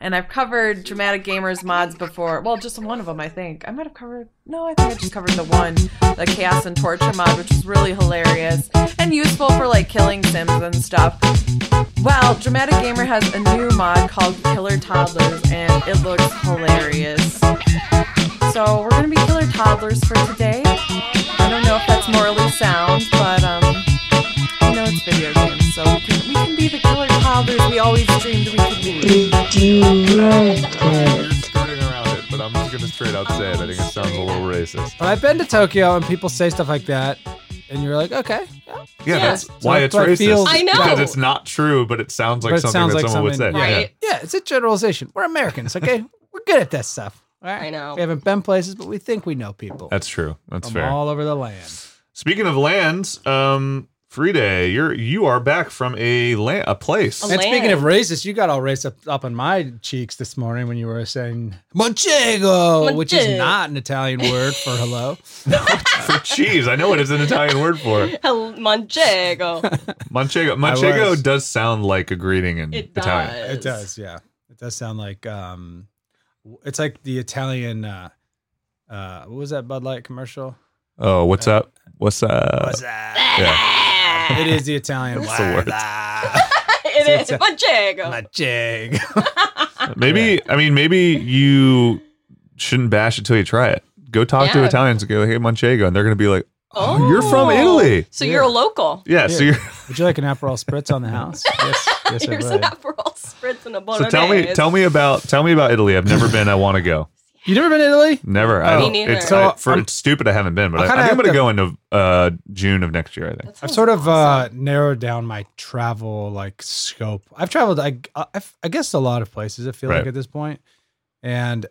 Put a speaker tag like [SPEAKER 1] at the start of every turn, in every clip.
[SPEAKER 1] and I've covered Dramatic Gamers mods before. Well, just one of them, I think. I might have covered. No, I think I just covered the one, the Chaos and Torture mod, which is really hilarious and useful for like killing Sims and stuff. Well, Dramatic Gamer has a new mod called Killer Toddlers, and it looks hilarious. So we're gonna be Killer Toddlers for today. I don't know if that's morally sound, but um, you know it's video games, so we can, we can be the killer toddlers we always dreamed we could be.
[SPEAKER 2] You're skirting around it, but I'm just gonna straight out say it. I think it sounds a little racist.
[SPEAKER 3] But I've been to Tokyo and people say stuff like that, and you're like, okay, yeah.
[SPEAKER 2] Yeah, that's why
[SPEAKER 3] So
[SPEAKER 2] it's
[SPEAKER 3] it
[SPEAKER 2] racist.
[SPEAKER 3] feels-
[SPEAKER 4] I know.
[SPEAKER 2] because it's not true, but it sounds like
[SPEAKER 3] But it
[SPEAKER 2] something
[SPEAKER 3] sounds
[SPEAKER 2] that
[SPEAKER 3] like
[SPEAKER 2] someone
[SPEAKER 3] something-
[SPEAKER 2] would say.
[SPEAKER 4] Right.
[SPEAKER 3] yeah, it's a generalization. We're Americans, okay? We're good at this stuff. All right?
[SPEAKER 4] I know.
[SPEAKER 3] We haven't been places, but we think we know people
[SPEAKER 2] That's true. That's
[SPEAKER 3] from
[SPEAKER 2] fair.
[SPEAKER 3] all over the land.
[SPEAKER 2] Speaking of lands, um, Friday, you're you are back from a land, a place.
[SPEAKER 4] A
[SPEAKER 3] And speaking
[SPEAKER 4] land.
[SPEAKER 3] of racist, you got all racist up, up on my cheeks this morning when you were saying Manchego, which is
[SPEAKER 4] Manchego.
[SPEAKER 3] not an Italian word for hello.
[SPEAKER 2] for cheese. I know what it's an Italian word for.
[SPEAKER 4] Hel- Manchego.
[SPEAKER 2] Manchego.
[SPEAKER 3] was.
[SPEAKER 2] Manchego does sound like a greeting in
[SPEAKER 4] It does.
[SPEAKER 2] Italian.
[SPEAKER 3] It does, yeah. It does sound like um, it's like the Italian. Uh, uh, what was that Bud Light commercial?
[SPEAKER 2] Oh, what's up? What's up?
[SPEAKER 3] What's that?
[SPEAKER 2] Yeah.
[SPEAKER 4] Ah.
[SPEAKER 3] It is the Italian
[SPEAKER 2] What's the
[SPEAKER 3] word.
[SPEAKER 2] word?
[SPEAKER 4] it
[SPEAKER 3] It's
[SPEAKER 4] is.
[SPEAKER 3] a-
[SPEAKER 4] Manchego.
[SPEAKER 3] Manchego.
[SPEAKER 2] Maybe I mean maybe you shouldn't bash it till you try it. Go talk to
[SPEAKER 4] Yeah.
[SPEAKER 2] Italians and go, hey Manchego, and they're gonna be like, Oh,
[SPEAKER 4] Oh.
[SPEAKER 2] you're from Italy.
[SPEAKER 4] So
[SPEAKER 3] Yeah.
[SPEAKER 4] you're a local.
[SPEAKER 2] Yeah, so
[SPEAKER 3] Yeah.
[SPEAKER 2] you're
[SPEAKER 3] Would you like an Aperol spritz on the house? yes, yes, I
[SPEAKER 4] Here's
[SPEAKER 3] would.
[SPEAKER 4] an Aperol spritz and a
[SPEAKER 2] so
[SPEAKER 4] bolognese.
[SPEAKER 2] tell me tell me about tell me about Italy. I've never been. I want to go.
[SPEAKER 3] You never been to Italy?
[SPEAKER 2] Never.
[SPEAKER 3] Oh.
[SPEAKER 2] I
[SPEAKER 3] Me
[SPEAKER 2] don't,
[SPEAKER 4] neither.
[SPEAKER 2] It's,
[SPEAKER 3] So,
[SPEAKER 2] I- for,
[SPEAKER 3] I'm-
[SPEAKER 2] it's stupid. I haven't been, but
[SPEAKER 3] I
[SPEAKER 2] I, I
[SPEAKER 3] kinda
[SPEAKER 2] think I'm
[SPEAKER 3] have
[SPEAKER 2] gonna
[SPEAKER 3] to-
[SPEAKER 2] go into uh, June of next year. I think.
[SPEAKER 4] That
[SPEAKER 3] I've
[SPEAKER 4] sounds
[SPEAKER 3] sort of uh,
[SPEAKER 4] awesome.
[SPEAKER 3] narrowed down my travel like scope. I've traveled, I, uh, I, I guess, a lot of places. I feel
[SPEAKER 2] Right.
[SPEAKER 3] like at this point, and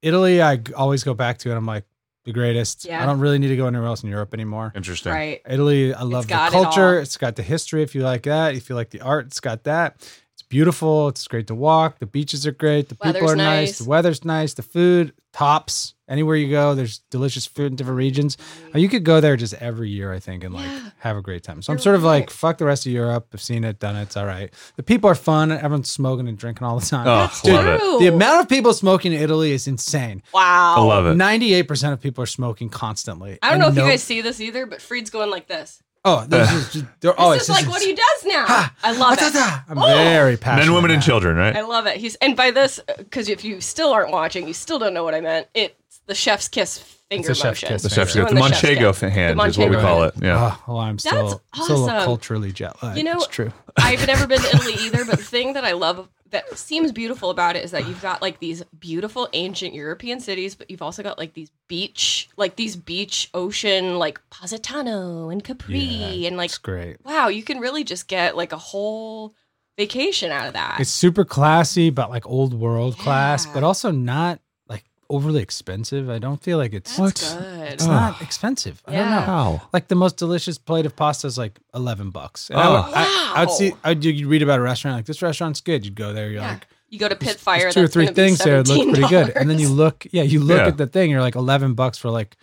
[SPEAKER 3] Italy, I g- always go back to, and I'm like the greatest.
[SPEAKER 4] Yeah.
[SPEAKER 3] I don't really need to go anywhere else in Europe anymore.
[SPEAKER 2] Interesting.
[SPEAKER 4] right.
[SPEAKER 3] Italy, I love the
[SPEAKER 4] got it
[SPEAKER 3] culture.
[SPEAKER 4] all.
[SPEAKER 3] it's got the history. If you like that, if you like the art, it's got that. It's beautiful. It's great to walk. The beaches are great. The people
[SPEAKER 4] Weather's
[SPEAKER 3] are nice.
[SPEAKER 4] nice.
[SPEAKER 3] The weather's nice. The food tops. Anywhere you go, there's delicious food in different regions. Uh, You could go there just every year, I think, and like have a great time. So I'm
[SPEAKER 4] You're
[SPEAKER 3] sort of like
[SPEAKER 4] right.
[SPEAKER 3] fuck the rest of Europe. I've seen it, done it. It's all right. The people are fun. Everyone's smoking and drinking all the time.
[SPEAKER 2] Oh,
[SPEAKER 4] True.
[SPEAKER 2] love it.
[SPEAKER 3] The amount of people smoking in Italy is insane.
[SPEAKER 4] Wow.
[SPEAKER 2] I Oh, love it.
[SPEAKER 3] Ninety-eight percent of people are smoking constantly.
[SPEAKER 4] I don't
[SPEAKER 3] and
[SPEAKER 4] know if
[SPEAKER 3] no-
[SPEAKER 4] you guys see this either, but Fried's going like this.
[SPEAKER 3] Oh, this is Oh, just, they're
[SPEAKER 4] This
[SPEAKER 3] always "Ah,
[SPEAKER 4] is like what he does now. I love it.
[SPEAKER 3] I'm very passionate.
[SPEAKER 2] Oh. Men, women, and
[SPEAKER 3] now.
[SPEAKER 2] children. Right.
[SPEAKER 4] I love it. He's and by this because if you still aren't watching, you still don't know what I meant. It's the chef's kiss finger
[SPEAKER 3] It's a chef's
[SPEAKER 4] motion.
[SPEAKER 3] kiss.
[SPEAKER 2] the chef's
[SPEAKER 4] Doing
[SPEAKER 2] got the
[SPEAKER 4] the chef's
[SPEAKER 2] Manchego
[SPEAKER 4] kiss.
[SPEAKER 2] hand
[SPEAKER 4] The
[SPEAKER 2] is what we
[SPEAKER 4] Manchego
[SPEAKER 2] call it.
[SPEAKER 4] hand.
[SPEAKER 2] Yeah.
[SPEAKER 3] Oh, well, I'm still,
[SPEAKER 4] That's
[SPEAKER 3] still
[SPEAKER 4] awesome.
[SPEAKER 3] culturally jet lagged.
[SPEAKER 4] You know-
[SPEAKER 3] it's true.
[SPEAKER 4] I've never been to Italy either, but the thing that I love that seems beautiful about it is that you've got like these beautiful ancient European cities, but you've also got like these beach, like these beach ocean, like Positano and Capri, and like
[SPEAKER 3] It's great.
[SPEAKER 4] wow, you can really just get like a whole vacation out of that.
[SPEAKER 3] It's super classy, but like old world class,
[SPEAKER 4] Yeah.
[SPEAKER 3] but also not like overly expensive. I don't feel like it's
[SPEAKER 4] That's good.
[SPEAKER 3] it's not expensive. I don't
[SPEAKER 4] Yeah.
[SPEAKER 3] know.
[SPEAKER 2] Wow.
[SPEAKER 3] Like the most delicious plate of pasta is like eleven bucks. And
[SPEAKER 2] Oh.
[SPEAKER 3] I, would, I, I would see.
[SPEAKER 4] Wow.
[SPEAKER 3] I would, you'd read about a restaurant like this restaurant's good. You'd go there. You're
[SPEAKER 4] Yeah.
[SPEAKER 3] like,
[SPEAKER 4] you go to Pit
[SPEAKER 3] there's
[SPEAKER 4] Fire.
[SPEAKER 3] two or
[SPEAKER 4] that's
[SPEAKER 3] three
[SPEAKER 4] gonna be
[SPEAKER 3] things there it looks pretty good and then you
[SPEAKER 4] $17.
[SPEAKER 3] look yeah you look
[SPEAKER 2] Yeah.
[SPEAKER 3] at the thing you're like 11 bucks for like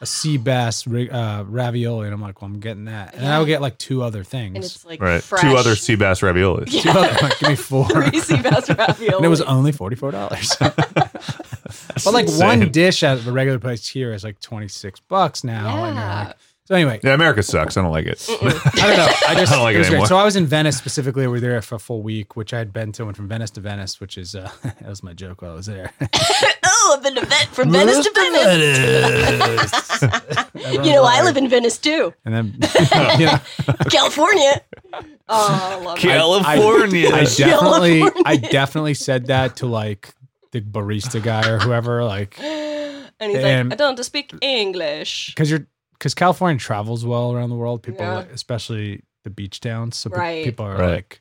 [SPEAKER 3] a sea bass ri- uh, ravioli and i'm like well i'm getting that and i would get like two other
[SPEAKER 4] and
[SPEAKER 3] things
[SPEAKER 4] it's like
[SPEAKER 2] Right.
[SPEAKER 4] fresh.
[SPEAKER 2] Two other sea bass raviolis.
[SPEAKER 3] two other, like, give me four
[SPEAKER 4] three sea bass ravioli.
[SPEAKER 3] and it was only $44 but like one
[SPEAKER 2] Insane.
[SPEAKER 3] dish at the regular place here is like 26 bucks now and you're
[SPEAKER 4] Yeah.
[SPEAKER 3] like so anyway
[SPEAKER 2] Yeah, America sucks. I don't like it.
[SPEAKER 3] I don't know. I just
[SPEAKER 2] I don't like
[SPEAKER 3] it
[SPEAKER 2] it
[SPEAKER 3] was great.
[SPEAKER 2] anymore.
[SPEAKER 3] So I was in Venice specifically. We were there for a full week, which I had been to. Went from Venice to Venice, which is uh, that was my joke while I was there.
[SPEAKER 4] Oh, I've been to Ven- from Venice to Venice. You know, I live in Venice too,
[SPEAKER 3] And then, you know,
[SPEAKER 4] California. Oh, I love it.
[SPEAKER 2] California.
[SPEAKER 3] I definitely, I definitely said that to like the barista guy or whoever, like,
[SPEAKER 4] And he's
[SPEAKER 3] And-
[SPEAKER 4] like, I don't speak English.
[SPEAKER 3] because you're, because California travels well around the world. People,
[SPEAKER 4] Yeah.
[SPEAKER 3] like, especially the beach towns, so pe-
[SPEAKER 4] Right.
[SPEAKER 3] people are
[SPEAKER 2] Right.
[SPEAKER 3] like,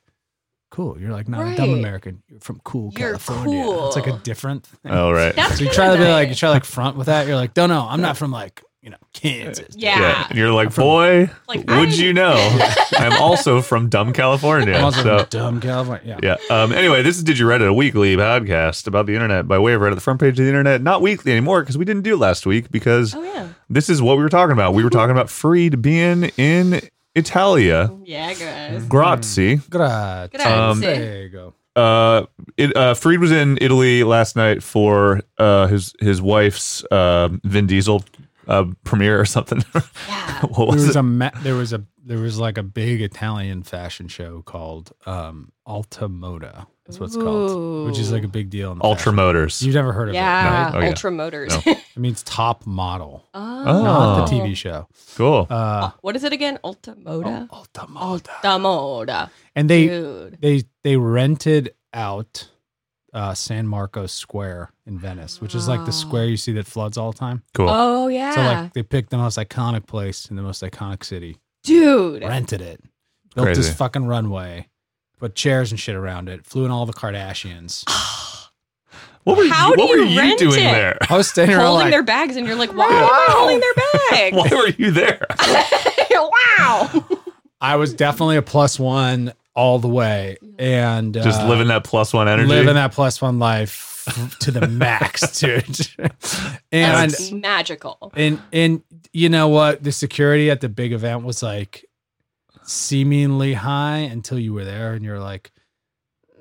[SPEAKER 3] cool. You're like not a dumb
[SPEAKER 4] Right.
[SPEAKER 3] American. You're from cool
[SPEAKER 4] You're
[SPEAKER 3] California. It's like a
[SPEAKER 4] cool.
[SPEAKER 3] different thing.
[SPEAKER 2] oh right.
[SPEAKER 4] That's
[SPEAKER 3] So you
[SPEAKER 4] kinda
[SPEAKER 3] try to be like, you
[SPEAKER 4] nice.
[SPEAKER 3] try to like front with that. You're like, no, no, I'm not from like you know, Kansas.
[SPEAKER 4] Yeah.
[SPEAKER 2] And you're like, boy,
[SPEAKER 4] Like,
[SPEAKER 2] would
[SPEAKER 4] I-
[SPEAKER 2] you know? I'm also from dumb California.
[SPEAKER 3] I'm also
[SPEAKER 2] so
[SPEAKER 3] dumb California. Yeah.
[SPEAKER 2] yeah. Um, anyway, this is Did You Reddit, a weekly podcast about the internet by way of Reddit, the front page of the internet. Not weekly anymore because we didn't do it last week because
[SPEAKER 4] Oh yeah.
[SPEAKER 2] this is what we were talking about. We were talking about Freed being in Italia.
[SPEAKER 4] Yeah, guys.
[SPEAKER 2] Mm. Grazie.
[SPEAKER 3] Grazie.
[SPEAKER 4] Grazie. Um,
[SPEAKER 3] there you go.
[SPEAKER 2] uh, it, uh, Freed was in Italy last night for uh, his his wife's uh, Vin Diesel uh, premiere or something.
[SPEAKER 4] Yeah.
[SPEAKER 2] what
[SPEAKER 3] There
[SPEAKER 2] was,
[SPEAKER 3] was
[SPEAKER 2] it?
[SPEAKER 3] a ma- there was a there was like a big Italian fashion show called um Alta Moda. That's what it's called, which is
[SPEAKER 4] Ooh.
[SPEAKER 3] like a big deal in the
[SPEAKER 2] Ultra
[SPEAKER 3] fashion.
[SPEAKER 2] Motors.
[SPEAKER 3] You've never heard of it?
[SPEAKER 4] Yeah.
[SPEAKER 2] No? Oh, yeah.
[SPEAKER 4] Ultra Motors.
[SPEAKER 3] I mean, it's Top Model,
[SPEAKER 4] oh.
[SPEAKER 3] not the
[SPEAKER 4] Oh.
[SPEAKER 3] TV show.
[SPEAKER 2] Cool.
[SPEAKER 3] Uh,
[SPEAKER 4] What is it again? Ultra Moda.
[SPEAKER 3] Alta Moda.
[SPEAKER 4] The Moda.
[SPEAKER 3] And they
[SPEAKER 4] Dude.
[SPEAKER 3] they they rented out uh San Marcos Square in Venice, which is like the square you see that floods all the time.
[SPEAKER 2] cool.
[SPEAKER 4] Oh yeah.
[SPEAKER 3] So like they picked the most iconic place in the most iconic city,
[SPEAKER 4] Dude.
[SPEAKER 3] rented it, built
[SPEAKER 2] Crazy.
[SPEAKER 3] this fucking runway, put chairs and shit around it, flew in all the Kardashians.
[SPEAKER 2] what were
[SPEAKER 4] How
[SPEAKER 2] you,
[SPEAKER 4] do
[SPEAKER 2] what
[SPEAKER 4] you
[SPEAKER 2] were you
[SPEAKER 4] rent
[SPEAKER 2] doing
[SPEAKER 4] it?
[SPEAKER 2] there?
[SPEAKER 3] I was standing around
[SPEAKER 4] holding
[SPEAKER 3] like,
[SPEAKER 4] their bags and you're like, why am I holding their
[SPEAKER 2] Why were you there?
[SPEAKER 4] bags? wow.
[SPEAKER 3] I was definitely a plus one all the way, and
[SPEAKER 2] Just
[SPEAKER 3] uh,
[SPEAKER 2] living that plus one energy.
[SPEAKER 3] living that plus one life to the max, dude. and
[SPEAKER 4] That's magical.
[SPEAKER 3] and and you know what the security at the big event was like seemingly high until you were there and you're like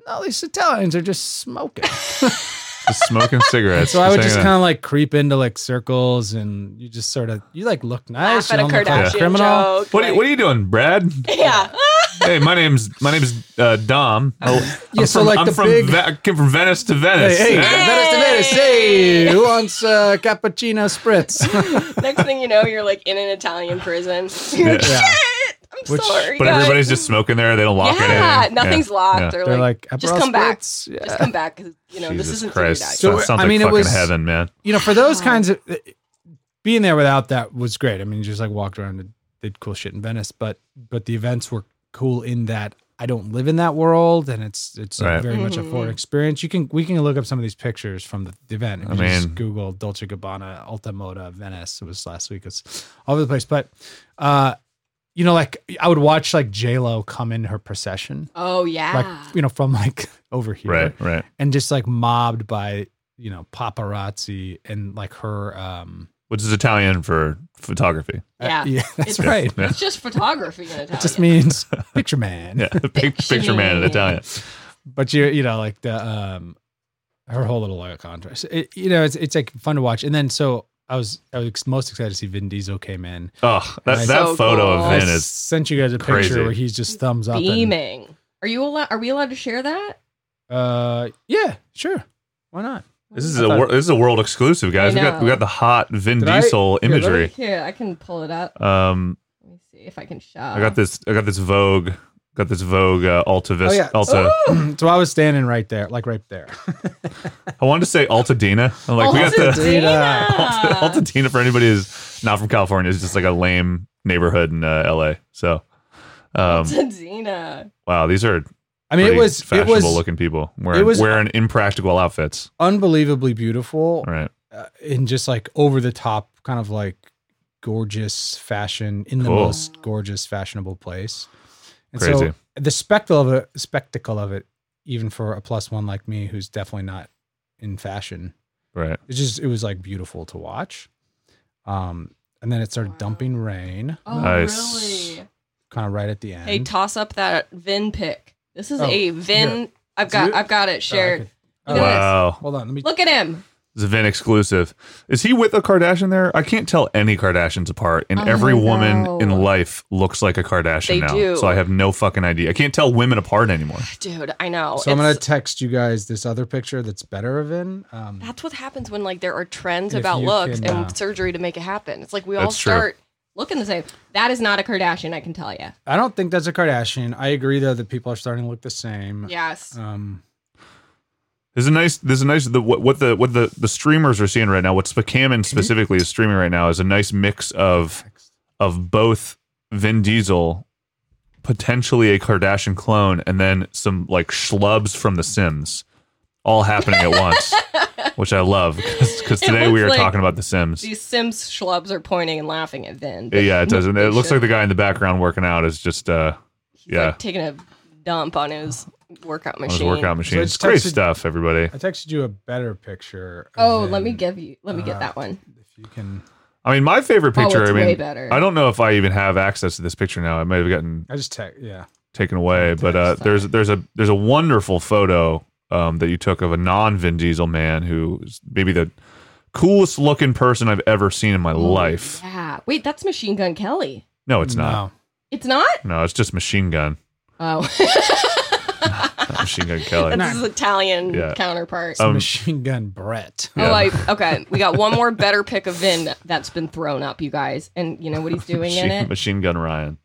[SPEAKER 3] all these italians are just smoking
[SPEAKER 2] just smoking cigarettes.
[SPEAKER 3] so i would
[SPEAKER 2] hanging
[SPEAKER 3] just
[SPEAKER 2] out.
[SPEAKER 3] kind of like creep into like circles and you just sort of you like look nice
[SPEAKER 4] Laugh at
[SPEAKER 3] you
[SPEAKER 4] a
[SPEAKER 3] don't look like a
[SPEAKER 4] Kardashian
[SPEAKER 3] criminal
[SPEAKER 4] joke.
[SPEAKER 2] What are, you- what are you doing, Brad?
[SPEAKER 4] yeah.
[SPEAKER 2] hey, my name's my name's uh, Dom. Oh,
[SPEAKER 3] Yeah,
[SPEAKER 2] I'm
[SPEAKER 3] so
[SPEAKER 2] from,
[SPEAKER 3] like
[SPEAKER 2] I'm
[SPEAKER 3] the
[SPEAKER 2] from
[SPEAKER 3] big-
[SPEAKER 2] Ve- I came from Venice to Venice.
[SPEAKER 3] Hey, hey,
[SPEAKER 2] Eh?
[SPEAKER 3] Venice to Venice. Hey, who wants uh, cappuccino spritz?
[SPEAKER 4] Next thing you know, you're like in an Italian prison. You're like,
[SPEAKER 3] Yeah.
[SPEAKER 4] Shit, I'm
[SPEAKER 3] Which-
[SPEAKER 4] sorry.
[SPEAKER 2] But
[SPEAKER 4] guys."
[SPEAKER 2] everybody's just smoking there. They don't lock anything.
[SPEAKER 4] yeah, nothing's locked. They're,
[SPEAKER 3] They're
[SPEAKER 4] like,
[SPEAKER 3] like,
[SPEAKER 4] just
[SPEAKER 3] "Aperol
[SPEAKER 4] come back.
[SPEAKER 3] spritz?"
[SPEAKER 4] Just come back 'cause, you know this isn't for you guys.
[SPEAKER 3] So,
[SPEAKER 2] that sounds
[SPEAKER 3] I
[SPEAKER 2] like
[SPEAKER 3] mean, it
[SPEAKER 2] fucking
[SPEAKER 3] was-
[SPEAKER 2] heaven, man.
[SPEAKER 3] you know, for those kinds of uh, being there without that was great. I mean, you just like walked around and did cool shit in Venice, but but the events were cool in that I don't live in that world, and it's it's a
[SPEAKER 2] Right.
[SPEAKER 3] very much a foreign experience. You can we can look up some of these pictures from the, the event. If
[SPEAKER 2] I
[SPEAKER 3] you
[SPEAKER 2] mean-
[SPEAKER 3] just Google Dolce Gabbana, Alta Moda, Venice. It was last week. It's all over the place, but. uh you know, like I would watch like J Lo come in her procession,
[SPEAKER 4] Oh yeah.
[SPEAKER 3] like you know, from like over here,
[SPEAKER 2] Right, right.
[SPEAKER 3] and just like mobbed by you know paparazzi and like her um uh,
[SPEAKER 2] Which is Italian for photography.
[SPEAKER 4] yeah.
[SPEAKER 3] yeah that's
[SPEAKER 4] It's-
[SPEAKER 3] right
[SPEAKER 4] It's just photography in Italian.
[SPEAKER 3] it just means picture man
[SPEAKER 2] Yeah, Oh, pic- picture man in Italian.
[SPEAKER 3] but you you know like the um her whole little like contrast it, you know it's it's like fun to watch and then so I was I was most excited to see Vin Diesel came in.
[SPEAKER 2] Oh, that,
[SPEAKER 3] Nice.
[SPEAKER 2] that
[SPEAKER 4] So
[SPEAKER 2] photo
[SPEAKER 4] cool.
[SPEAKER 2] of
[SPEAKER 3] I
[SPEAKER 2] Oh, Vin is
[SPEAKER 3] sent you guys a picture
[SPEAKER 2] crazy.
[SPEAKER 3] where he's just thumbs up. and-
[SPEAKER 4] beaming. Are you allowed? Are we allowed to share that?
[SPEAKER 3] uh, yeah, sure. Why not?
[SPEAKER 2] this is a wor- this is a world exclusive, guys. We
[SPEAKER 4] I
[SPEAKER 2] got we
[SPEAKER 4] know.
[SPEAKER 2] got the hot Vin
[SPEAKER 3] Did I-
[SPEAKER 2] Diesel
[SPEAKER 3] Yeah, let me-
[SPEAKER 2] imagery.
[SPEAKER 4] Here, I can pull it up.
[SPEAKER 2] Um,
[SPEAKER 4] Let me see if I can show. I
[SPEAKER 2] I got this I got this Vogue got this Vogue uh, Alta Vista,
[SPEAKER 3] Oh, yeah.
[SPEAKER 2] Alta.
[SPEAKER 3] so I was standing right there, like right there.
[SPEAKER 2] I
[SPEAKER 4] Oh.
[SPEAKER 2] wanted to say Altadena. I'm like we got the Alta,
[SPEAKER 4] the.
[SPEAKER 2] Altadena for anybody who's not from California is just like a lame neighborhood in uh, LA. So, um,
[SPEAKER 4] Altadena.
[SPEAKER 2] wow, these are
[SPEAKER 3] I mean, it
[SPEAKER 2] pretty
[SPEAKER 3] was it
[SPEAKER 2] fashionable
[SPEAKER 3] was
[SPEAKER 2] looking people wearing
[SPEAKER 3] was-
[SPEAKER 2] wearing impractical outfits.
[SPEAKER 3] unbelievably beautiful.
[SPEAKER 2] All right.
[SPEAKER 3] uh, in just like over the top kind of like gorgeous fashion in the
[SPEAKER 2] Cool.
[SPEAKER 3] most gorgeous fashionable place. And so
[SPEAKER 2] Crazy.
[SPEAKER 3] the spectacle of it, spectacle of it, even for a plus one like me who's definitely not in fashion,
[SPEAKER 2] Right.
[SPEAKER 3] it just it was like beautiful to watch. Um, and then it started dumping rain,
[SPEAKER 4] Oh
[SPEAKER 2] Nice.
[SPEAKER 4] really?
[SPEAKER 3] kind of right at the end.
[SPEAKER 4] Hey, toss up that Vin pick. This is
[SPEAKER 3] Oh,
[SPEAKER 4] a Vin.
[SPEAKER 3] here.
[SPEAKER 4] I've got.
[SPEAKER 3] you?
[SPEAKER 4] I've got it
[SPEAKER 3] Oh, I
[SPEAKER 4] shared.
[SPEAKER 3] could-
[SPEAKER 4] Look at this.
[SPEAKER 2] Wow.
[SPEAKER 3] Hold on, let me.
[SPEAKER 4] Look at him.
[SPEAKER 2] It's a Vin exclusive. Is he with a Kardashian there? I can't tell any Kardashians apart, and
[SPEAKER 4] Oh,
[SPEAKER 2] every woman
[SPEAKER 4] no.
[SPEAKER 2] in life looks like a Kardashian
[SPEAKER 4] They
[SPEAKER 2] now.
[SPEAKER 4] do.
[SPEAKER 2] So I have no fucking idea. I can't tell women apart anymore.
[SPEAKER 4] Dude, I know.
[SPEAKER 3] so I'm gonna
[SPEAKER 4] It's-
[SPEAKER 3] text you guys this other picture that's better of in. Um,
[SPEAKER 4] that's what happens when like there are trends
[SPEAKER 3] If
[SPEAKER 4] about
[SPEAKER 3] you
[SPEAKER 4] looks
[SPEAKER 3] can,
[SPEAKER 4] and
[SPEAKER 3] uh,
[SPEAKER 4] surgery to make it happen. It's like we all
[SPEAKER 2] That's true.
[SPEAKER 4] start looking the same. That is not a Kardashian, I can tell you.
[SPEAKER 3] I don't think that's a Kardashian. I agree though that people are starting to look the same.
[SPEAKER 4] Yes.
[SPEAKER 3] Um,
[SPEAKER 2] There's a nice. There's a nice. The, what, what the what the the streamers are seeing right now. What
[SPEAKER 4] Mm-hmm.
[SPEAKER 2] Spacamin specifically is streaming right now is a nice mix of of both Vin Diesel, potentially a Kardashian clone, and then some like schlubs from The Sims, all happening at once, which I love because
[SPEAKER 4] It
[SPEAKER 2] today we
[SPEAKER 4] looks
[SPEAKER 2] are
[SPEAKER 4] like
[SPEAKER 2] talking about The Sims.
[SPEAKER 4] These Sims schlubs are pointing and laughing at Vin. but
[SPEAKER 2] Yeah, it doesn't.
[SPEAKER 4] they
[SPEAKER 2] It looks like
[SPEAKER 4] shouldn't.
[SPEAKER 2] the guy in the background working out is just uh,
[SPEAKER 4] He's,
[SPEAKER 2] yeah,
[SPEAKER 4] like, taking a dump on his workout
[SPEAKER 2] on his
[SPEAKER 4] machine.
[SPEAKER 2] workout machine.
[SPEAKER 3] So I
[SPEAKER 2] it's
[SPEAKER 3] just
[SPEAKER 2] great
[SPEAKER 3] texted-
[SPEAKER 2] stuff, everybody.
[SPEAKER 3] I texted you a better picture. of
[SPEAKER 4] Oh, let me
[SPEAKER 3] him,
[SPEAKER 4] give you. Let me get
[SPEAKER 3] Uh,
[SPEAKER 4] that one.
[SPEAKER 3] If you can,
[SPEAKER 2] I mean, my favorite picture.
[SPEAKER 4] oh, it's
[SPEAKER 2] I mean,
[SPEAKER 4] way better.
[SPEAKER 2] I don't know if I even have access to this picture now. I might have gotten
[SPEAKER 3] I just text. Yeah,
[SPEAKER 2] taken away, but uh,
[SPEAKER 4] Sorry.
[SPEAKER 2] there's there's a there's a wonderful photo um, that you took of a non Vin Diesel man who is maybe the coolest looking person I've ever seen in my
[SPEAKER 4] Oh,
[SPEAKER 2] life.
[SPEAKER 4] Yeah. Wait, that's Machine Gun Kelly.
[SPEAKER 2] No, it's not.
[SPEAKER 3] No.
[SPEAKER 4] It's not.
[SPEAKER 2] No, it's just Machine Gun.
[SPEAKER 4] Oh,
[SPEAKER 2] Not Machine Gun
[SPEAKER 4] that's
[SPEAKER 2] Kelly.
[SPEAKER 4] his Italian
[SPEAKER 2] Yeah.
[SPEAKER 4] counterpart.
[SPEAKER 3] It's
[SPEAKER 2] Um,
[SPEAKER 3] machine gun Brett.
[SPEAKER 4] Oh,
[SPEAKER 2] Yeah.
[SPEAKER 4] I, okay. We got one more better pick of Vin that's been thrown up, you guys, and you know what he's doing
[SPEAKER 2] machine,
[SPEAKER 4] in it.
[SPEAKER 2] Machine Gun Ryan.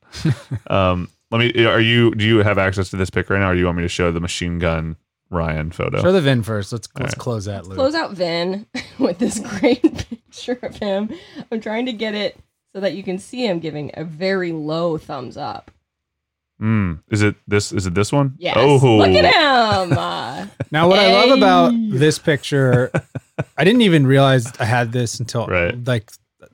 [SPEAKER 2] um, let me. Are you? Do you have access to this pic right now, or do you want me to show the Machine Gun Ryan photo?
[SPEAKER 3] Show the VIN first. Let's let's close that loop.
[SPEAKER 4] Close out Vin with this great picture of him. I'm trying to get it so that you can see him giving a very low thumbs up.
[SPEAKER 2] Mm, is it this? Is it this one?
[SPEAKER 4] Yes.
[SPEAKER 2] Oh,
[SPEAKER 4] Look at him. Uh,
[SPEAKER 3] Now, what I love about
[SPEAKER 4] Hey.
[SPEAKER 3] this picture, I didn't even realize I had this until
[SPEAKER 2] Right.
[SPEAKER 3] like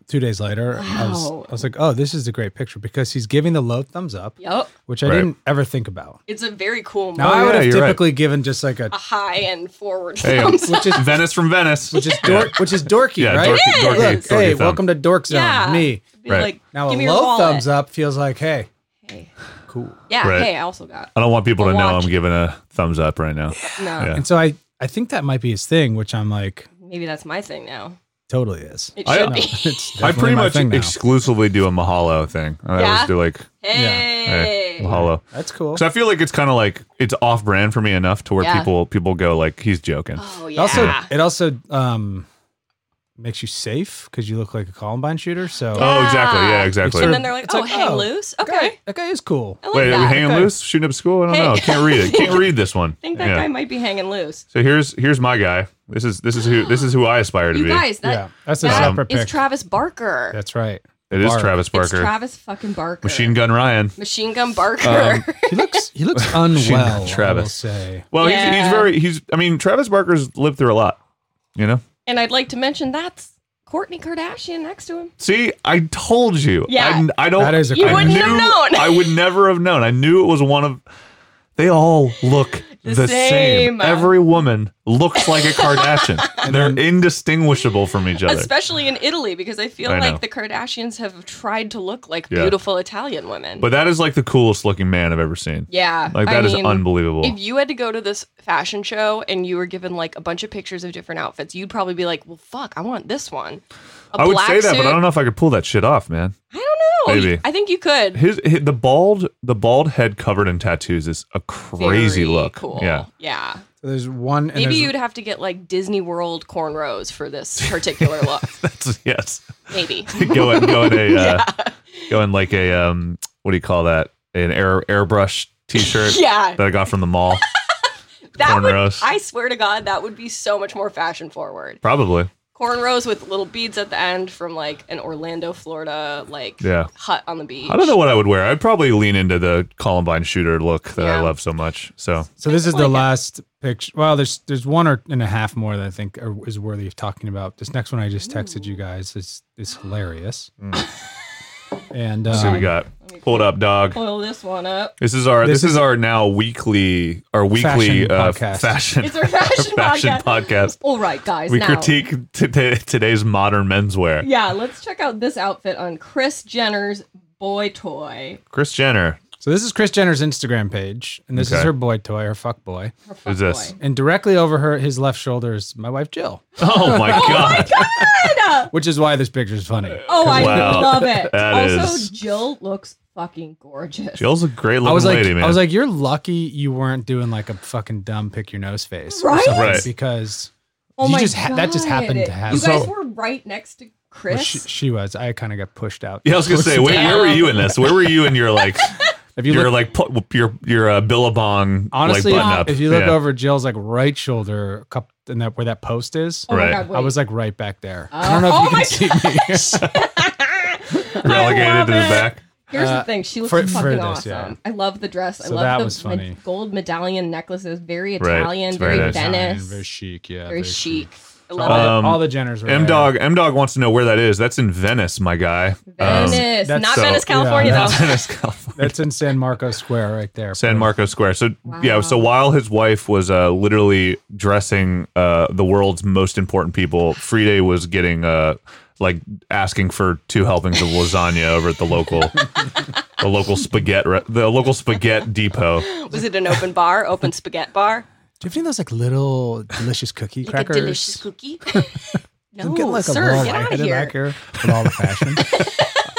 [SPEAKER 3] two days later. I, was,
[SPEAKER 4] Wow.
[SPEAKER 3] I was like, oh, this is a great picture because he's giving the low thumbs up,
[SPEAKER 4] yep.
[SPEAKER 3] which I
[SPEAKER 2] Right.
[SPEAKER 3] didn't ever think about.
[SPEAKER 4] It's a very cool
[SPEAKER 3] Now,
[SPEAKER 2] Oh,
[SPEAKER 3] I would
[SPEAKER 2] yeah,
[SPEAKER 3] have
[SPEAKER 2] you're right.
[SPEAKER 3] typically given just like a,
[SPEAKER 4] a high and forward
[SPEAKER 2] Hey,
[SPEAKER 4] thumbs up.
[SPEAKER 3] which is,
[SPEAKER 2] Venice from Venice.
[SPEAKER 3] which is, dork, which is dorky,
[SPEAKER 2] yeah,
[SPEAKER 3] right?
[SPEAKER 2] dorky,
[SPEAKER 4] It
[SPEAKER 2] dorky,
[SPEAKER 3] Look,
[SPEAKER 2] dorky
[SPEAKER 3] hey,
[SPEAKER 2] thumb.
[SPEAKER 3] welcome to Dork Zone,
[SPEAKER 4] Yeah.
[SPEAKER 3] me.
[SPEAKER 4] Be
[SPEAKER 2] Right.
[SPEAKER 4] like,
[SPEAKER 3] Now, a
[SPEAKER 4] give me your
[SPEAKER 3] low
[SPEAKER 4] wallet.
[SPEAKER 3] thumbs up feels like, hey,
[SPEAKER 4] Hey.
[SPEAKER 3] cool.
[SPEAKER 4] Yeah.
[SPEAKER 2] Right.
[SPEAKER 4] Hey, I also got.
[SPEAKER 2] I don't want people to
[SPEAKER 4] I'll
[SPEAKER 2] know
[SPEAKER 4] watch.
[SPEAKER 2] I'm giving a thumbs up right now.
[SPEAKER 4] No,
[SPEAKER 2] Yeah.
[SPEAKER 3] And so I, I think that might be his thing, which I'm like,
[SPEAKER 4] maybe that's my thing now.
[SPEAKER 3] totally is.
[SPEAKER 4] It
[SPEAKER 2] I-
[SPEAKER 4] should
[SPEAKER 3] No,
[SPEAKER 4] be.
[SPEAKER 3] it's
[SPEAKER 2] I
[SPEAKER 3] definitely
[SPEAKER 2] pretty
[SPEAKER 3] my
[SPEAKER 2] much
[SPEAKER 3] thing now.
[SPEAKER 2] exclusively do a mahalo thing. I
[SPEAKER 4] Yeah?
[SPEAKER 2] always do like
[SPEAKER 4] Hey.
[SPEAKER 2] hey, mahalo.
[SPEAKER 3] That's cool.
[SPEAKER 2] Because I feel like it's kind of like it's off brand for me enough to where
[SPEAKER 4] Yeah.
[SPEAKER 2] people people go like he's joking.
[SPEAKER 4] Oh
[SPEAKER 3] It
[SPEAKER 4] yeah.
[SPEAKER 3] also it also um makes you safe because you look like a Columbine shooter. So
[SPEAKER 4] Yeah.
[SPEAKER 2] Oh, exactly. Yeah,
[SPEAKER 4] It's
[SPEAKER 2] exactly.
[SPEAKER 4] and then they're like,
[SPEAKER 3] It's
[SPEAKER 4] "Oh,
[SPEAKER 3] like,
[SPEAKER 4] hang
[SPEAKER 3] oh,
[SPEAKER 4] loose."
[SPEAKER 3] that
[SPEAKER 4] Okay.
[SPEAKER 3] guy- that guy is cool.
[SPEAKER 4] I like
[SPEAKER 2] Wait, are we
[SPEAKER 4] that.
[SPEAKER 2] hanging
[SPEAKER 4] I
[SPEAKER 2] loose? Shooting up school? I don't
[SPEAKER 4] Hey.
[SPEAKER 2] know. Can't read it. Can't read this one.
[SPEAKER 4] think that
[SPEAKER 2] Yeah.
[SPEAKER 4] guy might be hanging loose.
[SPEAKER 2] So here's here's my guy. This is this is who this is who I aspire to
[SPEAKER 4] You
[SPEAKER 2] be.
[SPEAKER 4] guys, that
[SPEAKER 3] yeah, that's a
[SPEAKER 4] that
[SPEAKER 3] separate
[SPEAKER 4] is
[SPEAKER 3] pick.
[SPEAKER 4] Travis Barker.
[SPEAKER 3] that's right.
[SPEAKER 2] it is
[SPEAKER 3] Bark.
[SPEAKER 2] Travis
[SPEAKER 4] It's
[SPEAKER 2] Barker,
[SPEAKER 4] Travis fucking Barker.
[SPEAKER 2] Machine Gun Um, Ryan.
[SPEAKER 4] Machine Gun Barker.
[SPEAKER 3] He looks he looks
[SPEAKER 2] Shouldn't have
[SPEAKER 3] unwell. Travis. I will
[SPEAKER 2] Travis.
[SPEAKER 3] say
[SPEAKER 2] Well, he's
[SPEAKER 4] Yeah.
[SPEAKER 2] he's very he's. I mean, Travis Barker's lived through a lot. You know.
[SPEAKER 4] and I'd like to mention that's Courtney Kardashian next to him.
[SPEAKER 2] See, I told you.
[SPEAKER 4] Yeah.
[SPEAKER 2] I, I don't.
[SPEAKER 3] That is a You
[SPEAKER 2] I
[SPEAKER 4] wouldn't have
[SPEAKER 2] knew-
[SPEAKER 4] known.
[SPEAKER 2] I would never have known. I knew it was one of. They all look
[SPEAKER 4] The
[SPEAKER 2] the,
[SPEAKER 4] same.
[SPEAKER 2] same. Every woman looks like a Kardashian. They're indistinguishable from each other.
[SPEAKER 4] Especially in Italy, because I feel
[SPEAKER 2] I know.
[SPEAKER 4] like the Kardashians have tried to look like
[SPEAKER 2] Yeah.
[SPEAKER 4] beautiful Italian women.
[SPEAKER 2] But that is like the coolest looking man I've ever seen.
[SPEAKER 4] yeah,
[SPEAKER 2] Like
[SPEAKER 4] I
[SPEAKER 2] that is
[SPEAKER 4] mean,
[SPEAKER 2] unbelievable.
[SPEAKER 4] If you had to go to this fashion show and you were given like a bunch of pictures of different outfits, you'd probably be like, "Well, fuck, I want this one." A
[SPEAKER 2] I would
[SPEAKER 4] black
[SPEAKER 2] say that,
[SPEAKER 4] suit-
[SPEAKER 2] but I don't know if I could pull that shit off, man.
[SPEAKER 4] I don't know.
[SPEAKER 2] Maybe.
[SPEAKER 4] Oh, I think you could.
[SPEAKER 2] His, hi the bald the bald head covered in tattoos is a crazy
[SPEAKER 4] Very
[SPEAKER 2] look.
[SPEAKER 4] Cool.
[SPEAKER 2] Yeah.
[SPEAKER 4] Yeah.
[SPEAKER 3] so there's one. And
[SPEAKER 4] Maybe
[SPEAKER 3] there's-
[SPEAKER 4] you'd have to get like Disney World cornrows for this particular look.
[SPEAKER 2] That's yes.
[SPEAKER 4] Maybe.
[SPEAKER 2] go in go in a uh, go in like a um what do you call that an air airbrush t-shirt
[SPEAKER 4] Yeah.
[SPEAKER 2] that I got from the mall
[SPEAKER 4] That would,
[SPEAKER 2] cornrows
[SPEAKER 4] I swear to God, that would be so much more fashion forward.
[SPEAKER 2] probably
[SPEAKER 4] Cornrows with little beads at the end from like an Orlando, Florida, like
[SPEAKER 2] Yeah.
[SPEAKER 4] hut on the beach.
[SPEAKER 2] I don't know what I would wear I'd probably lean into the Columbine shooter look that
[SPEAKER 4] Yeah.
[SPEAKER 2] I love so much so
[SPEAKER 3] so this is the
[SPEAKER 4] like it.
[SPEAKER 3] last picture. Well, there's there's one or and a half more that I think are, is worthy of talking about. This next one I just texted you guys is is hilarious. And
[SPEAKER 2] Mm. see what
[SPEAKER 3] uh,
[SPEAKER 2] we got pulled up dog
[SPEAKER 4] Oil this one up.
[SPEAKER 2] this is our
[SPEAKER 3] This
[SPEAKER 2] this, is, our now weekly our weekly
[SPEAKER 3] Fashion
[SPEAKER 2] uh,
[SPEAKER 3] podcast.
[SPEAKER 2] fashion
[SPEAKER 4] It's our fashion,
[SPEAKER 2] fashion
[SPEAKER 4] podcast.
[SPEAKER 2] podcast
[SPEAKER 4] All right, guys.
[SPEAKER 2] we
[SPEAKER 4] now,
[SPEAKER 2] critique t- today's modern menswear
[SPEAKER 4] Yeah, let's check out this outfit on Chris Jenner's boy toy.
[SPEAKER 2] Chris Jenner
[SPEAKER 3] so this is Chris Jenner's Instagram page, and this is
[SPEAKER 2] Okay.
[SPEAKER 3] her boy toy, her fuck boy.
[SPEAKER 4] Her
[SPEAKER 2] Who's
[SPEAKER 4] fuck
[SPEAKER 2] this?
[SPEAKER 4] Oh, boy.
[SPEAKER 3] and directly over her his left shoulder is my wife Jill,
[SPEAKER 2] oh my god
[SPEAKER 4] Anna!
[SPEAKER 3] which is why this picture is funny.
[SPEAKER 4] Oh, I
[SPEAKER 2] Wow.
[SPEAKER 4] love it.
[SPEAKER 2] That
[SPEAKER 4] also,
[SPEAKER 2] is-
[SPEAKER 4] Jill looks fucking gorgeous.
[SPEAKER 2] Jill's a great looking
[SPEAKER 3] I was like,
[SPEAKER 2] lady man
[SPEAKER 3] I was like, you're lucky you weren't doing like a fucking dumb pick your nose face, or
[SPEAKER 4] Right?
[SPEAKER 3] something,
[SPEAKER 2] Right.
[SPEAKER 3] Because
[SPEAKER 4] oh
[SPEAKER 3] you
[SPEAKER 4] my
[SPEAKER 3] just ha- that just happened to
[SPEAKER 4] God.
[SPEAKER 3] happen.
[SPEAKER 4] You guys
[SPEAKER 2] So-
[SPEAKER 4] were right next to
[SPEAKER 3] Well,
[SPEAKER 4] Chris.
[SPEAKER 3] she, she was. I kind of got pushed out.
[SPEAKER 2] Yeah, I was gonna say, wait, where were you in this? Where were you in your like,
[SPEAKER 3] If you
[SPEAKER 2] your
[SPEAKER 3] look,
[SPEAKER 2] like pu- your your uh, Billabong
[SPEAKER 3] honestly,
[SPEAKER 2] like button up?
[SPEAKER 3] if you look
[SPEAKER 2] Yeah.
[SPEAKER 3] over Jill's like right shoulder, a couple, and that where that post is,
[SPEAKER 4] oh my
[SPEAKER 2] Right.
[SPEAKER 4] God, wait. Uh,
[SPEAKER 3] I was like right back there. I don't know if
[SPEAKER 4] Oh
[SPEAKER 3] you can
[SPEAKER 4] my
[SPEAKER 3] see me.
[SPEAKER 4] I
[SPEAKER 2] relegated
[SPEAKER 4] love
[SPEAKER 2] to the
[SPEAKER 4] it.
[SPEAKER 2] back.
[SPEAKER 4] Here's
[SPEAKER 3] Uh,
[SPEAKER 4] the thing. She looks
[SPEAKER 3] for- for
[SPEAKER 4] fucking
[SPEAKER 3] this,
[SPEAKER 4] awesome.
[SPEAKER 3] yeah.
[SPEAKER 4] I love the dress. I
[SPEAKER 3] So
[SPEAKER 4] love
[SPEAKER 3] that
[SPEAKER 4] the
[SPEAKER 3] was
[SPEAKER 4] med-
[SPEAKER 3] funny.
[SPEAKER 4] gold medallion necklaces. Very
[SPEAKER 2] Right.
[SPEAKER 4] Italian,
[SPEAKER 2] It's
[SPEAKER 4] very,
[SPEAKER 2] very Italian,
[SPEAKER 4] Venice,
[SPEAKER 3] very
[SPEAKER 4] very,
[SPEAKER 3] chic. Yeah,
[SPEAKER 4] chic. I
[SPEAKER 3] All, the-
[SPEAKER 4] love
[SPEAKER 2] Um,
[SPEAKER 3] all the Jenners. Were
[SPEAKER 2] M
[SPEAKER 3] there.
[SPEAKER 2] Dog M Dog wants to know where that is. That's in Venice, my guy.
[SPEAKER 4] it. Oh, Venice,
[SPEAKER 3] that's
[SPEAKER 4] not
[SPEAKER 2] so-
[SPEAKER 4] Venice,
[SPEAKER 3] yeah,
[SPEAKER 4] California
[SPEAKER 3] that's-
[SPEAKER 4] though.
[SPEAKER 2] Venice, California.
[SPEAKER 3] That's in San Marcos Square, right there.
[SPEAKER 2] San Marcos Square. So yeah,
[SPEAKER 4] Wow.
[SPEAKER 2] so while his wife was uh, literally dressing uh, the world's most important people, Friday was getting uh, like asking for two helpings of lasagna over at the local the local spaghetti re- the local spaghetti depot.
[SPEAKER 4] Was it an open bar? Open spaghetti bar?
[SPEAKER 3] Do you have any of those like little delicious cookie
[SPEAKER 4] Like
[SPEAKER 3] crackers?
[SPEAKER 4] a delicious cookie?
[SPEAKER 3] I'm
[SPEAKER 4] no,
[SPEAKER 3] getting, like, a
[SPEAKER 4] sir,
[SPEAKER 3] long
[SPEAKER 4] get out
[SPEAKER 3] head
[SPEAKER 4] of
[SPEAKER 3] in
[SPEAKER 4] here.
[SPEAKER 3] back here with all the fashion.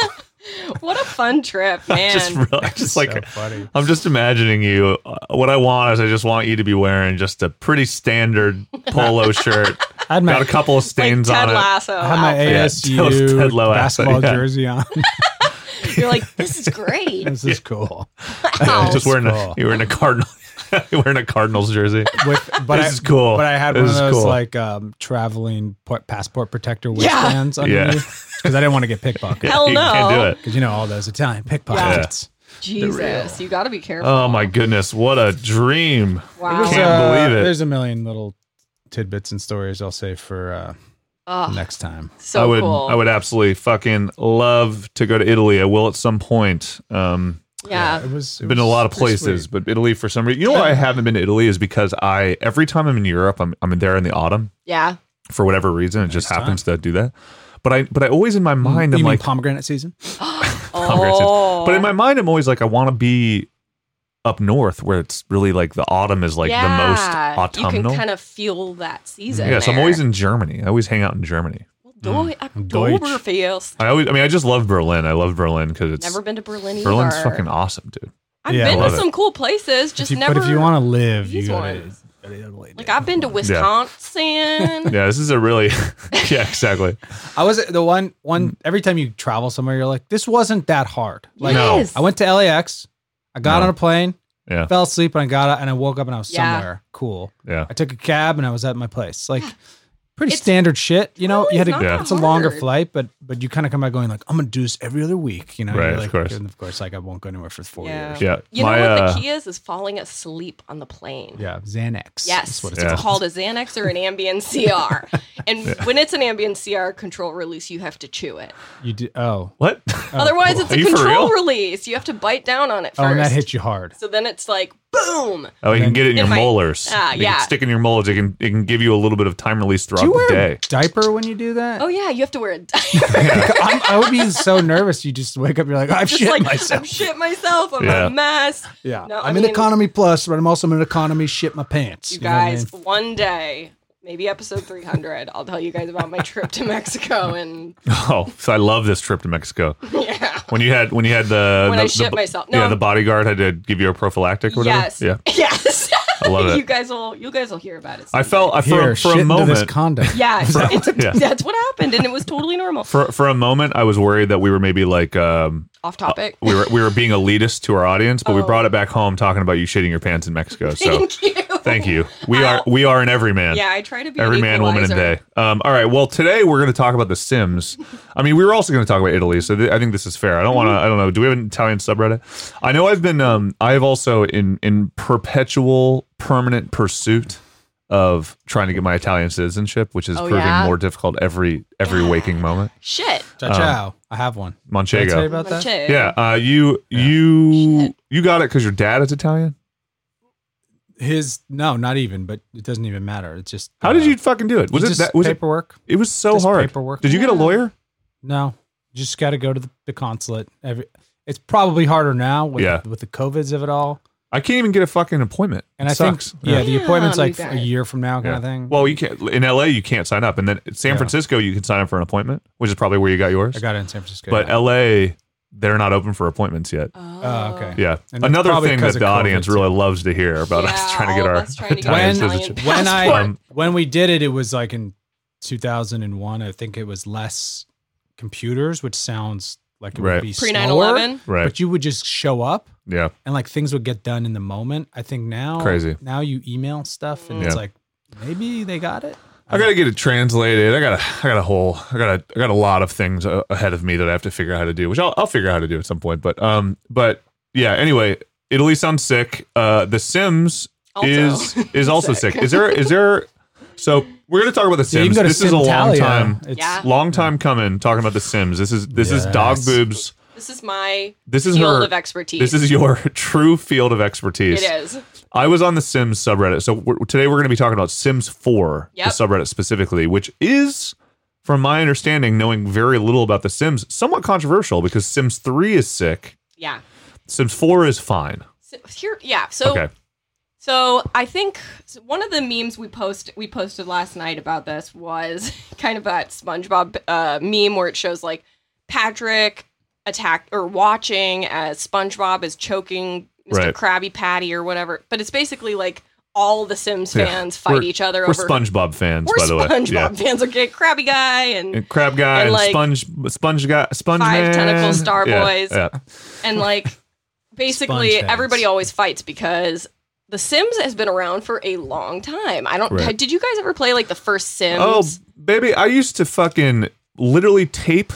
[SPEAKER 4] What a fun trip, man.
[SPEAKER 2] Just really, just like
[SPEAKER 3] so funny.
[SPEAKER 2] I'm just imagining you. uh, What I want is I just want you to be wearing just a pretty standard polo shirt.
[SPEAKER 3] I had my,
[SPEAKER 2] Got a couple of
[SPEAKER 4] like
[SPEAKER 2] stains
[SPEAKER 4] Ted
[SPEAKER 2] on it.
[SPEAKER 4] Lasso.
[SPEAKER 3] I had my
[SPEAKER 4] outfit.
[SPEAKER 2] Yeah, toast Ted
[SPEAKER 3] ASU
[SPEAKER 2] Lasso,
[SPEAKER 3] basketball
[SPEAKER 2] yeah.
[SPEAKER 3] jersey on.
[SPEAKER 4] You're like, this is great.
[SPEAKER 3] this is cool.
[SPEAKER 4] Wow.
[SPEAKER 2] just wearing a
[SPEAKER 3] cool.
[SPEAKER 2] you were in a cardinal you were in a Cardinals jersey.
[SPEAKER 3] With, but
[SPEAKER 2] This
[SPEAKER 3] I,
[SPEAKER 2] is cool.
[SPEAKER 3] But I had
[SPEAKER 2] This
[SPEAKER 3] one of
[SPEAKER 2] is
[SPEAKER 3] those
[SPEAKER 2] cool.
[SPEAKER 3] like um, traveling port, passport protector
[SPEAKER 4] Yeah.
[SPEAKER 3] waistbands
[SPEAKER 2] Yeah.
[SPEAKER 3] underneath because I didn't want to get pickpocketed.
[SPEAKER 4] Hell
[SPEAKER 2] you
[SPEAKER 4] no.
[SPEAKER 2] can't do it.
[SPEAKER 3] Because you know all those Italian pickpockets.
[SPEAKER 4] Jesus, you got to be careful.
[SPEAKER 2] Oh my goodness, what a dream!
[SPEAKER 4] Wow.
[SPEAKER 2] Can't believe it.
[SPEAKER 3] uh, There's a million little tidbits and stories I'll say for uh,
[SPEAKER 4] Ugh,
[SPEAKER 3] next time.
[SPEAKER 4] so
[SPEAKER 2] I would,
[SPEAKER 4] cool.
[SPEAKER 2] I would absolutely fucking love to go to Italy. I will at some point. Um,
[SPEAKER 4] yeah.
[SPEAKER 3] it was it
[SPEAKER 2] been
[SPEAKER 3] was
[SPEAKER 2] a lot of
[SPEAKER 3] pretty
[SPEAKER 2] places,
[SPEAKER 3] sweet.
[SPEAKER 2] but Italy for some reason. You know why I haven't been to Italy is because I every time I'm in Europe, I'm I'm there in the autumn
[SPEAKER 4] Yeah.
[SPEAKER 2] for whatever reason. It just
[SPEAKER 3] Nice Mm,
[SPEAKER 2] happens to do that. But I but I always in my mind
[SPEAKER 3] You
[SPEAKER 2] I'm
[SPEAKER 3] mean
[SPEAKER 2] like
[SPEAKER 3] pomegranate season.
[SPEAKER 2] Congrats.
[SPEAKER 4] Oh.
[SPEAKER 2] But in my mind, I'm always like, I want to be up north where it's really like the autumn is like
[SPEAKER 4] Yeah,
[SPEAKER 2] the most
[SPEAKER 4] You
[SPEAKER 2] autumnal.
[SPEAKER 4] can kind of feel that season.
[SPEAKER 2] Yes, I'm
[SPEAKER 4] there.
[SPEAKER 2] always Mm. in Germany. I always hang out in Germany.
[SPEAKER 4] Doi-
[SPEAKER 3] Deutsch.
[SPEAKER 4] Oktoberfest.
[SPEAKER 2] I always, I mean, I just love Berlin. I love Berlin because it's
[SPEAKER 4] Never been to Berlin either.
[SPEAKER 2] Berlin's fucking awesome, dude.
[SPEAKER 4] I've
[SPEAKER 3] Yeah, I
[SPEAKER 4] been
[SPEAKER 2] love
[SPEAKER 4] to
[SPEAKER 2] it.
[SPEAKER 4] some cool places,
[SPEAKER 3] if
[SPEAKER 4] just
[SPEAKER 3] you,
[SPEAKER 4] never.
[SPEAKER 3] but if you want to live, you
[SPEAKER 4] these
[SPEAKER 3] gotta,
[SPEAKER 4] ones.
[SPEAKER 3] gotta
[SPEAKER 4] like I've been to Wisconsin.
[SPEAKER 2] Yeah, this is a really, yeah, exactly.
[SPEAKER 3] I was the one one every time you travel somewhere, you're like, this wasn't that hard. Like
[SPEAKER 2] No.
[SPEAKER 4] Yes.
[SPEAKER 3] I went to LAX, I got
[SPEAKER 2] No.
[SPEAKER 3] on a plane,
[SPEAKER 2] Yeah.
[SPEAKER 3] fell asleep, and I got out and I woke up and I was
[SPEAKER 4] Yeah.
[SPEAKER 3] somewhere cool.
[SPEAKER 2] Yeah.
[SPEAKER 3] I took a cab and I was at my place. Like pretty
[SPEAKER 4] It's
[SPEAKER 3] standard shit. You know, you had
[SPEAKER 4] always
[SPEAKER 3] a,
[SPEAKER 4] not
[SPEAKER 3] it's a longer
[SPEAKER 4] hard.
[SPEAKER 3] flight, but but you kind of come back going like, I'm gonna do this every other week. You know,
[SPEAKER 2] Right,
[SPEAKER 3] You're
[SPEAKER 2] of
[SPEAKER 3] like,
[SPEAKER 2] course.
[SPEAKER 3] And of course, like I won't go anywhere for four
[SPEAKER 4] Yeah.
[SPEAKER 3] years.
[SPEAKER 2] Yeah.
[SPEAKER 4] You know
[SPEAKER 2] My,
[SPEAKER 4] what
[SPEAKER 2] uh,
[SPEAKER 4] the key is? Is falling asleep on the plane.
[SPEAKER 3] Yeah, Xanax.
[SPEAKER 4] Yes,
[SPEAKER 3] is what
[SPEAKER 4] it's,
[SPEAKER 3] it's
[SPEAKER 2] Yeah.
[SPEAKER 4] called a Xanax or an Ambien CR. and when it's an Ambien CR control release, you have to chew it.
[SPEAKER 3] You do. Oh,
[SPEAKER 2] What?
[SPEAKER 4] Otherwise, it's
[SPEAKER 2] Are
[SPEAKER 4] a
[SPEAKER 2] you for
[SPEAKER 4] control
[SPEAKER 2] real?
[SPEAKER 4] release. You have to bite down on it first.
[SPEAKER 3] oh, and that hit you hard.
[SPEAKER 4] So then it's like boom.
[SPEAKER 2] Oh, you can get it in your
[SPEAKER 4] If I-
[SPEAKER 2] molars.
[SPEAKER 4] Ah,
[SPEAKER 2] You
[SPEAKER 4] yeah.
[SPEAKER 2] can stick in your molars. It can, it can give you a little bit of time release throughout
[SPEAKER 3] Do you
[SPEAKER 2] the
[SPEAKER 3] wear a
[SPEAKER 2] day.
[SPEAKER 3] diaper when you do that?
[SPEAKER 4] Oh yeah, you have to wear a diaper.
[SPEAKER 3] I'm, I would be so nervous. You just wake up, you're like, I've
[SPEAKER 4] Just
[SPEAKER 3] shit
[SPEAKER 4] like I'm
[SPEAKER 3] myself.
[SPEAKER 4] shit myself. I'm
[SPEAKER 2] Yeah.
[SPEAKER 4] a mess.
[SPEAKER 3] yeah,
[SPEAKER 4] No, I
[SPEAKER 3] I'm in
[SPEAKER 4] mean-
[SPEAKER 3] economy plus, but I'm also in economy shit my pants.
[SPEAKER 4] You
[SPEAKER 3] know what I
[SPEAKER 4] guys,
[SPEAKER 3] mean?
[SPEAKER 4] one day, maybe episode 300, I'll tell you guys about my trip to Mexico and
[SPEAKER 2] Oh, so I love this trip to Mexico.
[SPEAKER 4] yeah.
[SPEAKER 2] When you had, when you had the,
[SPEAKER 4] When
[SPEAKER 2] the,
[SPEAKER 4] I
[SPEAKER 2] the
[SPEAKER 4] shit
[SPEAKER 2] bo-
[SPEAKER 4] myself. No,
[SPEAKER 2] yeah,
[SPEAKER 4] I'm-
[SPEAKER 2] the bodyguard had to give you a prophylactic or whatever.
[SPEAKER 4] Yes.
[SPEAKER 2] Yeah.
[SPEAKER 4] Yes.
[SPEAKER 2] I love it.
[SPEAKER 4] you guys will you guys will hear about it.
[SPEAKER 2] I
[SPEAKER 4] someday.
[SPEAKER 2] felt I, for,
[SPEAKER 3] Here,
[SPEAKER 2] a- for
[SPEAKER 3] shit
[SPEAKER 2] a
[SPEAKER 3] into this
[SPEAKER 2] moment.
[SPEAKER 3] condom.
[SPEAKER 4] Yeah, it's, it's-
[SPEAKER 2] Yeah.
[SPEAKER 4] that's what happened and it was totally normal.
[SPEAKER 2] For for a moment, I was worried that we were maybe like um,
[SPEAKER 4] Off topic.
[SPEAKER 2] we were we were being elitist to our audience, but we
[SPEAKER 4] Oh.
[SPEAKER 2] brought it back home talking about you shitting your pants in Mexico. So
[SPEAKER 4] Thank you.
[SPEAKER 2] thank you. We are
[SPEAKER 4] Ow.
[SPEAKER 2] we are an everyman.
[SPEAKER 4] Yeah, I try to be
[SPEAKER 2] Every
[SPEAKER 4] an
[SPEAKER 2] man, woman, and
[SPEAKER 4] equalizer.
[SPEAKER 2] day. Um, all right. Well, today we're going to talk about The Sims. I mean, we were also going to talk about Italy, so th- I think this is fair. I don't want to. I don't know. Do we have an Italian subreddit? I know I've been. Um, I've also in in perpetual, permanent pursuit of trying to get my Italian citizenship, which is
[SPEAKER 4] Oh,
[SPEAKER 2] proving
[SPEAKER 4] yeah?
[SPEAKER 2] more difficult every every waking moment.
[SPEAKER 4] Shit.
[SPEAKER 3] Ciao,
[SPEAKER 2] Um,
[SPEAKER 3] ciao. I have one. Did I
[SPEAKER 2] Manchego.
[SPEAKER 3] tell you about that?
[SPEAKER 4] Shit.
[SPEAKER 2] Yeah, uh, you you you got it because your dad is Italian.
[SPEAKER 3] His no, not even, but it doesn't even matter. It's just
[SPEAKER 2] How
[SPEAKER 3] uh,
[SPEAKER 2] did you fucking do it? Was
[SPEAKER 3] you
[SPEAKER 2] it
[SPEAKER 3] just
[SPEAKER 2] that was it?
[SPEAKER 3] paperwork?
[SPEAKER 2] It was so
[SPEAKER 3] just
[SPEAKER 2] hard.
[SPEAKER 3] paperwork.
[SPEAKER 2] Did you get a
[SPEAKER 4] Yeah.
[SPEAKER 2] lawyer?
[SPEAKER 3] No, just got to go to the, the consulate. Every it's probably harder now with
[SPEAKER 2] Yeah.
[SPEAKER 3] with the covids of it all.
[SPEAKER 2] I can't even get a fucking appointment.
[SPEAKER 3] And
[SPEAKER 2] It
[SPEAKER 3] I think
[SPEAKER 2] sucks.
[SPEAKER 3] yeah, the appointment's
[SPEAKER 4] Damn,
[SPEAKER 3] like
[SPEAKER 4] you
[SPEAKER 3] a
[SPEAKER 4] guys.
[SPEAKER 3] year from now kind
[SPEAKER 2] Yeah.
[SPEAKER 3] of thing.
[SPEAKER 2] Well, you can't in LA. You can't sign up, and then in San
[SPEAKER 3] Yeah.
[SPEAKER 2] Francisco you can sign up for an appointment, which is probably where you got yours.
[SPEAKER 3] I got it in San Francisco.
[SPEAKER 2] but
[SPEAKER 3] yeah.
[SPEAKER 2] LA, they're not open for appointments yet.
[SPEAKER 3] Oh, okay.
[SPEAKER 2] yeah,
[SPEAKER 3] And that's
[SPEAKER 2] another
[SPEAKER 3] probably
[SPEAKER 2] thing
[SPEAKER 3] 'cause
[SPEAKER 2] that
[SPEAKER 3] of
[SPEAKER 2] the audience
[SPEAKER 3] COVID,
[SPEAKER 2] really loves to hear about us
[SPEAKER 4] Yeah,
[SPEAKER 2] trying to
[SPEAKER 4] all
[SPEAKER 2] get
[SPEAKER 4] of
[SPEAKER 2] our
[SPEAKER 4] us trying to get
[SPEAKER 2] Italian
[SPEAKER 3] our
[SPEAKER 4] Italian
[SPEAKER 2] citizenship.
[SPEAKER 3] when I
[SPEAKER 2] Um,
[SPEAKER 3] when we did it, it was like in 2001. I think it was less computers, which sounds like it
[SPEAKER 2] Right.
[SPEAKER 3] would be
[SPEAKER 4] Pre
[SPEAKER 3] pre
[SPEAKER 4] 9 11.
[SPEAKER 2] right?
[SPEAKER 3] But you would just show up
[SPEAKER 2] Yeah,
[SPEAKER 3] and like things would get done in the moment. I think now
[SPEAKER 2] Crazy.
[SPEAKER 3] Now you email stuff and
[SPEAKER 2] Yeah.
[SPEAKER 3] it's like maybe they got it. I
[SPEAKER 2] I gotta get it translated. I got to I got a whole, I got to I got a lot of things uh, ahead of me that I have to figure out how to do, which I'll, I'll figure out how to do at some point. But, um, but yeah. Anyway, Italy sounds sick. Uh, The Sims
[SPEAKER 4] Also.
[SPEAKER 2] is is also sick. Is there is there? So we're gonna talk about The
[SPEAKER 3] Yeah, you
[SPEAKER 2] Sims.
[SPEAKER 3] can go to
[SPEAKER 2] this is a long
[SPEAKER 3] Simtalia.
[SPEAKER 2] time,
[SPEAKER 3] It's-
[SPEAKER 4] Yeah.
[SPEAKER 2] long time coming. Talking about The Sims. This is this is dog
[SPEAKER 3] Yes.
[SPEAKER 2] boobs.
[SPEAKER 4] This is my
[SPEAKER 2] This is
[SPEAKER 4] field
[SPEAKER 2] her.
[SPEAKER 4] of expertise.
[SPEAKER 2] This is your true field of expertise.
[SPEAKER 4] it is.
[SPEAKER 2] I was on the Sims subreddit. So we're, today we're going to be talking about Sims 4,
[SPEAKER 4] Yep.
[SPEAKER 2] the subreddit specifically, which is, from my understanding, knowing very little about the Sims, somewhat controversial because Sims 3 is sick.
[SPEAKER 4] Yeah.
[SPEAKER 2] Sims 4 is fine.
[SPEAKER 4] So here, yeah. So
[SPEAKER 2] okay.
[SPEAKER 4] So I think s- one of the memes we post we posted last night about this was kind of that SpongeBob uh, meme where it shows like Patrick attack or watching as SpongeBob is choking Mr.
[SPEAKER 2] Right.
[SPEAKER 4] Krabby Patty or whatever. But it's basically like all the Sims
[SPEAKER 2] Yeah.
[SPEAKER 4] fans fight
[SPEAKER 2] We're-
[SPEAKER 4] each other
[SPEAKER 2] We're
[SPEAKER 4] over
[SPEAKER 2] SpongeBob fans,
[SPEAKER 4] we're
[SPEAKER 2] by the way.
[SPEAKER 4] SpongeBob fans. Okay, Krabby guy and
[SPEAKER 2] And Crab Guy
[SPEAKER 4] And,
[SPEAKER 2] and,
[SPEAKER 4] like,
[SPEAKER 2] Sponge Sponge Guy Sponge
[SPEAKER 4] Five
[SPEAKER 2] Man.
[SPEAKER 4] Tentacle Star
[SPEAKER 2] Yeah,
[SPEAKER 4] Boys.
[SPEAKER 2] Yeah.
[SPEAKER 4] and like basically
[SPEAKER 3] Sponge fans.
[SPEAKER 4] everybody always fights because the Sims has been around for a long time. I don't.
[SPEAKER 2] Right.
[SPEAKER 4] Did you guys ever play like the first Sims?
[SPEAKER 2] Oh, baby, I used to fucking literally tape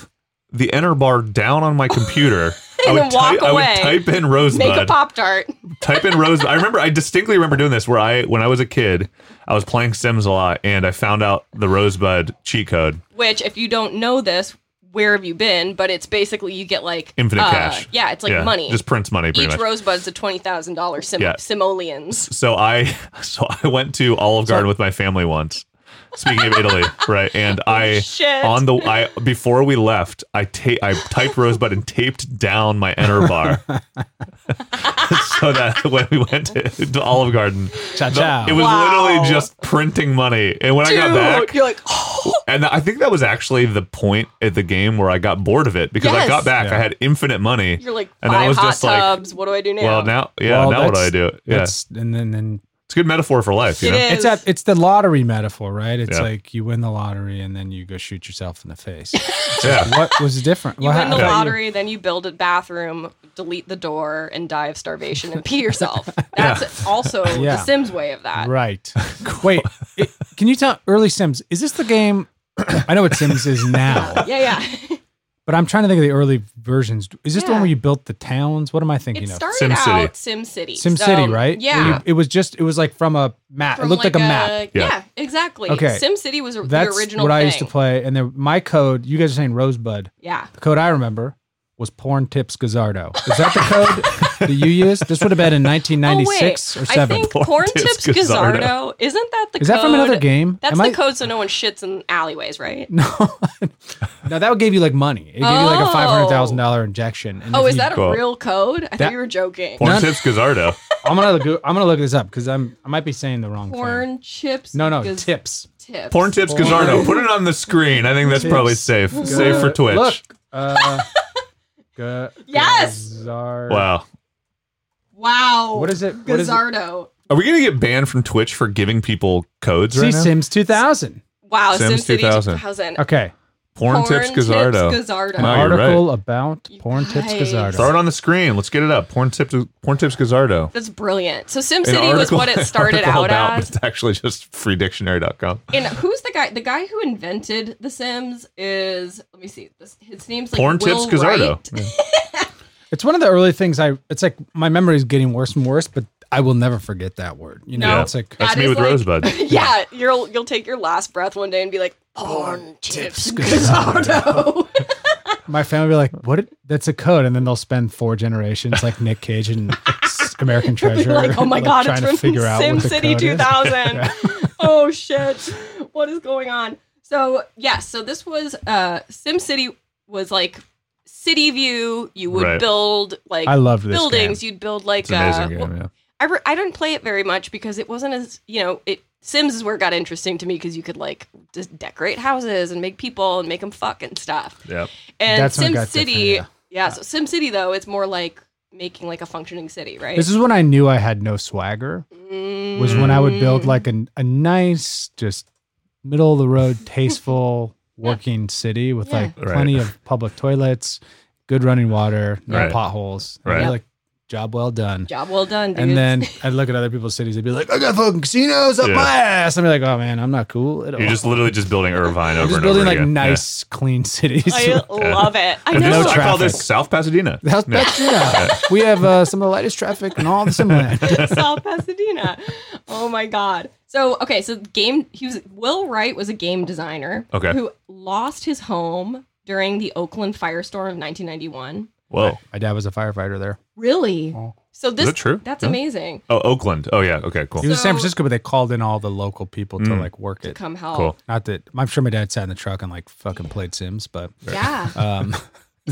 [SPEAKER 2] the enter bar down on my computer. I
[SPEAKER 4] And
[SPEAKER 2] would
[SPEAKER 4] then walk
[SPEAKER 2] type- I would
[SPEAKER 4] away.
[SPEAKER 2] type in Rosebud.
[SPEAKER 4] Make a Pop Tart.
[SPEAKER 2] type in rose i remember i distinctly remember doing this where i when i was a kid i was playing sims a lot and i found out the rosebud cheat code
[SPEAKER 4] Which, if you don't know this, where have you been? But it's basically you get like
[SPEAKER 2] Infinite
[SPEAKER 4] uh,
[SPEAKER 2] cash.
[SPEAKER 4] Yeah, it's like money.
[SPEAKER 2] just prints money pretty
[SPEAKER 4] Each
[SPEAKER 2] much
[SPEAKER 4] rosebud's a twenty thousand dollar sim-
[SPEAKER 2] Yeah.
[SPEAKER 4] simoleons.
[SPEAKER 2] so i so i went to olive garden with my family once speaking of italy right and i
[SPEAKER 4] Oh, Shit.
[SPEAKER 2] on the i before we left i ta- i typed rosebud and taped down my enter bar so that when we went to, to olive garden
[SPEAKER 3] Ciao,
[SPEAKER 2] the-
[SPEAKER 3] ciao.
[SPEAKER 2] it was
[SPEAKER 4] Wow.
[SPEAKER 2] literally just printing money and when i got back
[SPEAKER 4] Dude, you're like, oh,
[SPEAKER 2] And I think that was actually the point at the game where I got bored of it because I
[SPEAKER 4] Yes.
[SPEAKER 2] got back,
[SPEAKER 3] Yeah.
[SPEAKER 2] I had infinite money.
[SPEAKER 4] you're like
[SPEAKER 2] And I
[SPEAKER 4] five
[SPEAKER 2] was
[SPEAKER 4] hot
[SPEAKER 2] just like,
[SPEAKER 4] tubs. what do I do now?
[SPEAKER 2] Well, now, yeah,
[SPEAKER 3] Well,
[SPEAKER 2] now what do I
[SPEAKER 3] that's-
[SPEAKER 2] do? Yeah, it's
[SPEAKER 3] That's and then then
[SPEAKER 2] a good metaphor for life. You
[SPEAKER 4] It
[SPEAKER 2] know?
[SPEAKER 3] it's
[SPEAKER 4] is.
[SPEAKER 3] a, it's the lottery metaphor, right? It's
[SPEAKER 2] Yeah.
[SPEAKER 3] like you win the lottery and then you go shoot yourself in the face.
[SPEAKER 2] Yeah,
[SPEAKER 3] what was different?
[SPEAKER 4] you
[SPEAKER 3] What
[SPEAKER 4] win the
[SPEAKER 3] happened?
[SPEAKER 4] lottery, then you build a bathroom, delete the door, and die of starvation and pee yourself. That's also
[SPEAKER 3] Yeah.
[SPEAKER 4] the Sims way of that.
[SPEAKER 3] Right. Wait, it, can you tell early Sims? Is this the game? I know what Sims is now,
[SPEAKER 4] Yeah, yeah.
[SPEAKER 3] but I'm trying to think of the early versions. Is this the one
[SPEAKER 4] Yeah.
[SPEAKER 3] where you built the towns? What am I thinking
[SPEAKER 4] It
[SPEAKER 3] of?
[SPEAKER 4] started
[SPEAKER 2] Sim City.
[SPEAKER 4] out Sim City.
[SPEAKER 3] Sim City,
[SPEAKER 4] Um,
[SPEAKER 3] right? Where
[SPEAKER 4] Yeah.
[SPEAKER 3] you- it was just it was like from a map.
[SPEAKER 4] from
[SPEAKER 3] it looked like, a, map.
[SPEAKER 4] Yeah,
[SPEAKER 2] Yeah.
[SPEAKER 4] exactly.
[SPEAKER 3] Okay.
[SPEAKER 4] Sim City was the
[SPEAKER 3] That's
[SPEAKER 4] original
[SPEAKER 3] what I
[SPEAKER 4] thing.
[SPEAKER 3] used to play. And then my code, you guys are saying Rosebud.
[SPEAKER 4] Yeah.
[SPEAKER 3] The code I remember was Porn Tips Gazzardo. Is that the code that you used? This would have been in
[SPEAKER 4] Oh
[SPEAKER 3] 1996
[SPEAKER 4] wait,
[SPEAKER 3] or seven.
[SPEAKER 4] I think
[SPEAKER 2] Porn
[SPEAKER 4] Porn
[SPEAKER 2] Tips
[SPEAKER 4] Tips Gazzardo. Isn't that the
[SPEAKER 3] is
[SPEAKER 4] code?
[SPEAKER 3] that from another game?
[SPEAKER 4] That's
[SPEAKER 3] Am
[SPEAKER 4] the
[SPEAKER 3] I-
[SPEAKER 4] code so no one shits in alleyways, right?
[SPEAKER 3] No, no, that gave you like money. It gave you like a
[SPEAKER 4] Oh.
[SPEAKER 3] five hundred thousand dollar injection. And
[SPEAKER 4] Oh,
[SPEAKER 3] if
[SPEAKER 4] is
[SPEAKER 3] you-
[SPEAKER 4] that a
[SPEAKER 2] Cool.
[SPEAKER 4] real code?
[SPEAKER 3] That-
[SPEAKER 4] I thought you were joking.
[SPEAKER 2] Porn
[SPEAKER 3] None-
[SPEAKER 2] tips Gazzardo.
[SPEAKER 3] I'm gonna go, I'm gonna look this up because I'm I might be saying the wrong thing.
[SPEAKER 4] Porn chips.
[SPEAKER 3] No, no,
[SPEAKER 4] Gaz-
[SPEAKER 3] tips.
[SPEAKER 4] tips.
[SPEAKER 2] Porn tips Gazzardo. Put it on the screen. I think that's
[SPEAKER 3] Tips.
[SPEAKER 2] probably safe. Safe for
[SPEAKER 3] Uh,
[SPEAKER 2] Twitch.
[SPEAKER 3] Look. Uh, ga-
[SPEAKER 4] Yes!
[SPEAKER 3] Gazzar-
[SPEAKER 2] Wow.
[SPEAKER 4] Wow.
[SPEAKER 3] What is it? What is it?
[SPEAKER 4] Gazzardo.
[SPEAKER 2] Are we gonna get banned from Twitch for giving people codes
[SPEAKER 3] See
[SPEAKER 2] right now?
[SPEAKER 3] Sims 2000.
[SPEAKER 4] Wow,
[SPEAKER 2] Sims
[SPEAKER 4] Sims City
[SPEAKER 2] 2000.
[SPEAKER 4] 2000.
[SPEAKER 3] Okay,
[SPEAKER 2] Porn, tips Gazzardo.
[SPEAKER 4] Gazzardo.
[SPEAKER 3] an
[SPEAKER 2] No, you're right.
[SPEAKER 3] article about porn tips
[SPEAKER 4] guys.
[SPEAKER 2] Throw
[SPEAKER 3] Gazzardo.
[SPEAKER 2] it on the screen. Let's get it up. Porn tips. Porn tips Gazzardo.
[SPEAKER 4] That's brilliant. So Sim
[SPEAKER 2] An
[SPEAKER 4] City was
[SPEAKER 2] article-
[SPEAKER 4] what it started
[SPEAKER 2] article
[SPEAKER 4] out
[SPEAKER 2] about, but
[SPEAKER 4] as.
[SPEAKER 2] It's actually just freedictionary.com.
[SPEAKER 4] And who's the guy? The guy who invented The Sims is let me see. This, his name's like
[SPEAKER 2] Porn
[SPEAKER 4] Will
[SPEAKER 2] tips Gazzardo.
[SPEAKER 4] Wright.
[SPEAKER 3] It's one of the early things I. It's like my memory is getting worse and worse, but I will never forget that word. You know,
[SPEAKER 4] No.
[SPEAKER 3] it's like
[SPEAKER 2] That's
[SPEAKER 4] That
[SPEAKER 2] me
[SPEAKER 4] is
[SPEAKER 2] with
[SPEAKER 4] like-
[SPEAKER 2] Rosebud.
[SPEAKER 4] Yeah, you'll you'll take your last breath one day and be like Porn tips Gazzardo.
[SPEAKER 3] my family be like, "What? did- That's a code," and then they'll spend four generations like Nick Cage and American
[SPEAKER 4] Be
[SPEAKER 3] Treasure.
[SPEAKER 4] like, oh my god,
[SPEAKER 3] trying
[SPEAKER 4] it's
[SPEAKER 3] to
[SPEAKER 4] from
[SPEAKER 3] figure out
[SPEAKER 4] Sim
[SPEAKER 3] what the
[SPEAKER 4] City
[SPEAKER 3] code is."
[SPEAKER 4] 2000. oh shit, what is going on? So yes, so this was uh, Sim City was like city view. You would
[SPEAKER 2] Right.
[SPEAKER 4] build like
[SPEAKER 3] I loved this
[SPEAKER 4] buildings.
[SPEAKER 3] game.
[SPEAKER 4] You'd build like
[SPEAKER 2] It's an amazing
[SPEAKER 4] uh,
[SPEAKER 2] game.
[SPEAKER 4] well,
[SPEAKER 2] yeah.
[SPEAKER 4] I re- I didn't play it very much because it wasn't as you know it. Sims is where it got interesting to me because you could like just decorate houses and make people and make them fuck and stuff.
[SPEAKER 2] Yeah.
[SPEAKER 4] And
[SPEAKER 3] That's when it
[SPEAKER 4] Sim
[SPEAKER 3] got
[SPEAKER 4] City, yeah.
[SPEAKER 3] different,
[SPEAKER 4] So Sim City though, it's more like making like a functioning city, right? Mm.
[SPEAKER 3] This is when I knew I had no swagger. Was when I would build like an, a nice, just middle of the road, tasteful working city with
[SPEAKER 4] Yeah.
[SPEAKER 3] like
[SPEAKER 2] Right.
[SPEAKER 3] plenty of public toilets, good running water, no
[SPEAKER 2] Right.
[SPEAKER 3] potholes. And
[SPEAKER 2] Right.
[SPEAKER 3] you're Like job well done.
[SPEAKER 4] Job well done, dude.
[SPEAKER 3] And then I'd look at other people's cities. They'd be like, I got fucking casinos up
[SPEAKER 2] Yeah.
[SPEAKER 3] my ass. I'd be like, oh man, I'm not cool at all.
[SPEAKER 2] You're just literally just building Irvine over
[SPEAKER 3] just
[SPEAKER 2] and
[SPEAKER 3] building
[SPEAKER 2] over
[SPEAKER 3] like
[SPEAKER 2] again. Yeah.
[SPEAKER 3] nice, clean cities.
[SPEAKER 4] I uh, love it. I
[SPEAKER 2] And
[SPEAKER 4] know.
[SPEAKER 3] No
[SPEAKER 2] this- I call
[SPEAKER 3] traffic.
[SPEAKER 2] this South Pasadena.
[SPEAKER 3] How's Pasadena? we have uh, some of the lightest traffic in all the Simland.
[SPEAKER 4] South Pasadena. Oh my god. So okay, so game he was Will Wright was a game designer
[SPEAKER 2] Okay.
[SPEAKER 4] who lost his home during the Oakland firestorm of 1991.
[SPEAKER 2] Whoa.
[SPEAKER 3] My dad was a firefighter there.
[SPEAKER 4] Really? So this
[SPEAKER 2] that true?
[SPEAKER 4] That's
[SPEAKER 2] Yeah.
[SPEAKER 4] amazing.
[SPEAKER 2] Oh, Oakland. Oh, yeah. Okay, cool.
[SPEAKER 3] He was in San
[SPEAKER 4] So-
[SPEAKER 3] Francisco, but they called in all the local people to
[SPEAKER 2] Mm.
[SPEAKER 3] like work it.
[SPEAKER 4] Come help.
[SPEAKER 2] Cool.
[SPEAKER 3] Not that I'm sure my dad sat in the truck and like fucking played Sims, but
[SPEAKER 4] Yeah.
[SPEAKER 3] um,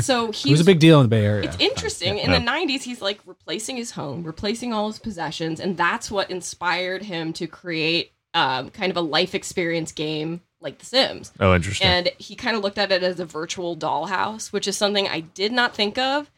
[SPEAKER 4] So
[SPEAKER 3] it
[SPEAKER 4] he
[SPEAKER 3] was a big deal in the Bay Area.
[SPEAKER 4] It's interesting. In the 90s, he's like replacing his home, replacing all his possessions. And that's what inspired him to create um, kind of a life experience game like The Sims.
[SPEAKER 2] Oh, interesting.
[SPEAKER 4] And he kind of looked at it as a virtual dollhouse, which is something I did not think of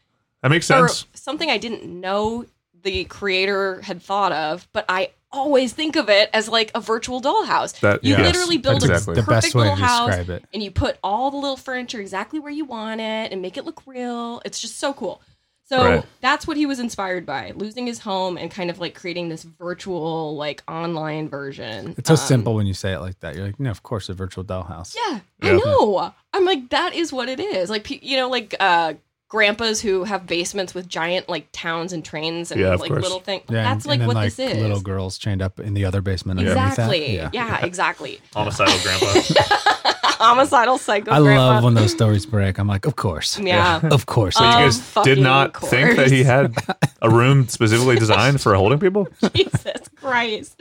[SPEAKER 2] that makes sense.
[SPEAKER 4] or something I didn't know the creator had thought of, but I always think of it as like a virtual dollhouse.
[SPEAKER 2] That-
[SPEAKER 4] you
[SPEAKER 2] yes,
[SPEAKER 4] literally build
[SPEAKER 2] that's
[SPEAKER 4] a
[SPEAKER 2] exactly.
[SPEAKER 3] the
[SPEAKER 4] perfect
[SPEAKER 3] best way to
[SPEAKER 4] little house
[SPEAKER 3] describe it.
[SPEAKER 4] and you put all the little furniture exactly where you want it and make it look real. It's just so cool. So
[SPEAKER 2] Right.
[SPEAKER 4] that's what he was inspired by, losing his home and kind of like creating this virtual like online version.
[SPEAKER 3] It's so
[SPEAKER 4] Um,
[SPEAKER 3] simple when you say it like that. You're like, no, of course, a virtual dollhouse.
[SPEAKER 4] yeah,
[SPEAKER 2] Yeah.
[SPEAKER 4] I know. I'm like, that is what it is. Like, pe- you know, like uh, grandpas who have basements with giant like towns and trains and
[SPEAKER 2] Yeah, of
[SPEAKER 4] like
[SPEAKER 2] course.
[SPEAKER 4] little things.
[SPEAKER 3] Yeah,
[SPEAKER 4] That's
[SPEAKER 3] and,
[SPEAKER 4] like
[SPEAKER 3] and then
[SPEAKER 4] what
[SPEAKER 3] like
[SPEAKER 4] this is.
[SPEAKER 3] little girls chained up in the other basement. underneath that.
[SPEAKER 4] Exactly.
[SPEAKER 3] Yeah.
[SPEAKER 4] Yeah. exactly.
[SPEAKER 2] Homicidal grandpa.
[SPEAKER 4] Homicidal psycho.
[SPEAKER 3] I
[SPEAKER 4] grandpa.
[SPEAKER 3] love when those stories break. I'm like, of course,
[SPEAKER 4] Yeah.
[SPEAKER 3] of course.
[SPEAKER 4] Um,
[SPEAKER 2] you guys
[SPEAKER 4] Of
[SPEAKER 2] did not
[SPEAKER 4] fucking
[SPEAKER 2] think that he
[SPEAKER 4] course.
[SPEAKER 2] had a room specifically designed for holding people?
[SPEAKER 4] Jesus Christ.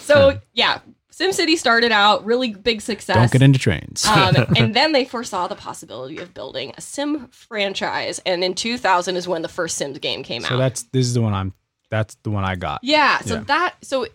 [SPEAKER 4] So yeah, SimCity started out really big success.
[SPEAKER 3] Don't get into trains.
[SPEAKER 4] um, and then they foresaw the possibility of building a Sim franchise, and in 2000 is when the first Sims game came
[SPEAKER 3] so
[SPEAKER 4] out.
[SPEAKER 3] that's this is the one I'm. That's the one I got.
[SPEAKER 4] yeah, so
[SPEAKER 3] Yeah.
[SPEAKER 4] that so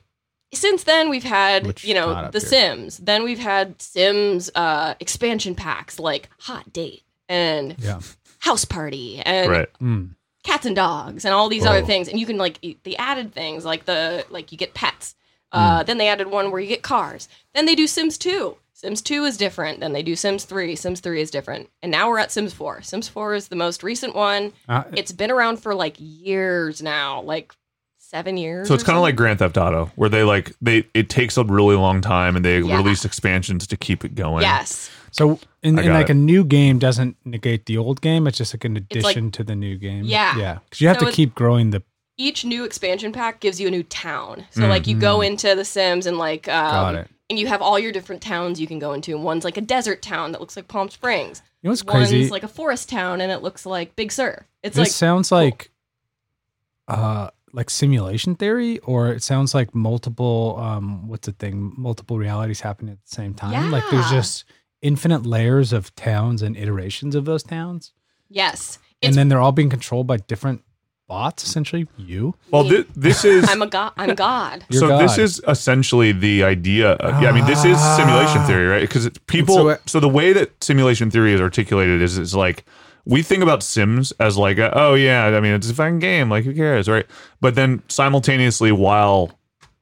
[SPEAKER 4] since then we've had
[SPEAKER 3] Which
[SPEAKER 4] you
[SPEAKER 3] not
[SPEAKER 4] know
[SPEAKER 3] up
[SPEAKER 4] the
[SPEAKER 3] here.
[SPEAKER 4] Sims, then we've had Sims uh, expansion packs like Hot Date and
[SPEAKER 3] Yeah.
[SPEAKER 4] House Party and
[SPEAKER 2] Right.
[SPEAKER 3] Mm.
[SPEAKER 4] cats and dogs and all these other
[SPEAKER 3] Whoa.
[SPEAKER 4] things and you can like eat- they added things like the like you get pets
[SPEAKER 3] Hmm.
[SPEAKER 4] uh, then they added one where you get cars then they do sims 2 sims 2 is different then they do sims 3 sims 3 is different and now we're at sims 4 sims 4 is the most recent one
[SPEAKER 3] Uh,
[SPEAKER 4] it's been around for like years now like seven years
[SPEAKER 2] So it's
[SPEAKER 4] or
[SPEAKER 2] kind of like
[SPEAKER 4] something.
[SPEAKER 2] Grand Theft Auto, where they like they it takes a really long time and they
[SPEAKER 4] Yeah.
[SPEAKER 2] release expansions to keep it going.
[SPEAKER 4] yes
[SPEAKER 3] so in,
[SPEAKER 2] I
[SPEAKER 3] in
[SPEAKER 2] got
[SPEAKER 3] like
[SPEAKER 2] it.
[SPEAKER 3] a new game doesn't negate the old game. It's just like an
[SPEAKER 4] like-
[SPEAKER 3] addition to the new game.
[SPEAKER 4] Yeah.
[SPEAKER 3] Yeah. Because you have
[SPEAKER 4] So
[SPEAKER 3] to
[SPEAKER 4] it's-
[SPEAKER 3] keep growing the.
[SPEAKER 4] each new expansion pack gives you a new town so like you go into the sims and like um,
[SPEAKER 3] Mm-hmm. Got it.
[SPEAKER 4] and you have all your different towns you can go into and one's like a desert town that looks like palm springs
[SPEAKER 3] You know what's
[SPEAKER 4] one's
[SPEAKER 3] crazy?
[SPEAKER 4] like a forest town and it looks like Big Sur. It's
[SPEAKER 3] this
[SPEAKER 4] like
[SPEAKER 3] sounds like. Uh, like simulation theory, or it sounds like multiple. Um, what's the thing? Multiple realities happening at the same time. Like there's
[SPEAKER 4] Yeah.
[SPEAKER 3] just infinite layers of towns and iterations of those towns.
[SPEAKER 4] yes.
[SPEAKER 3] and
[SPEAKER 4] It's
[SPEAKER 3] then they're all being controlled by different bots essentially you
[SPEAKER 2] Well, thi- this is
[SPEAKER 4] I'm a god. I'm God.
[SPEAKER 3] You're
[SPEAKER 2] so this
[SPEAKER 3] God.
[SPEAKER 2] is essentially the idea of, yeah i mean this is simulation
[SPEAKER 3] Ah.
[SPEAKER 2] theory right because people
[SPEAKER 3] so
[SPEAKER 2] so,
[SPEAKER 3] it-
[SPEAKER 2] the way that simulation theory is articulated is is like we think about sims as like a, oh yeah i mean it's a fun game like who cares right but then simultaneously while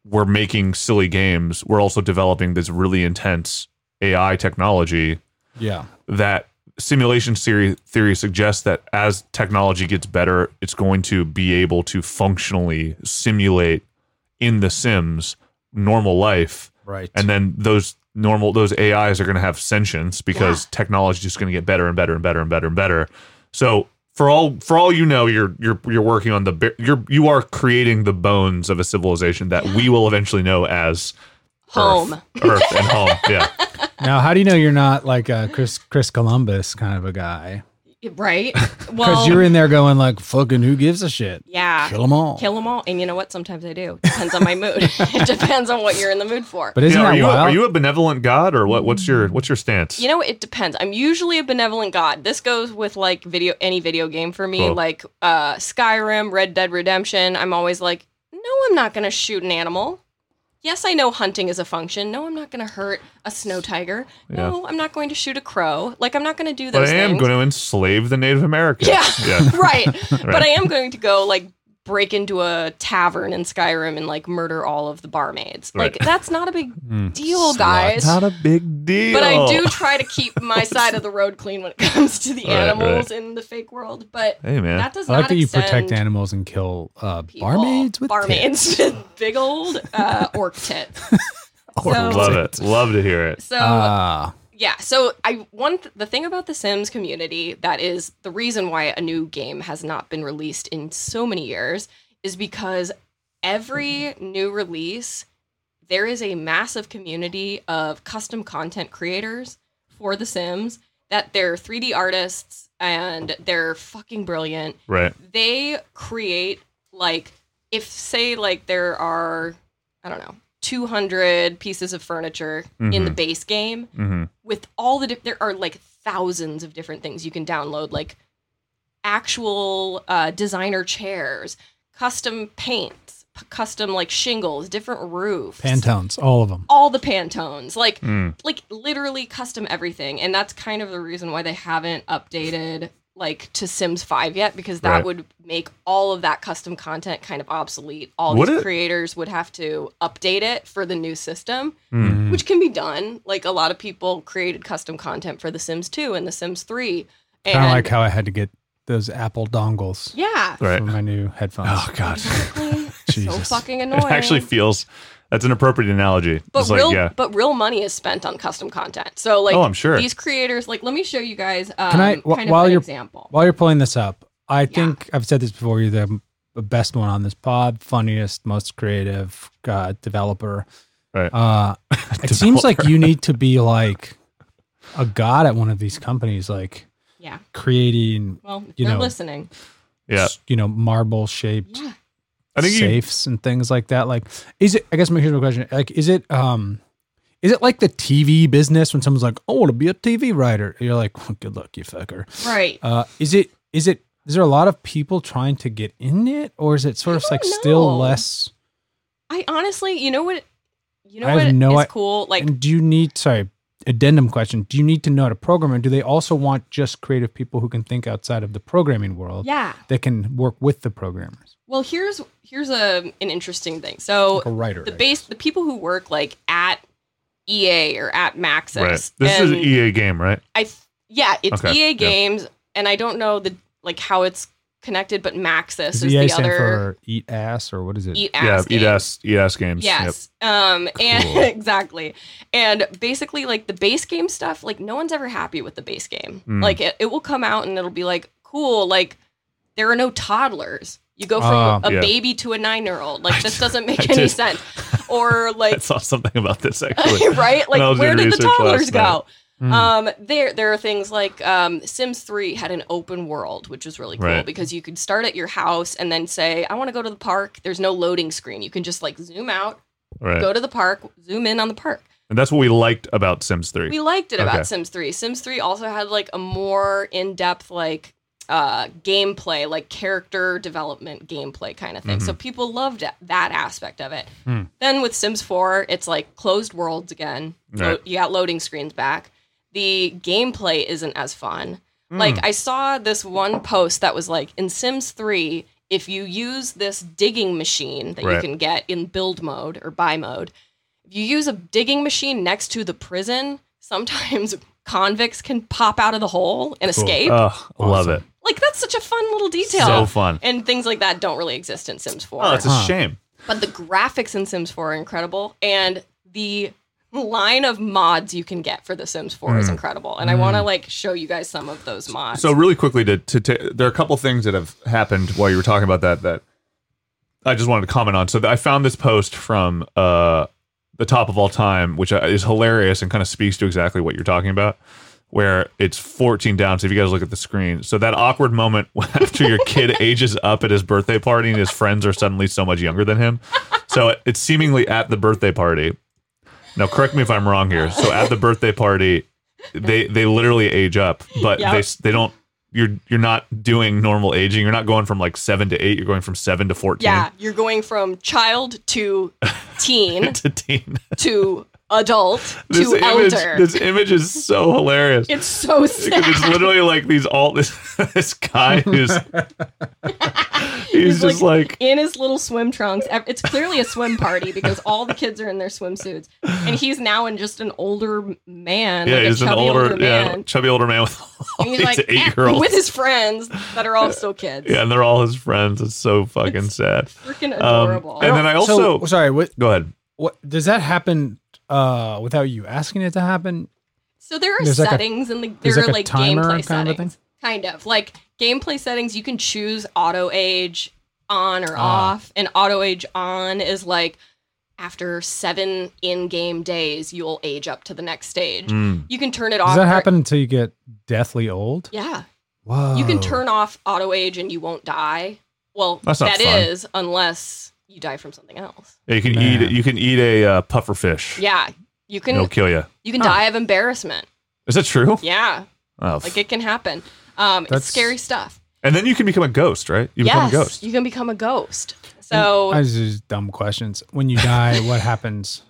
[SPEAKER 2] we're making silly games we're also developing this really intense ai technology
[SPEAKER 3] yeah
[SPEAKER 2] that simulation theory theory suggests that as technology gets better, it's going to be able to functionally simulate in the Sims normal life,
[SPEAKER 3] right
[SPEAKER 2] and then those normal those AIs are going to have sentience because technology is going to get better and better and better and better and better. So for all for all you know, you're you're you're working on the ba- you're you are creating the bones of a civilization that we will eventually know as
[SPEAKER 4] Home.
[SPEAKER 2] Earth, Earth and home. Yeah.
[SPEAKER 3] now how do you know you're not like a chris chris columbus kind of a guy
[SPEAKER 4] Right.
[SPEAKER 3] because
[SPEAKER 4] Well.
[SPEAKER 3] you're in there going like fucking who gives a shit
[SPEAKER 4] yeah.
[SPEAKER 3] kill them all
[SPEAKER 4] Kill them all. And you know what? Sometimes I do. Depends on my mood. it depends on what you're in the mood for.
[SPEAKER 3] but isn't
[SPEAKER 2] Yeah, are
[SPEAKER 3] that
[SPEAKER 2] you a,
[SPEAKER 3] wild
[SPEAKER 2] are you a benevolent god or what? What's your what's your stance?
[SPEAKER 4] you know, it depends. I'm usually a benevolent god. This goes with like video, any video game for me,
[SPEAKER 2] Cool.
[SPEAKER 4] like uh, Skyrim, Red Dead Redemption. I'm always like, no, I'm not gonna shoot an animal. Yes, I know hunting is a function. No, I'm not gonna hurt a snow tiger. No, I'm not going to shoot a crow. Like I'm not gonna do
[SPEAKER 2] but
[SPEAKER 4] those.
[SPEAKER 2] I am
[SPEAKER 4] things.
[SPEAKER 2] going to enslave the Native Americans.
[SPEAKER 4] Yeah. right. But I am going to go like break into a tavern in Skyrim and like murder all of the barmaids.
[SPEAKER 2] Right. Hmm.
[SPEAKER 4] Like that's not a big deal, guys.
[SPEAKER 2] Not a big deal.
[SPEAKER 4] But I do try to keep my side of the road clean when it comes to the
[SPEAKER 2] Right,
[SPEAKER 4] animals in the fake world. But
[SPEAKER 2] Hey man,
[SPEAKER 4] that does
[SPEAKER 3] I like
[SPEAKER 4] not
[SPEAKER 3] that you
[SPEAKER 4] extend
[SPEAKER 3] protect animals and kill uh,
[SPEAKER 4] people-
[SPEAKER 3] barmaids with
[SPEAKER 4] barmaids
[SPEAKER 3] tits.
[SPEAKER 4] with big old uh, orc tits.
[SPEAKER 3] Or
[SPEAKER 4] So-
[SPEAKER 2] love it. Love to hear it.
[SPEAKER 4] So
[SPEAKER 3] Ah,
[SPEAKER 4] yeah, so I one th- the thing about the Sims community that is the reason why a new game has not been released in so many years is because every new release there is a massive community of custom content creators for the Sims that they're 3D artists and they're fucking brilliant
[SPEAKER 2] Right.
[SPEAKER 4] they create like if say like there are i don't know 200 pieces of furniture in the
[SPEAKER 2] Mhm.
[SPEAKER 4] base game
[SPEAKER 2] Mm-hmm.
[SPEAKER 4] with all the di- there are like thousands of different things you can download like actual uh, designer chairs custom paints p- custom like shingles different roofs
[SPEAKER 3] Pantones, all of them.
[SPEAKER 4] all the pantones like
[SPEAKER 2] Mm.
[SPEAKER 4] like literally custom everything and that's kind of the reason why they haven't updated like to sims 5 yet because that
[SPEAKER 2] Right.
[SPEAKER 4] would make all of that custom content kind of obsolete all
[SPEAKER 2] Would
[SPEAKER 4] these
[SPEAKER 2] it?
[SPEAKER 4] creators would have to update it for the new system
[SPEAKER 3] Mm-hmm.
[SPEAKER 2] Mm.
[SPEAKER 4] which can be done like a lot of people created custom content for the sims 2 and the sims 3 and
[SPEAKER 3] Kind of like how I had to get those Apple dongles
[SPEAKER 4] yeah
[SPEAKER 2] Right.
[SPEAKER 3] for my new headphones.
[SPEAKER 2] Oh god.
[SPEAKER 4] so
[SPEAKER 3] Jesus.
[SPEAKER 4] fucking annoying
[SPEAKER 2] It actually feels that's an appropriate analogy.
[SPEAKER 4] But
[SPEAKER 2] it's like,
[SPEAKER 4] real,
[SPEAKER 2] yeah.
[SPEAKER 4] but real money is spent on custom content. So like,
[SPEAKER 2] Oh, I'm sure.
[SPEAKER 4] these creators. Like, let me show you guys. Um,
[SPEAKER 3] I- wh-
[SPEAKER 4] kind of
[SPEAKER 3] while
[SPEAKER 4] an
[SPEAKER 3] you're-
[SPEAKER 4] example?
[SPEAKER 3] While you're pulling this up, I think I've said this before. You're the the best one on this pod, funniest, most creative uh, developer.
[SPEAKER 2] Right.
[SPEAKER 3] Uh, it seems like you need to be like a god at one of these companies, like
[SPEAKER 4] Yeah.
[SPEAKER 3] creating,
[SPEAKER 4] Well, if
[SPEAKER 3] you
[SPEAKER 4] they're
[SPEAKER 3] know.
[SPEAKER 4] listening.
[SPEAKER 2] Yeah.
[SPEAKER 3] you know, marble shaped
[SPEAKER 4] Yeah.
[SPEAKER 2] I think you
[SPEAKER 3] safes and things like that. Like, is it? I guess my here's my question: Like, is it? um is it like the TV business when someone's like, "I want to be a TV writer"? You're like, "Good luck, you fucker."
[SPEAKER 4] Right.
[SPEAKER 3] Uh, is it is it is there a lot of people trying to get in it, or is it sort
[SPEAKER 4] I
[SPEAKER 3] of like
[SPEAKER 4] don't
[SPEAKER 3] still
[SPEAKER 4] know.
[SPEAKER 3] less?
[SPEAKER 4] I honestly, you know what? You know
[SPEAKER 3] I have
[SPEAKER 4] what
[SPEAKER 3] no
[SPEAKER 4] is
[SPEAKER 3] i-
[SPEAKER 4] cool? Like,
[SPEAKER 3] and do you need sorry addendum question? Do you need to know how to program, and do they also want just creative people who can think outside of the programming world
[SPEAKER 4] yeah.
[SPEAKER 3] that can work with the programmers,
[SPEAKER 4] Well, here's here's a an interesting thing. So
[SPEAKER 3] like a writer?
[SPEAKER 4] the
[SPEAKER 3] I
[SPEAKER 4] base, the people who work like at EA or at Maxis,
[SPEAKER 2] right. This is an
[SPEAKER 4] and
[SPEAKER 2] EA game, right?
[SPEAKER 4] I th- yeah, it's
[SPEAKER 2] Okay, yeah.
[SPEAKER 4] EA Games, and I don't know the like how it's connected, but Maxis
[SPEAKER 3] guess.
[SPEAKER 4] is,
[SPEAKER 3] Does EA
[SPEAKER 4] the
[SPEAKER 3] stand
[SPEAKER 4] other E,
[SPEAKER 3] for eat ass or what is it?
[SPEAKER 4] eat
[SPEAKER 2] yeah,
[SPEAKER 4] ass
[SPEAKER 2] eat
[SPEAKER 4] games.
[SPEAKER 2] ass, eat ass games.
[SPEAKER 4] Yes. Um and
[SPEAKER 2] Cool.
[SPEAKER 4] exactly. And basically like the base game stuff, like no one's ever happy with the base game.
[SPEAKER 2] Mm.
[SPEAKER 4] Like it, it will come out and it'll be like, cool, like there are no toddlers. You go from
[SPEAKER 3] Ah,
[SPEAKER 4] a
[SPEAKER 2] yeah.
[SPEAKER 4] baby to a nine year old. Like this doesn't
[SPEAKER 2] I
[SPEAKER 4] make any
[SPEAKER 2] did-
[SPEAKER 4] sense. Or
[SPEAKER 2] Yep. I
[SPEAKER 4] like
[SPEAKER 2] saw something about this actually.
[SPEAKER 4] right?
[SPEAKER 2] when I
[SPEAKER 4] Like
[SPEAKER 2] was
[SPEAKER 4] where
[SPEAKER 2] doing
[SPEAKER 4] did the
[SPEAKER 2] research
[SPEAKER 4] toddlers
[SPEAKER 2] last night.
[SPEAKER 4] go?
[SPEAKER 2] Hmm.
[SPEAKER 3] Mm.
[SPEAKER 4] Um, there there are things like um, Sims 3 had an open world, which was really cool
[SPEAKER 2] Right.
[SPEAKER 4] because you could start at your house and then say, I want to go to the park. There's no loading screen. You can just like zoom out,
[SPEAKER 2] right.
[SPEAKER 4] go to the park, zoom in on the park.
[SPEAKER 2] And that's what we liked about Sims 3.
[SPEAKER 4] We liked it about
[SPEAKER 2] Okay.
[SPEAKER 4] Sims 3. Sims 3 also had like a more in-depth like uh gameplay, like character development gameplay kind of thing. So
[SPEAKER 2] Mm-hmm.
[SPEAKER 4] people loved that that aspect of it.
[SPEAKER 3] Hmm.
[SPEAKER 4] Then with Sims 4, it's like closed worlds again. Lo-
[SPEAKER 2] Right.
[SPEAKER 4] you got loading screens back. The gameplay isn't as fun.
[SPEAKER 2] Hmm.
[SPEAKER 4] Like I saw this one post that was like in Sims 3, if you use this digging machine that
[SPEAKER 2] Right.
[SPEAKER 4] you can get in build mode or buy mode, if you use a digging machine next to the prison, sometimes convicts can pop out of the hole and escape.
[SPEAKER 2] Oh, love
[SPEAKER 3] Awesome.
[SPEAKER 2] it.
[SPEAKER 4] like that's such a fun little detail.
[SPEAKER 2] So fun.
[SPEAKER 4] And things like that don't really exist in Sims 4.
[SPEAKER 2] Oh, it's a
[SPEAKER 3] Huh.
[SPEAKER 2] shame.
[SPEAKER 4] but the graphics in Sims 4 are incredible and the line of mods you can get for the Sims 4 is incredible. And I want to like show you guys some of those mods.
[SPEAKER 2] Hmm. So really quickly, to, to, ta- there are a couple things that have happened while you were talking about that that I just wanted to comment on. So I found this post from uh, the top of all time, which uh, is hilarious and kind of speaks to exactly what you're talking about. Where it's 14 down. So if you guys look at the screen, so that awkward moment after your kid ages up at his birthday party and his friends are suddenly so much younger than him. So it's seemingly at the birthday party. Now correct me if I'm wrong here. So at the birthday party, they they literally age up, but
[SPEAKER 4] Yeah.
[SPEAKER 2] they they don't. You're you're not doing normal aging. You're not going from like seven to eight. You're going from seven to 14
[SPEAKER 4] yeah, you're going from child to teen
[SPEAKER 2] to teen.
[SPEAKER 4] to adult
[SPEAKER 2] This
[SPEAKER 4] to
[SPEAKER 2] image,
[SPEAKER 4] elder.
[SPEAKER 2] this image is so hilarious.
[SPEAKER 4] it's so
[SPEAKER 2] Because
[SPEAKER 4] sad.
[SPEAKER 2] it's literally like these all this this guy who's He's just like,
[SPEAKER 4] in his little swim trunks. Ev- It's clearly a swim party because all the kids are in their swimsuits, and he's now in just an older man.
[SPEAKER 2] yeah,
[SPEAKER 4] like
[SPEAKER 2] he's
[SPEAKER 4] a
[SPEAKER 2] an
[SPEAKER 4] chubby
[SPEAKER 2] older,
[SPEAKER 4] man.
[SPEAKER 2] yeah, chubby older man with all
[SPEAKER 4] And
[SPEAKER 2] these
[SPEAKER 4] he's like
[SPEAKER 2] eight
[SPEAKER 4] eh,
[SPEAKER 2] year olds.
[SPEAKER 4] with his friends that are all still kids.
[SPEAKER 2] yeah, and they're all his friends. It's so fucking sad.
[SPEAKER 4] freaking
[SPEAKER 2] Um,
[SPEAKER 4] adorable.
[SPEAKER 2] and then I also
[SPEAKER 3] so, sorry. What
[SPEAKER 2] go ahead.
[SPEAKER 3] what does that happen uh, without you asking it to happen?
[SPEAKER 4] So there are
[SPEAKER 3] There's like a-
[SPEAKER 4] settings and like
[SPEAKER 3] there's
[SPEAKER 4] there are
[SPEAKER 3] like a
[SPEAKER 4] like
[SPEAKER 3] timer
[SPEAKER 4] gameplay
[SPEAKER 3] kind of a
[SPEAKER 4] settings.
[SPEAKER 3] thing?
[SPEAKER 4] Kind of like gameplay settings, you can choose auto age on or
[SPEAKER 3] Ah.
[SPEAKER 4] off, and auto age on is like after seven in-game days, you'll age up to the next stage.
[SPEAKER 2] Mm.
[SPEAKER 4] You can turn it off.
[SPEAKER 3] Does that
[SPEAKER 4] or-
[SPEAKER 3] happen until you get deathly old?
[SPEAKER 4] Yeah,
[SPEAKER 3] Whoa.
[SPEAKER 4] you can turn off auto age and you won't die. Well,
[SPEAKER 2] Oh. That's not
[SPEAKER 4] that
[SPEAKER 2] fun.
[SPEAKER 4] is unless you die from something else.
[SPEAKER 2] Yeah, you can
[SPEAKER 3] Man.
[SPEAKER 2] eat. You can eat a uh, puffer fish.
[SPEAKER 4] Yeah, you can
[SPEAKER 2] It'll kill you.
[SPEAKER 4] you can
[SPEAKER 3] Huh.
[SPEAKER 2] Ah.
[SPEAKER 4] die of embarrassment.
[SPEAKER 2] Is that true?
[SPEAKER 4] Yeah,
[SPEAKER 2] Oh,
[SPEAKER 4] like it can happen. Um,
[SPEAKER 3] That's-
[SPEAKER 4] it's scary stuff.
[SPEAKER 2] and then you can become a ghost, right? You become a ghost.
[SPEAKER 4] You can become a ghost. So,
[SPEAKER 3] I was just dumb questions. When you die, what happens?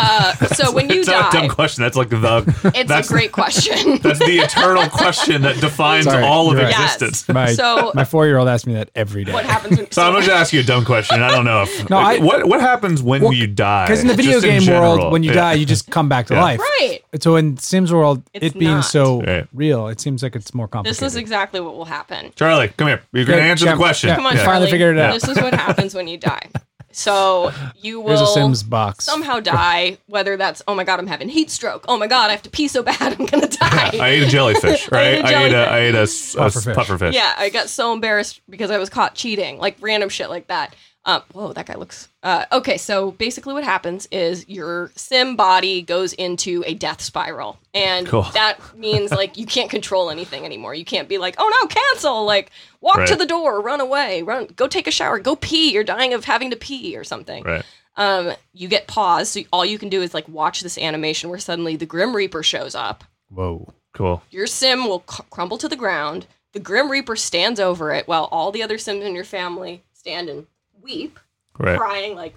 [SPEAKER 4] uh, so when you
[SPEAKER 2] it's not a
[SPEAKER 4] die,
[SPEAKER 2] dumb question. That's like the.
[SPEAKER 4] it's
[SPEAKER 2] that's
[SPEAKER 4] a great question.
[SPEAKER 2] That's the eternal question that defines
[SPEAKER 3] Sorry,
[SPEAKER 2] all of
[SPEAKER 3] you're right.
[SPEAKER 2] existence.
[SPEAKER 4] Yes.
[SPEAKER 3] My
[SPEAKER 4] So-
[SPEAKER 3] my four year old asked me that every day.
[SPEAKER 4] uh, what happens when
[SPEAKER 2] So I'm going to ask you a dumb question. I don't know if
[SPEAKER 3] No, I-
[SPEAKER 2] what what happens when
[SPEAKER 3] Well,
[SPEAKER 2] you die?
[SPEAKER 3] Because in the video
[SPEAKER 2] Just in
[SPEAKER 3] game
[SPEAKER 2] general.
[SPEAKER 3] world, when you
[SPEAKER 2] Yeah.
[SPEAKER 3] die, you just come back to
[SPEAKER 2] Yeah.
[SPEAKER 3] life.
[SPEAKER 4] Right.
[SPEAKER 3] So in Sims world,
[SPEAKER 4] It's
[SPEAKER 3] it being
[SPEAKER 4] not.
[SPEAKER 3] so
[SPEAKER 2] Right.
[SPEAKER 3] real, it seems like it's more complicated.
[SPEAKER 4] This is exactly what will happen.
[SPEAKER 2] Charlie, come here. You're going to
[SPEAKER 3] Yeah,
[SPEAKER 2] answer
[SPEAKER 3] yeah,
[SPEAKER 2] the question.
[SPEAKER 3] yeah.
[SPEAKER 4] Come on,
[SPEAKER 3] Yeah.
[SPEAKER 4] Charlie.
[SPEAKER 3] Finally figured it out.
[SPEAKER 4] This is what happens when you die. So you will
[SPEAKER 3] Here's a Sims box.
[SPEAKER 4] somehow die. Whether that's oh my god, I'm having heat stroke. Oh my god, I have to pee so bad, I'm gonna die.
[SPEAKER 2] I ate a jellyfish,
[SPEAKER 4] I ate
[SPEAKER 2] right? I ate
[SPEAKER 4] a
[SPEAKER 2] a,
[SPEAKER 4] jellyfish.
[SPEAKER 2] I ate a, s- a
[SPEAKER 3] Pufferfish.
[SPEAKER 2] pufferfish.
[SPEAKER 4] Yeah, I got so embarrassed because I was caught cheating, like random shit like that. Um, whoa, that guy looks. Uh, okay, so basically, what happens is your sim body goes into a death spiral, and
[SPEAKER 2] Cool.
[SPEAKER 4] that means like you can't control anything anymore. You can't be like, oh no, cancel, like walk to
[SPEAKER 2] Right.
[SPEAKER 4] the door, run away, run, go take a shower, go pee. You're dying of having to pee or something
[SPEAKER 2] Right.
[SPEAKER 4] um, you get paused. So all you can do is like watch this animation where suddenly the Grim Reaper shows up.
[SPEAKER 3] Whoa.
[SPEAKER 2] Cool.
[SPEAKER 4] Your sim will cr- crumble to the ground. The Grim Reaper stands over it while all the other sims in your family stand and weep,
[SPEAKER 2] Right.
[SPEAKER 4] crying like,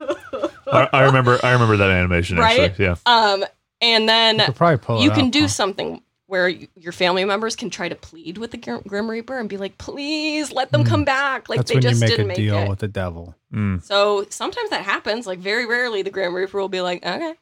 [SPEAKER 2] I, I remember. I remember that animation.
[SPEAKER 4] Right?
[SPEAKER 2] Actually. Yeah.
[SPEAKER 4] um, and then
[SPEAKER 3] You could probably pull
[SPEAKER 4] you
[SPEAKER 3] it
[SPEAKER 4] can
[SPEAKER 3] up,
[SPEAKER 4] do
[SPEAKER 3] huh?
[SPEAKER 4] something where you, your family members can try to plead with the Grim, Grim Reaper and be like, please let them
[SPEAKER 3] Mm.
[SPEAKER 4] come back. Like
[SPEAKER 3] That's
[SPEAKER 4] they
[SPEAKER 3] when
[SPEAKER 4] just
[SPEAKER 3] you make
[SPEAKER 4] didn't
[SPEAKER 3] a
[SPEAKER 4] make
[SPEAKER 3] deal
[SPEAKER 4] it.
[SPEAKER 3] with the devil.
[SPEAKER 2] Mm.
[SPEAKER 4] So sometimes that happens. Like very rarely the Grim Reaper will be like, okay.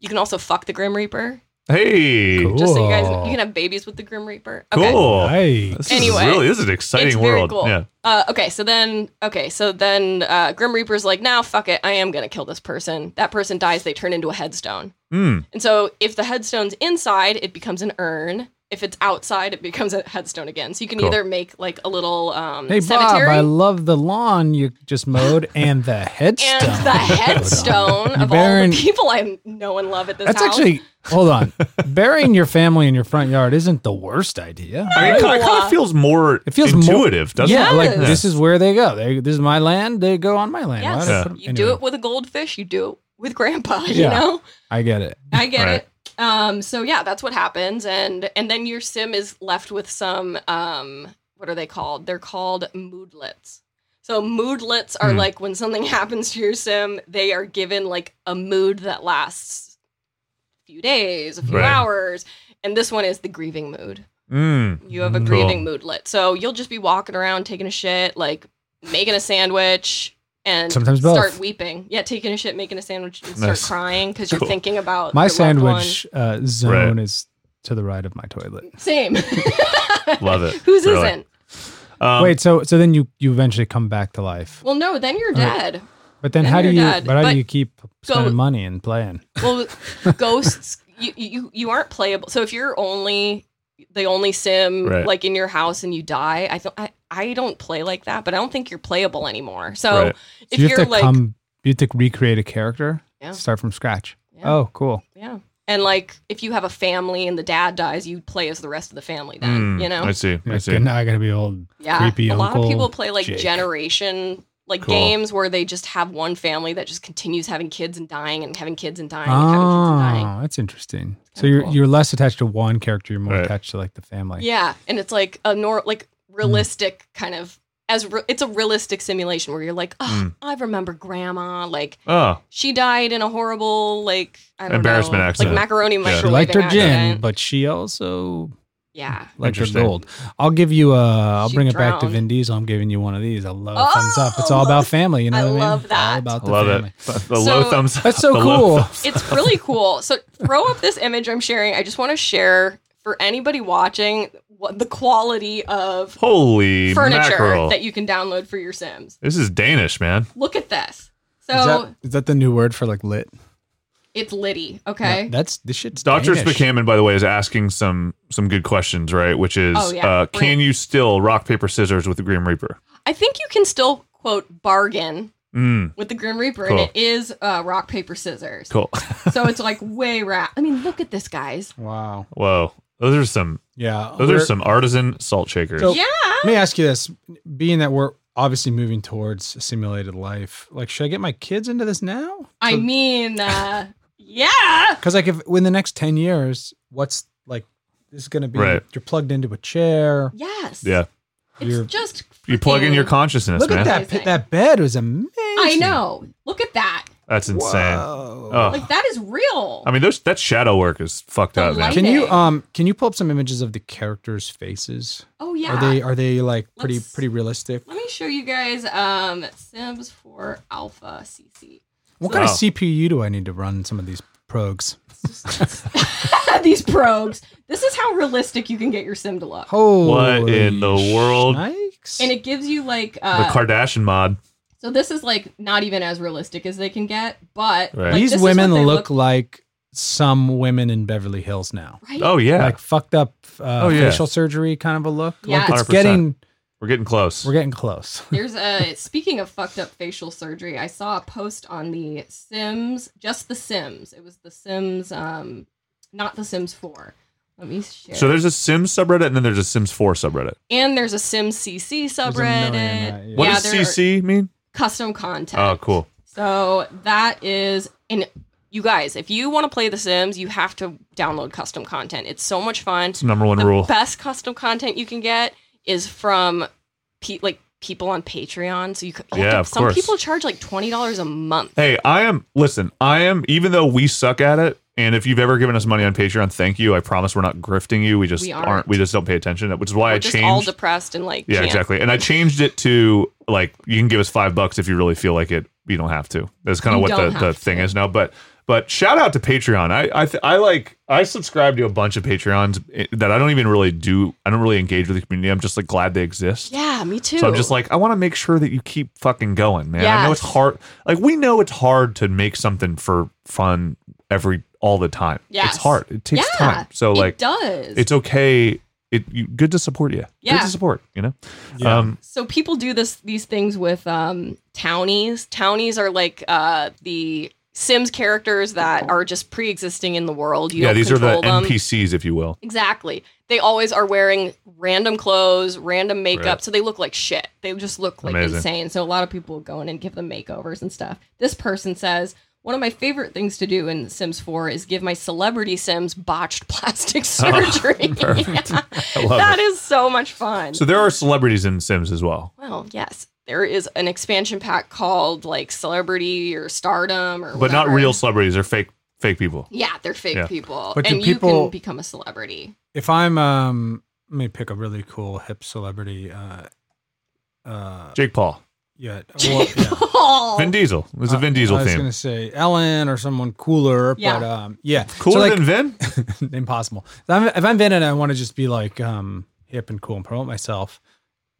[SPEAKER 4] You can also fuck the Grim Reaper.
[SPEAKER 2] Hey.
[SPEAKER 3] Cool.
[SPEAKER 4] Just so you guys,
[SPEAKER 3] Cool.
[SPEAKER 4] you can have babies with the Grim Reaper.
[SPEAKER 2] Cool.
[SPEAKER 3] Hey.
[SPEAKER 2] This
[SPEAKER 4] Anyway,
[SPEAKER 2] is really this is an exciting
[SPEAKER 4] it's very
[SPEAKER 2] world.
[SPEAKER 4] cool.
[SPEAKER 2] Yeah.
[SPEAKER 4] Uh, okay, so then, okay, so then uh, Grim Reaper's like, now fuck it, I am gonna kill this person. That person dies, they turn into a headstone.
[SPEAKER 2] Mm.
[SPEAKER 4] And so if the headstone's inside, it becomes an urn. If it's outside, it becomes a headstone again. So you can
[SPEAKER 2] Cool.
[SPEAKER 4] either make like a little um,
[SPEAKER 3] Hey Bob,
[SPEAKER 4] cemetery.
[SPEAKER 3] I love the lawn you just mowed and the headstone.
[SPEAKER 4] and the headstone of all
[SPEAKER 3] Baron-
[SPEAKER 4] the people I know and love at this
[SPEAKER 3] That's
[SPEAKER 4] house.
[SPEAKER 3] actually hold on. Burying your family in your front yard isn't the worst idea.
[SPEAKER 2] I mean, it kind of feels more.
[SPEAKER 3] It feels more-
[SPEAKER 2] intuitive, doesn't
[SPEAKER 3] yeah,
[SPEAKER 2] it?
[SPEAKER 3] like
[SPEAKER 4] Yes.
[SPEAKER 3] this is where they go. They, this is my land. They go on my land. Why
[SPEAKER 4] yes.
[SPEAKER 3] don't I
[SPEAKER 2] Yeah.
[SPEAKER 3] put 'em-
[SPEAKER 4] You do
[SPEAKER 3] anyway,
[SPEAKER 4] it with a goldfish, you do it with grandpa, you
[SPEAKER 3] Yeah.
[SPEAKER 4] know?
[SPEAKER 3] I get it.
[SPEAKER 4] I get
[SPEAKER 2] Right.
[SPEAKER 4] it. Um, so yeah, that's what happens, and and then your sim is left with some um, what are they called? They're called moodlets. So moodlets are
[SPEAKER 2] Hmm.
[SPEAKER 4] like when something happens to your sim, they are given like a mood that lasts a few days, a few
[SPEAKER 2] Right.
[SPEAKER 4] hours, and this one is the grieving mood.
[SPEAKER 2] Mm.
[SPEAKER 4] You have a
[SPEAKER 3] Cool.
[SPEAKER 4] grieving moodlet, so you'll just be walking around taking a shit, like making a sandwich. And
[SPEAKER 3] Sometimes both.
[SPEAKER 4] start weeping. Yeah, taking a shit, making a sandwich, and start
[SPEAKER 2] Nice.
[SPEAKER 4] crying because you're
[SPEAKER 2] Cool.
[SPEAKER 4] thinking about
[SPEAKER 3] My
[SPEAKER 4] your loved one.
[SPEAKER 3] sandwich uh, zone is to the right of my toilet.
[SPEAKER 4] Same.
[SPEAKER 2] Mm, Love it.
[SPEAKER 4] Whose
[SPEAKER 2] Really.
[SPEAKER 4] isn't?
[SPEAKER 2] Um,
[SPEAKER 3] Wait, so so then you you eventually come back to life.
[SPEAKER 4] Well, no, then you're
[SPEAKER 3] Alright.
[SPEAKER 4] dead.
[SPEAKER 3] But then
[SPEAKER 4] then
[SPEAKER 3] how do
[SPEAKER 4] you're
[SPEAKER 3] you?
[SPEAKER 4] dead.
[SPEAKER 3] But how
[SPEAKER 4] But
[SPEAKER 3] do you keep spending money and playing?
[SPEAKER 4] Well, ghosts, you, you you aren't playable. So if you're only the only sim
[SPEAKER 2] Right.
[SPEAKER 4] like in your house and you die, I don't I, I don't play like that, but I don't think you're playable anymore. So
[SPEAKER 2] Right.
[SPEAKER 3] So
[SPEAKER 4] if
[SPEAKER 3] you
[SPEAKER 4] you're
[SPEAKER 3] have to
[SPEAKER 4] like
[SPEAKER 3] come. You have to recreate a character.
[SPEAKER 4] Yeah.
[SPEAKER 3] Start from scratch.
[SPEAKER 4] Yeah.
[SPEAKER 3] Oh, cool.
[SPEAKER 4] yeah. And like if you have a family and the dad dies, you play as the rest of the family then,
[SPEAKER 2] mm,
[SPEAKER 4] you know?
[SPEAKER 2] I see. I
[SPEAKER 3] Yeah,
[SPEAKER 2] see.
[SPEAKER 3] now I gotta be old.
[SPEAKER 4] Yeah,
[SPEAKER 3] creepy
[SPEAKER 4] a lot of
[SPEAKER 3] Uncle
[SPEAKER 4] people play like
[SPEAKER 3] Jake.
[SPEAKER 4] generation like
[SPEAKER 2] Cool.
[SPEAKER 4] games where they just have one family that just continues having kids and dying and having kids and dying and having kids and dying.
[SPEAKER 3] Oh, that's interesting. So you're
[SPEAKER 4] cool.
[SPEAKER 3] you're less attached to one character. You're more
[SPEAKER 2] Right.
[SPEAKER 3] attached to like the
[SPEAKER 2] Ah.
[SPEAKER 3] family.
[SPEAKER 4] Yeah, and it's like a nor like
[SPEAKER 2] Hmm.
[SPEAKER 4] realistic kind of as re- it's a realistic simulation where you're like, oh,
[SPEAKER 2] Mm.
[SPEAKER 4] I remember grandma. Like
[SPEAKER 2] Oh,
[SPEAKER 4] she died in a horrible like I don't
[SPEAKER 2] Embarrassment
[SPEAKER 4] know,
[SPEAKER 2] accident.
[SPEAKER 4] like macaroni
[SPEAKER 2] Yeah.
[SPEAKER 4] microwave
[SPEAKER 3] She liked her gin,
[SPEAKER 4] accident.
[SPEAKER 3] but she also
[SPEAKER 4] Yeah.
[SPEAKER 3] like they're
[SPEAKER 2] Interesting.
[SPEAKER 3] gold. I'll give you a. I'll
[SPEAKER 4] She
[SPEAKER 3] bring it back to
[SPEAKER 4] drowned.
[SPEAKER 3] Vin Diesel. I'm giving you one of these. I love
[SPEAKER 4] Oh,
[SPEAKER 3] thumbs up. It's all about family. You know
[SPEAKER 4] I
[SPEAKER 3] what I mean?
[SPEAKER 4] love
[SPEAKER 3] It's All
[SPEAKER 4] that.
[SPEAKER 3] about the
[SPEAKER 2] Love
[SPEAKER 3] family.
[SPEAKER 2] it. The low
[SPEAKER 4] So-
[SPEAKER 2] thumbs.
[SPEAKER 3] That's so
[SPEAKER 2] the low
[SPEAKER 3] cool.
[SPEAKER 2] thumbs.
[SPEAKER 4] It's really cool. So throw up this image I'm sharing. I just want to share for anybody watching what the quality of
[SPEAKER 2] Holy
[SPEAKER 4] furniture
[SPEAKER 2] mackerel!
[SPEAKER 4] that you can download for your Sims.
[SPEAKER 2] this is Danish, man.
[SPEAKER 4] Look at this.
[SPEAKER 3] Is
[SPEAKER 4] So
[SPEAKER 3] that, is that the new word for like lit?
[SPEAKER 4] it's Liddy. Okay.
[SPEAKER 3] No, that's this shit's
[SPEAKER 2] Doctor
[SPEAKER 3] Danish.
[SPEAKER 2] Spakaman, by the way, is asking some some good questions, right? Which is,
[SPEAKER 4] Oh, yeah.
[SPEAKER 2] uh,
[SPEAKER 4] Right.
[SPEAKER 2] can you still rock paper scissors with the Grim Reaper?
[SPEAKER 4] I think you can still quote bargain
[SPEAKER 2] Mm,
[SPEAKER 4] with the Grim Reaper,
[SPEAKER 2] Cool.
[SPEAKER 4] and it is uh, rock paper scissors.
[SPEAKER 2] cool.
[SPEAKER 4] so it's like way rap. I mean, look at this, guys.
[SPEAKER 3] Wow.
[SPEAKER 2] Whoa, those are some
[SPEAKER 3] Yeah.
[SPEAKER 2] those
[SPEAKER 3] we're-
[SPEAKER 2] are some artisan salt shakers.
[SPEAKER 3] So-
[SPEAKER 4] Yeah,
[SPEAKER 3] Let me ask you this: Being that we're obviously moving towards a simulated life, like should I get my kids into this now?
[SPEAKER 4] I mean, uh, yeah.
[SPEAKER 3] Because like if in the next ten years, what's like this is going to be?
[SPEAKER 2] Right.
[SPEAKER 3] You're plugged into a chair.
[SPEAKER 4] Yes.
[SPEAKER 2] yeah,
[SPEAKER 4] It's
[SPEAKER 3] You're-
[SPEAKER 4] just
[SPEAKER 2] you plug in
[SPEAKER 4] freaking-
[SPEAKER 2] your consciousness,
[SPEAKER 3] Look
[SPEAKER 2] man.
[SPEAKER 3] at that!
[SPEAKER 4] Amazing.
[SPEAKER 3] That that bed was amazing.
[SPEAKER 4] I know. Look at that.
[SPEAKER 2] That's insane.
[SPEAKER 3] Whoa.
[SPEAKER 2] Oh,
[SPEAKER 4] Like that is real.
[SPEAKER 2] I mean, those that shadow work is fucked
[SPEAKER 4] The
[SPEAKER 2] up, man.
[SPEAKER 4] light-
[SPEAKER 3] Can you
[SPEAKER 4] Okay.
[SPEAKER 3] um can you pull up some images of the characters' faces?
[SPEAKER 4] oh yeah.
[SPEAKER 3] Are they are they like pretty
[SPEAKER 4] Let's-
[SPEAKER 3] pretty realistic?
[SPEAKER 4] Let me show you guys um Sims 4 Alpha CC.
[SPEAKER 3] What kind of
[SPEAKER 2] Wow.
[SPEAKER 3] CPU do I need to run some of these progs?
[SPEAKER 4] These probes. This is how realistic you can get your sim to look.
[SPEAKER 3] Holy
[SPEAKER 2] What in the world?
[SPEAKER 3] shnikes.
[SPEAKER 4] And it gives you like
[SPEAKER 2] The
[SPEAKER 4] uh
[SPEAKER 2] Kardashian mod.
[SPEAKER 4] so this is like not even as realistic as they can get, but
[SPEAKER 2] Right.
[SPEAKER 4] like,
[SPEAKER 3] These
[SPEAKER 4] this is
[SPEAKER 3] women
[SPEAKER 4] what
[SPEAKER 3] look,
[SPEAKER 4] they
[SPEAKER 3] like some women in Beverly Hills now.
[SPEAKER 4] right?
[SPEAKER 2] Oh yeah,
[SPEAKER 3] Like fucked up uh,
[SPEAKER 2] Oh, yeah.
[SPEAKER 3] facial surgery kind of a look.
[SPEAKER 4] Yeah.
[SPEAKER 3] Like it's
[SPEAKER 2] 100%.
[SPEAKER 3] getting
[SPEAKER 2] we're getting close.
[SPEAKER 3] we're getting close.
[SPEAKER 4] There's a speaking of fucked up facial surgery. I saw a post on the Sims, just the Sims. It was the Sims, um, not the Sims Four. Let me share.
[SPEAKER 2] so there's a Sims subreddit, and then there's a Sims 4 subreddit.
[SPEAKER 4] and there's a Sims CC subreddit.
[SPEAKER 3] million, uh, yeah.
[SPEAKER 2] What
[SPEAKER 4] yeah,
[SPEAKER 2] does
[SPEAKER 4] there are
[SPEAKER 2] CC mean?
[SPEAKER 4] Custom content.
[SPEAKER 2] Oh, cool.
[SPEAKER 4] So that is and you guys, if you want to play The Sims, you have to download custom content. It's so much fun.
[SPEAKER 2] It's the number one
[SPEAKER 4] the
[SPEAKER 2] rule.
[SPEAKER 4] best custom content you can get is from pe- like people on Patreon. So you, c- you have
[SPEAKER 2] Yeah,
[SPEAKER 4] to-
[SPEAKER 2] of
[SPEAKER 4] some
[SPEAKER 2] course.
[SPEAKER 4] people charge like twenty dollars a month.
[SPEAKER 2] Hey, I am. Listen, I am. Even though we suck at it, and if you've ever given us money on Patreon, thank you. I promise we're not grifting you. We just
[SPEAKER 4] We aren't.
[SPEAKER 2] aren't. We just don't pay attention, which is why I
[SPEAKER 4] We're just all
[SPEAKER 2] changed.
[SPEAKER 4] depressed and like
[SPEAKER 2] yeah,
[SPEAKER 4] can't.
[SPEAKER 2] exactly. And I changed it to like you can give us five bucks if you really feel like it. You don't have to. That's kind of
[SPEAKER 4] You
[SPEAKER 2] what the,
[SPEAKER 4] don't
[SPEAKER 2] the
[SPEAKER 4] have
[SPEAKER 2] thing
[SPEAKER 4] to.
[SPEAKER 2] is now. But but shout out to Patreon. I I, th- I like I subscribe to a bunch of Patreons eh, that I don't even really do. I don't really engage with the community. I'm just like glad they exist.
[SPEAKER 4] Yeah, me too.
[SPEAKER 2] So I'm just like, I want to make sure that you keep fucking going, man. I know it's
[SPEAKER 4] Yes.
[SPEAKER 2] hard. Like we know it's hard to make something for fun every all the time.
[SPEAKER 4] Yes.
[SPEAKER 2] it's hard. It takes
[SPEAKER 4] Yeah,
[SPEAKER 2] time. So
[SPEAKER 4] it
[SPEAKER 2] like,
[SPEAKER 4] does.
[SPEAKER 2] it's okay. It you, good to support you.
[SPEAKER 4] Yeah.
[SPEAKER 2] good to support. You know. Um,
[SPEAKER 4] so people do this these things with um townies. Townies are like uh the Sims characters that are just pre-existing in the world. You
[SPEAKER 2] yeah,
[SPEAKER 4] don't
[SPEAKER 2] these are the
[SPEAKER 4] control them.
[SPEAKER 2] NPCs, if you will.
[SPEAKER 4] Exactly. They always are wearing random clothes, random makeup,
[SPEAKER 2] Right.
[SPEAKER 4] so they look like shit. They just look like
[SPEAKER 2] Amazing.
[SPEAKER 4] insane. So a lot of people go in and give them makeovers and stuff. This person says, one of my favorite things to do in Sims 4 is give my celebrity Sims botched plastic surgery. Yeah.
[SPEAKER 2] Oh, I love
[SPEAKER 4] That
[SPEAKER 2] it.
[SPEAKER 4] is so much fun.
[SPEAKER 2] So there are celebrities in Sims as well.
[SPEAKER 4] well, yes. There is an expansion pack called like celebrity or stardom or
[SPEAKER 2] But not
[SPEAKER 4] whatever.
[SPEAKER 2] real celebrities, they're fake fake people.
[SPEAKER 4] Yeah, they're fake
[SPEAKER 2] Yeah.
[SPEAKER 4] people.
[SPEAKER 3] But do
[SPEAKER 4] and you
[SPEAKER 3] people-
[SPEAKER 4] can become a celebrity.
[SPEAKER 3] If I'm um let me pick a really cool hip celebrity uh uh
[SPEAKER 2] Jake Paul.
[SPEAKER 3] yeah, well, yeah.
[SPEAKER 4] Oh.
[SPEAKER 2] Vin Diesel. It's a Vin Diesel
[SPEAKER 3] Uh, I was
[SPEAKER 2] theme.
[SPEAKER 3] gonna say Ellen or someone cooler,
[SPEAKER 4] Yeah.
[SPEAKER 3] but um, yeah,
[SPEAKER 2] Cooler
[SPEAKER 3] So, like,
[SPEAKER 2] than Vin?
[SPEAKER 3] impossible. If I'm, if I'm Vin and I want to just be like um, hip and cool and promote myself,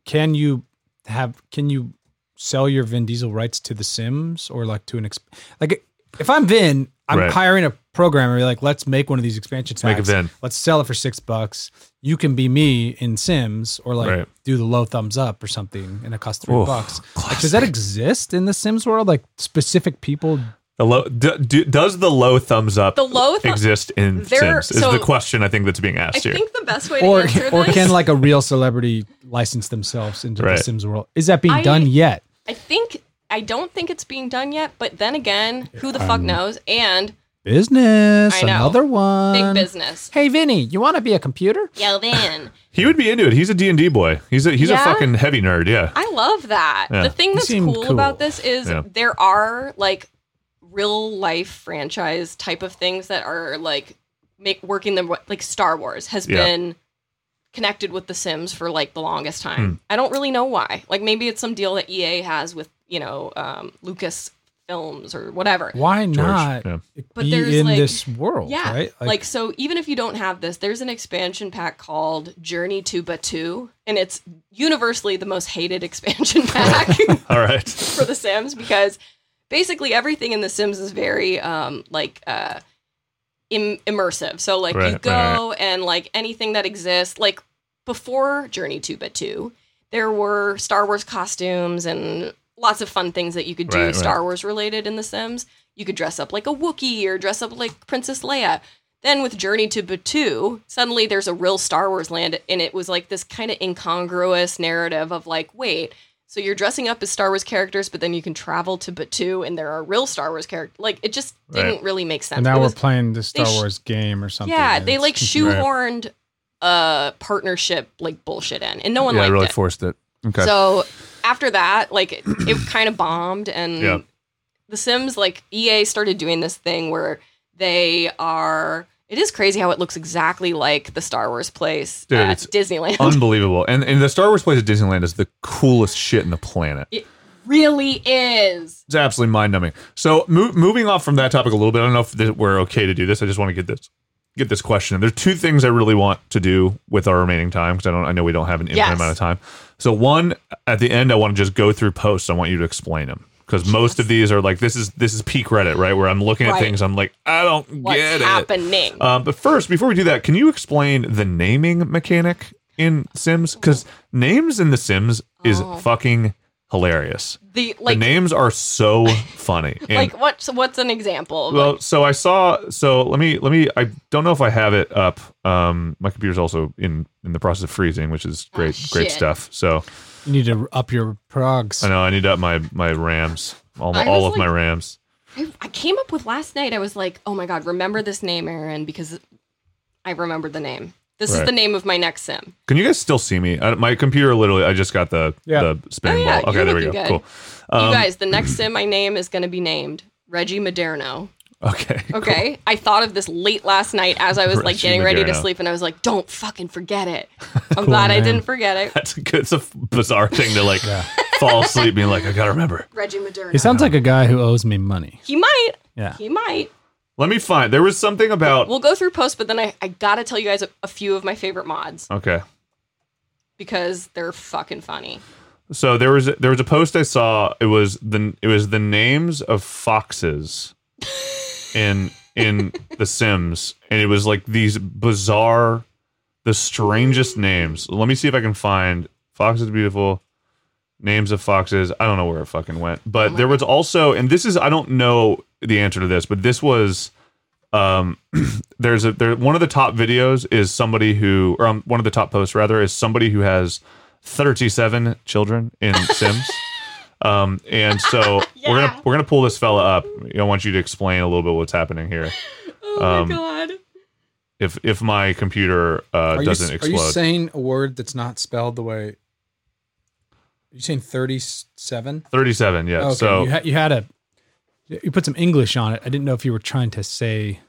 [SPEAKER 3] can you have? Can you sell your Vin Diesel rights to The Sims or like to an exp- like? If I'm Vin, I'm
[SPEAKER 2] Right.
[SPEAKER 3] hiring a programmer. Like, let's make one of these expansion
[SPEAKER 2] make a
[SPEAKER 3] packs.
[SPEAKER 2] Vin.
[SPEAKER 3] Let's sell it for six bucks. You can be me in Sims or like
[SPEAKER 2] Right.
[SPEAKER 3] do the low thumbs up or something, and it costs three
[SPEAKER 2] Oh,
[SPEAKER 3] bucks. Like, does that exist in the Sims world? Like specific people
[SPEAKER 2] The low, d- d- does the low thumbs up
[SPEAKER 4] The low thu-
[SPEAKER 2] exist in
[SPEAKER 4] There-
[SPEAKER 2] Sims? Is
[SPEAKER 4] so-
[SPEAKER 2] the question I think that's being
[SPEAKER 4] I
[SPEAKER 2] asked here.
[SPEAKER 4] think the best way to
[SPEAKER 3] or
[SPEAKER 4] answer
[SPEAKER 3] or
[SPEAKER 4] this,
[SPEAKER 3] can like a real celebrity license themselves into
[SPEAKER 2] Right.
[SPEAKER 3] the Sims world? Is that being
[SPEAKER 4] I-
[SPEAKER 3] done yet?
[SPEAKER 4] I think I don't think it's being done yet. But then again, who the
[SPEAKER 2] Um,
[SPEAKER 4] fuck knows? And
[SPEAKER 3] Business,
[SPEAKER 4] I know.
[SPEAKER 3] another one.
[SPEAKER 4] big business.
[SPEAKER 3] Hey, Vinny, you want to be a computer?
[SPEAKER 4] Yo, then
[SPEAKER 2] He would be into it. He's a D&D boy. He's a he's a
[SPEAKER 4] Yeah?
[SPEAKER 2] fucking heavy nerd, yeah.
[SPEAKER 4] I love that.
[SPEAKER 2] Yeah.
[SPEAKER 4] The thing that's
[SPEAKER 3] seem
[SPEAKER 4] cool, about
[SPEAKER 3] cool.
[SPEAKER 4] this is
[SPEAKER 2] Yeah.
[SPEAKER 4] there are like real life franchise type of things that are like make working them like Star Wars has
[SPEAKER 2] Yeah.
[SPEAKER 4] been connected with The Sims for like the longest
[SPEAKER 2] Hmm.
[SPEAKER 4] time. I don't really know why. Like maybe it's some deal that EA has with you know um, Lucas Films or whatever.
[SPEAKER 3] Why not
[SPEAKER 2] yeah.
[SPEAKER 3] it
[SPEAKER 4] But
[SPEAKER 3] be
[SPEAKER 4] there's,
[SPEAKER 3] in
[SPEAKER 4] like-
[SPEAKER 3] this world,
[SPEAKER 4] Yeah.
[SPEAKER 3] right?
[SPEAKER 4] Like, so even if you don't have this, there's an expansion pack called Journey to Batu, and it's universally the most hated expansion pack
[SPEAKER 2] All right.
[SPEAKER 4] for The Sims because basically everything in The Sims is very um like uh Im- immersive. So like you
[SPEAKER 2] Right,
[SPEAKER 4] go
[SPEAKER 2] right,
[SPEAKER 4] and like anything that exists like before Journey to Batu, there were Star Wars costumes and lots of fun things that you could do
[SPEAKER 2] Right, right.
[SPEAKER 4] Star Wars related in The Sims. You could dress up like a Wookiee or dress up like Princess Leia. Then with Journey to Batu, suddenly there's a real Star Wars land, and it was like this kind of incongruous narrative of like, wait, so you're dressing up as Star Wars characters, but then you can travel to Batu, and there are real Star Wars characters. Like it just
[SPEAKER 2] Right.
[SPEAKER 4] didn't really make sense.
[SPEAKER 3] and
[SPEAKER 4] It
[SPEAKER 3] now
[SPEAKER 4] was-
[SPEAKER 3] we're playing the Star
[SPEAKER 4] sh-
[SPEAKER 3] Wars game or something.
[SPEAKER 4] yeah,
[SPEAKER 3] and
[SPEAKER 4] they
[SPEAKER 3] it's
[SPEAKER 4] like
[SPEAKER 3] confusing.
[SPEAKER 4] shoehorned uh partnership like bullshit in, and no one
[SPEAKER 2] yeah, I
[SPEAKER 4] liked
[SPEAKER 2] really
[SPEAKER 4] it.
[SPEAKER 2] forced it. Okay.
[SPEAKER 4] So after that, like it, it kind of bombed, and
[SPEAKER 2] Yeah.
[SPEAKER 4] The Sims, like EA, started doing this thing where they are. It is crazy how it looks exactly like the Star Wars place
[SPEAKER 2] Dude,
[SPEAKER 4] at
[SPEAKER 2] it's
[SPEAKER 4] Disneyland.
[SPEAKER 2] Unbelievable. And and the Star Wars place at Disneyland is the coolest shit in the planet.
[SPEAKER 4] it really is.
[SPEAKER 2] It's absolutely mind numbing. So mo- moving off from that topic a little bit, I don't know if this, we're okay to do this. I just want to get this get this question. There's two things I really want to do with our remaining time because I don't I know we don't have an infinite
[SPEAKER 4] Yes.
[SPEAKER 2] amount of time. So one at the end, I want to just go through posts. I want you to explain them because most of these are like this is this is peak Reddit right where I'm looking at
[SPEAKER 4] Right.
[SPEAKER 2] things. I'm like I don't
[SPEAKER 4] What's
[SPEAKER 2] get it.
[SPEAKER 4] happening?
[SPEAKER 2] Um, but first, before we do that, can you explain the naming mechanic in Sims? Because names in the Sims is
[SPEAKER 4] Oh.
[SPEAKER 2] fucking hilarious.
[SPEAKER 4] the like,
[SPEAKER 2] the names are so funny. And,
[SPEAKER 4] like oh what's what's an example? of,
[SPEAKER 2] well,
[SPEAKER 4] like,
[SPEAKER 2] so I saw. So let me let me. I don't know if I have it up. Um, my computer's also in in the process of freezing, which is great great
[SPEAKER 4] Ah, shit.
[SPEAKER 2] stuff. So
[SPEAKER 3] You need to up your progs.
[SPEAKER 2] I know I need to up my my RAMs, all
[SPEAKER 4] I
[SPEAKER 2] all
[SPEAKER 4] was
[SPEAKER 2] of my
[SPEAKER 4] like-
[SPEAKER 2] RAMs.
[SPEAKER 4] I, I came up with last night. I was like, oh my god, remember this name, Aaron, because I remembered the name. This is
[SPEAKER 2] Right.
[SPEAKER 4] the name of my next sim.
[SPEAKER 2] Can you guys still see me? I, my computer literally. I just got the
[SPEAKER 3] Yeah.
[SPEAKER 2] the spinning
[SPEAKER 4] Oh, yeah,
[SPEAKER 2] ball. Okay,
[SPEAKER 4] you're
[SPEAKER 2] there we go.
[SPEAKER 4] looking good.
[SPEAKER 2] Cool. Um,
[SPEAKER 4] you guys, the next sim I name is going to be named Reggie Moderno.
[SPEAKER 2] okay.
[SPEAKER 4] Okay, I thought of this late last night as I was like
[SPEAKER 2] Reggie
[SPEAKER 4] getting ready to
[SPEAKER 2] Moderno.
[SPEAKER 4] sleep, and I was like, "Don't fucking forget it." I'm glad I
[SPEAKER 3] name.
[SPEAKER 4] didn't forget it.
[SPEAKER 2] That's a good, it's a f- bizarre thing to like fall asleep being like, I gotta remember.
[SPEAKER 4] Reggie Moderno.
[SPEAKER 3] He sounds like a guy who owes me money.
[SPEAKER 4] he might.
[SPEAKER 3] Yeah.
[SPEAKER 4] He might.
[SPEAKER 2] Let me find. There was something about.
[SPEAKER 4] We'll go through posts, but then I, I gotta tell you guys a, a few of my favorite mods
[SPEAKER 2] Okay.
[SPEAKER 4] because they're fucking funny.
[SPEAKER 2] So there was there was a post I saw. It was the it was the names of foxes in in The Sims, and it was like these bizarre, the strangest names. Let me see if I can find foxes beautiful. Names of foxes. I don't know where it fucking went, but there was also, and this is I don't know the answer to this, but this was um there's a there one of the top videos is somebody who or um, one of the top posts rather is somebody who has 37 children in sims um and so we're gonna we're gonna pull this fella up i want you to explain a little bit what's happening here
[SPEAKER 4] Oh
[SPEAKER 2] Um,
[SPEAKER 4] my god.
[SPEAKER 2] if if my computer uh
[SPEAKER 3] Are you,
[SPEAKER 2] doesn't
[SPEAKER 3] are you
[SPEAKER 2] explode
[SPEAKER 3] saying a word that's not spelled the way? Are you saying thirty-seven?
[SPEAKER 2] 37 yeah
[SPEAKER 3] okay.
[SPEAKER 2] so
[SPEAKER 3] you, ha- you had a you put some English on it. I didn't know if you were trying to say.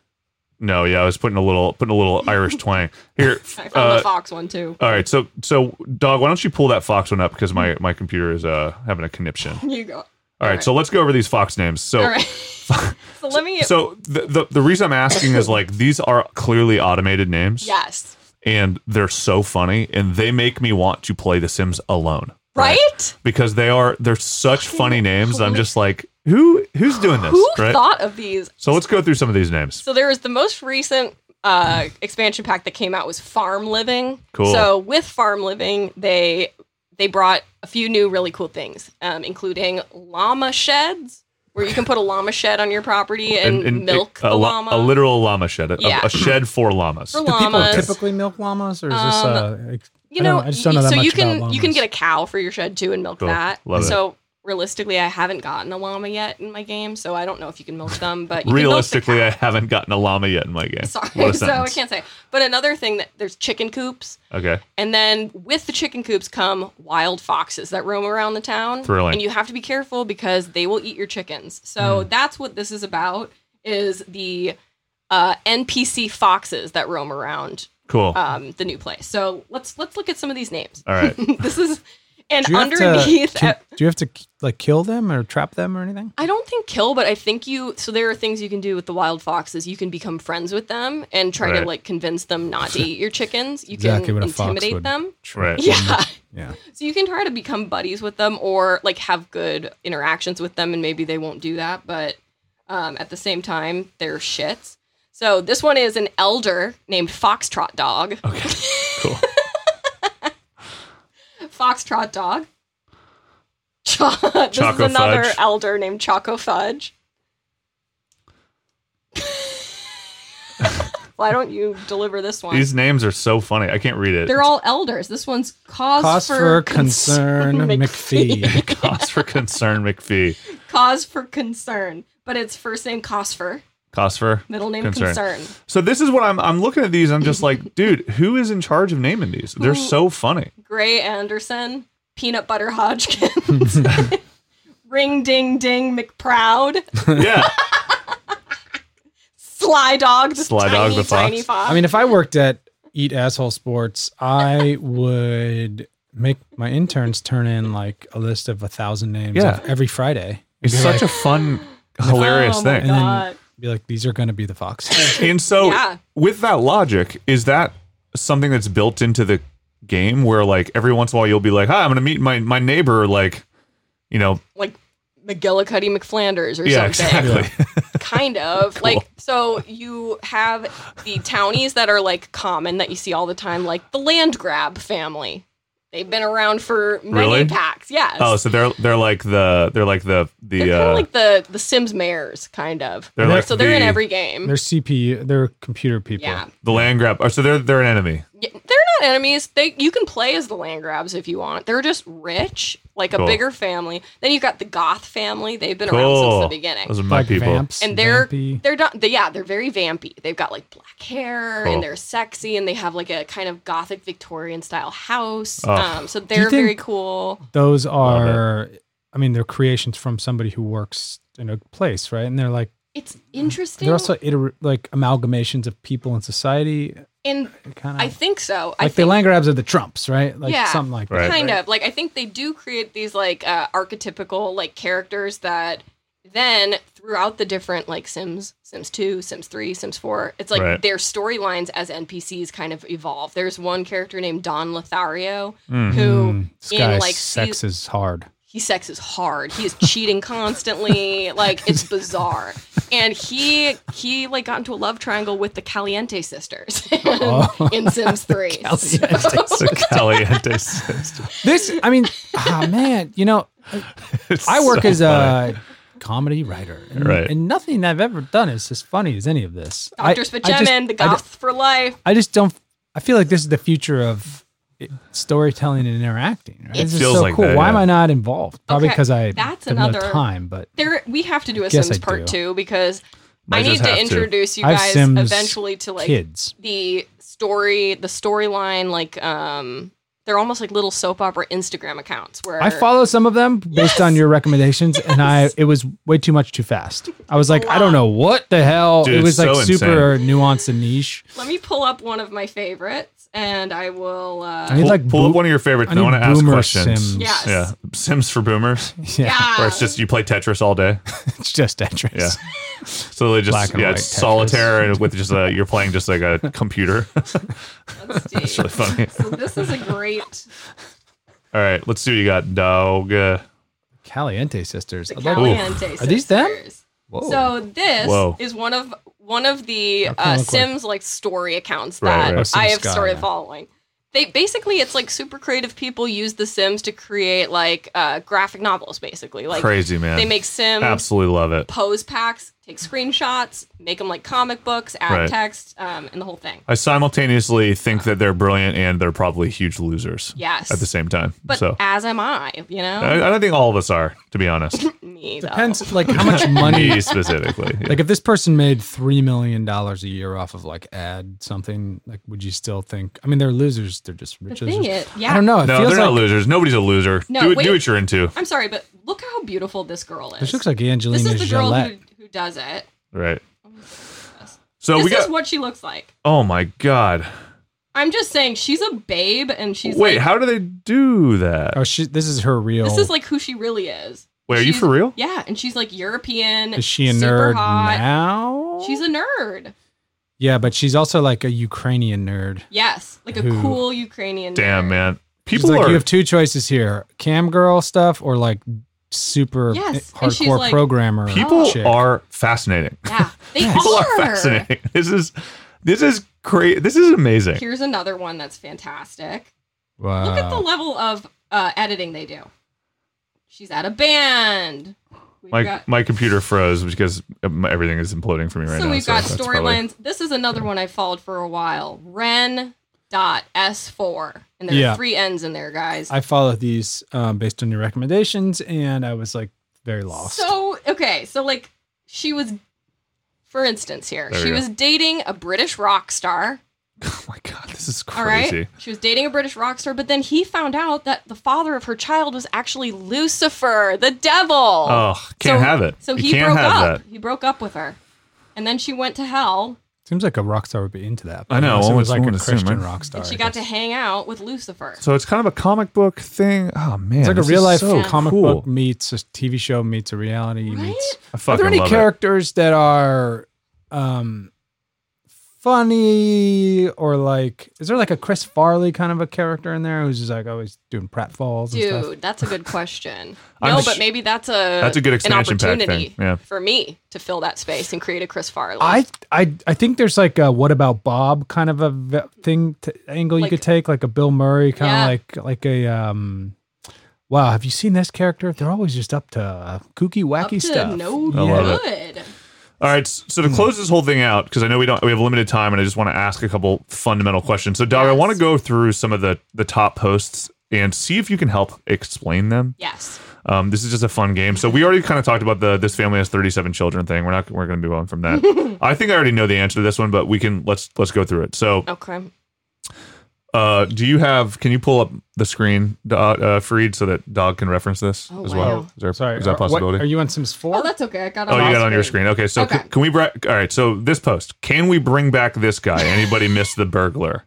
[SPEAKER 2] no yeah i was putting a little putting a little irish twang here
[SPEAKER 4] I found
[SPEAKER 2] uh,
[SPEAKER 4] the fox one too.
[SPEAKER 2] all right so so dog why don't you pull that fox one up because my my computer is uh having a conniption all
[SPEAKER 4] You go.
[SPEAKER 2] right, so let's go over these fox names so
[SPEAKER 4] All right. so let me.
[SPEAKER 2] Oh. So the, the the reason I'm asking is like these are clearly automated names,
[SPEAKER 4] yes.
[SPEAKER 2] and they're so funny, and they make me want to play The Sims alone,
[SPEAKER 4] Right?
[SPEAKER 2] Because they are they're such funny names. that I'm just like, who who's doing this,
[SPEAKER 4] Who
[SPEAKER 2] right?
[SPEAKER 4] thought of these?
[SPEAKER 2] so let's go through some of these names.
[SPEAKER 4] So there was the most recent uh, expansion pack that came out was Farm Living.
[SPEAKER 2] Cool.
[SPEAKER 4] So with Farm Living, they they brought a few new really cool things, um, including llama sheds, where you can put a llama shed on your property and, milk
[SPEAKER 2] a,
[SPEAKER 4] the
[SPEAKER 2] la-
[SPEAKER 4] llama.
[SPEAKER 2] a literal llama shed, a,
[SPEAKER 4] Yeah.
[SPEAKER 2] a shed for llamas.
[SPEAKER 4] For
[SPEAKER 3] Do
[SPEAKER 4] Llamas.
[SPEAKER 3] people typically milk llamas, or is this?
[SPEAKER 4] Um,
[SPEAKER 3] Uh, ex-
[SPEAKER 4] you
[SPEAKER 3] I
[SPEAKER 4] know,
[SPEAKER 3] don't- I just don't know that
[SPEAKER 4] y- so
[SPEAKER 3] much
[SPEAKER 4] you can
[SPEAKER 3] about
[SPEAKER 4] you can
[SPEAKER 3] llamas.
[SPEAKER 4] get a cow for your shed too and milk
[SPEAKER 2] Cool.
[SPEAKER 4] that.
[SPEAKER 2] Love it.
[SPEAKER 4] so realistically, I haven't gotten a llama yet in my game, so I don't know if you can milk them. But you can milk the
[SPEAKER 2] Realistically,
[SPEAKER 4] cow.
[SPEAKER 2] I haven't gotten a llama yet in my game. What
[SPEAKER 4] sorry,
[SPEAKER 2] a
[SPEAKER 4] so I
[SPEAKER 2] sentence.
[SPEAKER 4] can't say. But another thing that there's chicken coops.
[SPEAKER 2] Okay,
[SPEAKER 4] And then with the chicken coops come wild foxes that roam around the town.
[SPEAKER 2] Thrilling.
[SPEAKER 4] And you have to be careful because they will eat your chickens.
[SPEAKER 3] Hmm.
[SPEAKER 4] So that's what this is about is the uh, NPC foxes that roam around
[SPEAKER 2] Cool.
[SPEAKER 4] um, the new place. So let's let's look at some of these names.
[SPEAKER 2] All right.
[SPEAKER 4] this is and
[SPEAKER 3] Do you
[SPEAKER 4] underneath. e-,
[SPEAKER 3] have to, ki- do you have to like kill them or trap them or anything?
[SPEAKER 4] I don't think kill, but I think you. So there are things you can do with the wild foxes. You can become friends with them and try to
[SPEAKER 2] Right.
[SPEAKER 4] like convince them not to eat your chickens. You
[SPEAKER 3] Exactly
[SPEAKER 4] can
[SPEAKER 3] what a fox
[SPEAKER 4] intimidate
[SPEAKER 3] would-
[SPEAKER 4] them.
[SPEAKER 2] Right.
[SPEAKER 4] Yeah.
[SPEAKER 3] Yeah.
[SPEAKER 4] So you can try to become buddies with them or like have good interactions with them, and maybe they won't do that. But um, at the same time, they're shits. So this one is an elder named Foxtrot Dog.
[SPEAKER 2] Okay. Cool.
[SPEAKER 4] Foxtrot Dog. Cho- this
[SPEAKER 2] Choco
[SPEAKER 4] is another
[SPEAKER 2] Fudge.
[SPEAKER 4] elder named Choco Fudge. Why don't you deliver this one?
[SPEAKER 2] These names are so funny. I can't read it.
[SPEAKER 4] They're all elders. This one's cause,
[SPEAKER 3] Cause for concern,
[SPEAKER 4] McPhee.
[SPEAKER 3] McPhee.
[SPEAKER 2] Cost for concern McPhee.
[SPEAKER 4] Cause for concern, but it's first name Cause for,
[SPEAKER 2] Cost for
[SPEAKER 4] middle name
[SPEAKER 2] Concern.
[SPEAKER 4] concern.
[SPEAKER 2] So this is what I'm I'm looking at these. I'm just like, dude, who is in charge of naming these? They're so funny.
[SPEAKER 4] Gray Anderson, Peanut Butter Hodgkins, Ring Ding Ding McProud,
[SPEAKER 2] Yeah.
[SPEAKER 4] Sly Dog, the
[SPEAKER 2] Sly
[SPEAKER 4] tiny,
[SPEAKER 2] Dog the fox.
[SPEAKER 4] tiny fox.
[SPEAKER 3] I mean, if I worked at Eat Asshole Sports, I would make my interns turn in like a list of a thousand names
[SPEAKER 2] Yeah.
[SPEAKER 3] of every Friday.
[SPEAKER 2] It's such a fun, hilarious
[SPEAKER 4] Oh my
[SPEAKER 2] thing.
[SPEAKER 3] And then
[SPEAKER 4] God.
[SPEAKER 3] be like, these are going to be the foxes.
[SPEAKER 2] And so,
[SPEAKER 4] Yeah.
[SPEAKER 2] with that logic, is that something that's built into the game where, like, every once in a while you'll be like, "Hi, I'm going to meet my my neighbor," like, you know,
[SPEAKER 4] like McGillicuddy McFlanders or
[SPEAKER 2] yeah,
[SPEAKER 4] something.
[SPEAKER 2] exactly.
[SPEAKER 4] Kind of. Like so you have the townies that are like common that you see all the time, like the land grab family. They've been around for many
[SPEAKER 2] Really?
[SPEAKER 4] packs, yes.
[SPEAKER 2] oh, so they're they're like the they're like the the
[SPEAKER 4] they're kind
[SPEAKER 2] uh,
[SPEAKER 4] of like the the Sims mayors, kind of.
[SPEAKER 2] They're like
[SPEAKER 4] so they're in
[SPEAKER 2] the-
[SPEAKER 4] every game.
[SPEAKER 3] they're CPU, they're computer people.
[SPEAKER 4] yeah.
[SPEAKER 2] the land grab. Or so they're they're an enemy.
[SPEAKER 4] Yeah, They're not enemies. They you can play as the land grabs if you want. They're just rich, like
[SPEAKER 2] Cool.
[SPEAKER 4] a bigger family. Then you've got the Goth family. They've been around
[SPEAKER 2] Cool.
[SPEAKER 4] since the beginning.
[SPEAKER 2] Those are my
[SPEAKER 3] like
[SPEAKER 2] people.
[SPEAKER 3] vamps.
[SPEAKER 4] and they're
[SPEAKER 3] vampy.
[SPEAKER 4] they're not they, yeah they're very vampy they've got like black hair
[SPEAKER 2] Cool.
[SPEAKER 4] and they're sexy and they have like a kind of gothic victorian style house
[SPEAKER 2] Oh.
[SPEAKER 4] um so they're very
[SPEAKER 3] think-
[SPEAKER 4] cool
[SPEAKER 3] Those are, I mean, they're creations from somebody who works in a place, right? And they're like,
[SPEAKER 4] it's interesting
[SPEAKER 3] they're also iter- like amalgamations of people in society.
[SPEAKER 4] and
[SPEAKER 3] Kind of
[SPEAKER 4] i think so i
[SPEAKER 3] like the
[SPEAKER 4] think
[SPEAKER 3] land grabs are the Trumps, right? Like
[SPEAKER 4] Yeah.
[SPEAKER 3] something like
[SPEAKER 2] Right.
[SPEAKER 3] that.
[SPEAKER 4] kind of like i think they do create these like uh, archetypical like characters that then throughout the different like sims sims 2 sims 3 sims 4 it's like
[SPEAKER 2] Right.
[SPEAKER 4] their storylines as npcs kind of evolve there's one character named don lothario
[SPEAKER 2] Mm.
[SPEAKER 4] who
[SPEAKER 3] Mm, this
[SPEAKER 4] in,
[SPEAKER 3] guy
[SPEAKER 4] like,
[SPEAKER 3] sex
[SPEAKER 4] sea-
[SPEAKER 3] is hard.
[SPEAKER 4] he sexes hard. He is cheating constantly. like it's bizarre. And he he like got into a love triangle with the Caliente sisters
[SPEAKER 3] Oh.
[SPEAKER 4] in Sims Three.
[SPEAKER 2] It's a caliente system.
[SPEAKER 3] This, I mean, ah man, you know,
[SPEAKER 2] It's
[SPEAKER 3] I work
[SPEAKER 2] so
[SPEAKER 3] as
[SPEAKER 2] funny.
[SPEAKER 3] a comedy writer, and,
[SPEAKER 2] Right.
[SPEAKER 3] and nothing I've ever done is as funny as any of this. I-
[SPEAKER 4] Doctor
[SPEAKER 3] I just-
[SPEAKER 4] Spagemin, the
[SPEAKER 3] I,
[SPEAKER 4] goth for life.
[SPEAKER 3] I just don't. I feel like this is the future of it, storytelling and interacting. Right? This is
[SPEAKER 2] feels
[SPEAKER 3] so
[SPEAKER 2] like
[SPEAKER 3] cool.
[SPEAKER 2] that,
[SPEAKER 3] Why
[SPEAKER 2] yeah.
[SPEAKER 3] am I not involved? Probably
[SPEAKER 4] Okay,
[SPEAKER 3] because I
[SPEAKER 4] that's
[SPEAKER 3] have no
[SPEAKER 4] another-
[SPEAKER 3] time. But
[SPEAKER 4] There we have to do a
[SPEAKER 3] Guess
[SPEAKER 4] Sims
[SPEAKER 3] I
[SPEAKER 4] Part
[SPEAKER 3] do.
[SPEAKER 4] Two because
[SPEAKER 2] Might
[SPEAKER 4] I need
[SPEAKER 2] just have
[SPEAKER 4] to introduce you
[SPEAKER 3] I've
[SPEAKER 4] guys
[SPEAKER 3] Sims
[SPEAKER 4] eventually to like
[SPEAKER 3] kids,
[SPEAKER 4] the story, the storyline. Like um, they're almost like little soap opera Instagram accounts where
[SPEAKER 3] I follow some of them based on your recommendations, and I it was way too much too fast. I was like, I don't know what the hell.
[SPEAKER 2] Dude,
[SPEAKER 3] it
[SPEAKER 2] it's
[SPEAKER 3] was like
[SPEAKER 2] so
[SPEAKER 3] super nuanced and niche.
[SPEAKER 4] Let me pull up one of my favorites, and I will. Uh,
[SPEAKER 3] I need
[SPEAKER 2] Pull,
[SPEAKER 3] like
[SPEAKER 2] pull up
[SPEAKER 3] bo-
[SPEAKER 2] one of your favorites.
[SPEAKER 3] I
[SPEAKER 2] and I
[SPEAKER 3] need
[SPEAKER 2] want to ask
[SPEAKER 3] boomer
[SPEAKER 2] questions.
[SPEAKER 3] Sims.
[SPEAKER 4] Yes. Um,
[SPEAKER 2] Yeah, Sims for boomers,
[SPEAKER 3] yeah,
[SPEAKER 4] yeah.
[SPEAKER 2] where it's just you play Tetris all day.
[SPEAKER 3] it's just Tetris.
[SPEAKER 2] Yeah. So they just
[SPEAKER 3] Black and
[SPEAKER 2] yeah,
[SPEAKER 3] white
[SPEAKER 2] it's
[SPEAKER 3] Tetris.
[SPEAKER 2] solitaire and with just a you're playing just like a computer.
[SPEAKER 4] Let's
[SPEAKER 2] it's
[SPEAKER 4] see.
[SPEAKER 2] really funny.
[SPEAKER 4] So this is a great.
[SPEAKER 2] All right, let's see what you got, dog. Uh,
[SPEAKER 3] Caliente sisters.
[SPEAKER 4] The
[SPEAKER 3] I love-
[SPEAKER 4] Caliente
[SPEAKER 3] Are these them?
[SPEAKER 4] sisters.
[SPEAKER 3] Whoa.
[SPEAKER 4] So this
[SPEAKER 2] Whoa.
[SPEAKER 4] is one of one of the
[SPEAKER 3] That kinda
[SPEAKER 4] uh,
[SPEAKER 3] look like-
[SPEAKER 4] Sims like story accounts
[SPEAKER 2] Right,
[SPEAKER 4] that
[SPEAKER 2] right. Oh,
[SPEAKER 3] Sims
[SPEAKER 4] I have
[SPEAKER 3] Sky,
[SPEAKER 4] started
[SPEAKER 3] yeah.
[SPEAKER 4] following. They basically it's like super creative people use the Sims to create like uh, graphic novels, basically. Like
[SPEAKER 2] crazy man.
[SPEAKER 4] they make Sims
[SPEAKER 2] absolutely love it.
[SPEAKER 4] pose packs, take screenshots, make them like comic books, add
[SPEAKER 2] Right.
[SPEAKER 4] text, um, and the whole thing.
[SPEAKER 2] I simultaneously think that they're brilliant and they're probably huge losers.
[SPEAKER 4] Yes.
[SPEAKER 2] At the same time,
[SPEAKER 4] But
[SPEAKER 2] so
[SPEAKER 4] as am I, you
[SPEAKER 2] I, I
[SPEAKER 4] know.
[SPEAKER 2] don't think all of us are, to be honest.
[SPEAKER 4] Me though.
[SPEAKER 3] Depends like how much money
[SPEAKER 2] Me specifically. yeah.
[SPEAKER 3] Like if this person made three million dollars a year off of like ad something, like would you still think? I mean, they're losers. They're just rich.
[SPEAKER 4] thing
[SPEAKER 3] losers.
[SPEAKER 4] is- yeah.
[SPEAKER 3] I don't know. It
[SPEAKER 2] no,
[SPEAKER 3] feels
[SPEAKER 2] they're not
[SPEAKER 3] like
[SPEAKER 2] losers. Nobody's a loser.
[SPEAKER 4] No,
[SPEAKER 2] do, it- do
[SPEAKER 4] wait.
[SPEAKER 2] what you're into.
[SPEAKER 4] I'm sorry, but look how beautiful this girl is.
[SPEAKER 3] this looks like Angelina
[SPEAKER 4] This is the girl
[SPEAKER 3] Gillette.
[SPEAKER 4] who, who does it.
[SPEAKER 2] Right. So
[SPEAKER 4] this
[SPEAKER 2] we got.
[SPEAKER 4] is what she looks like.
[SPEAKER 2] oh my god.
[SPEAKER 4] I'm just saying she's a babe and she's
[SPEAKER 2] Wait,
[SPEAKER 4] like
[SPEAKER 2] how do they do that?
[SPEAKER 3] Oh, she, this is her real.
[SPEAKER 4] this is like who she really is.
[SPEAKER 2] Wait, are you
[SPEAKER 4] she's-
[SPEAKER 2] for real?
[SPEAKER 4] Yeah, and she's like European.
[SPEAKER 3] is she a
[SPEAKER 4] super
[SPEAKER 3] nerd
[SPEAKER 4] hot.
[SPEAKER 3] now?
[SPEAKER 4] She's a nerd.
[SPEAKER 3] yeah, but she's also like a Ukrainian nerd.
[SPEAKER 4] Yes, like a
[SPEAKER 3] Who-
[SPEAKER 4] cool Ukrainian.
[SPEAKER 2] Damn,
[SPEAKER 4] nerd.
[SPEAKER 2] man.
[SPEAKER 3] She's
[SPEAKER 2] People
[SPEAKER 3] like,
[SPEAKER 2] are.
[SPEAKER 3] you have two choices here: cam girl stuff or like super
[SPEAKER 4] Yes,
[SPEAKER 3] eh,
[SPEAKER 4] and she's
[SPEAKER 3] hardcore
[SPEAKER 4] like-
[SPEAKER 3] programmer.
[SPEAKER 2] people
[SPEAKER 4] Oh,
[SPEAKER 3] chick.
[SPEAKER 2] are fascinating.
[SPEAKER 4] Yeah, they
[SPEAKER 2] People
[SPEAKER 4] are.
[SPEAKER 2] are fascinating. This is this is crazy. This is amazing.
[SPEAKER 4] Here's another one that's fantastic.
[SPEAKER 3] Wow.
[SPEAKER 4] Look at the level of uh, editing they do. She's at a band. We've
[SPEAKER 2] My
[SPEAKER 4] got,
[SPEAKER 2] my computer froze because my- everything is imploding for me right
[SPEAKER 4] so
[SPEAKER 2] now.
[SPEAKER 4] we've got
[SPEAKER 2] that's probably-
[SPEAKER 4] storylines. This is another one I followed for a while. Ren dot S four, and there
[SPEAKER 3] Yeah.
[SPEAKER 4] are three N's in there, guys.
[SPEAKER 3] I follow these um, based on your recommendations, and I was like very lost.
[SPEAKER 4] So okay, so like she was, for instance, here
[SPEAKER 2] There
[SPEAKER 4] she
[SPEAKER 2] you go.
[SPEAKER 4] was dating a British rock star.
[SPEAKER 2] Oh my god, this is
[SPEAKER 4] All right,
[SPEAKER 2] crazy.
[SPEAKER 4] she was dating a British rock star, but then he found out that the father of her child was actually Lucifer, the devil.
[SPEAKER 2] Oh, can't
[SPEAKER 4] So-
[SPEAKER 2] have it.
[SPEAKER 4] So
[SPEAKER 2] you
[SPEAKER 4] he
[SPEAKER 2] can't
[SPEAKER 4] broke
[SPEAKER 2] have
[SPEAKER 4] up.
[SPEAKER 2] that.
[SPEAKER 4] He broke up with her, and then she went to hell,
[SPEAKER 3] Seems like a rock star would be into that.
[SPEAKER 2] I know,
[SPEAKER 3] unless
[SPEAKER 2] one
[SPEAKER 3] It
[SPEAKER 2] would-
[SPEAKER 3] was like
[SPEAKER 2] one
[SPEAKER 3] a
[SPEAKER 2] would assume,
[SPEAKER 3] Christian
[SPEAKER 2] right?
[SPEAKER 3] rock star.
[SPEAKER 4] and she
[SPEAKER 3] I
[SPEAKER 4] got to
[SPEAKER 3] guess.
[SPEAKER 4] hang out with Lucifer.
[SPEAKER 2] So it's kind of a comic book thing. Oh man,
[SPEAKER 3] It's like a
[SPEAKER 2] this is
[SPEAKER 3] real life
[SPEAKER 2] so
[SPEAKER 3] comic
[SPEAKER 2] cool.
[SPEAKER 3] book meets a TV show meets a reality
[SPEAKER 4] Right?
[SPEAKER 3] meets.
[SPEAKER 2] I fucking
[SPEAKER 3] Are there any
[SPEAKER 2] love it.
[SPEAKER 3] characters that are um, funny or like? Is there like a Chris Farley kind of a character in there who's just like always doing pratfalls and stuff?
[SPEAKER 4] Dude, that's a good question.
[SPEAKER 2] I'm
[SPEAKER 4] no,
[SPEAKER 2] sh-
[SPEAKER 4] but maybe that's a
[SPEAKER 2] That's a good
[SPEAKER 4] an
[SPEAKER 2] expansion pack thing,
[SPEAKER 4] opportunity
[SPEAKER 2] yeah.
[SPEAKER 4] for me to fill that space and create a Chris Farley.
[SPEAKER 3] I I I think there's like a what about Bob kind of a v- thing to, angle you
[SPEAKER 4] Like-
[SPEAKER 3] could take, like a Bill Murray kind
[SPEAKER 4] Yeah.
[SPEAKER 3] of like like a um. Wow, have you seen this character? They're always just up to kooky, wacky
[SPEAKER 4] Up to
[SPEAKER 3] stuff.
[SPEAKER 4] no
[SPEAKER 2] I love it.
[SPEAKER 4] good.
[SPEAKER 2] All right, s- so
[SPEAKER 3] Hmm.
[SPEAKER 2] to close this whole thing out, because I know we don't we have limited time, and I just want to ask a couple fundamental questions. So, Dog, I
[SPEAKER 4] Yes.
[SPEAKER 2] want to go through some of the the top posts and see if you can help explain them.
[SPEAKER 4] Yes.
[SPEAKER 2] Um, this is just a fun game. So we already kind of talked about the this family has 37 children thing. We're not we're going to move on from that. I think I already know the answer to this one, but we can let's let's go through it. So,
[SPEAKER 4] Okay.
[SPEAKER 2] uh, do you have? Can you pull up the screen, uh, uh, Fareed, so that Dog can reference this
[SPEAKER 4] Oh,
[SPEAKER 2] as
[SPEAKER 4] wow.
[SPEAKER 2] well? Is there,
[SPEAKER 3] Sorry,
[SPEAKER 2] is
[SPEAKER 3] are-
[SPEAKER 2] that a
[SPEAKER 3] what-
[SPEAKER 2] possibility?
[SPEAKER 3] are you on Sims Four?
[SPEAKER 4] Oh, that's okay. I got.
[SPEAKER 2] Oh, you
[SPEAKER 4] my
[SPEAKER 2] got it on your screen. Okay, so c-
[SPEAKER 4] Okay.
[SPEAKER 2] can we? Bra- all right, so this post. Can we bring back this guy? Anybody miss the burglar?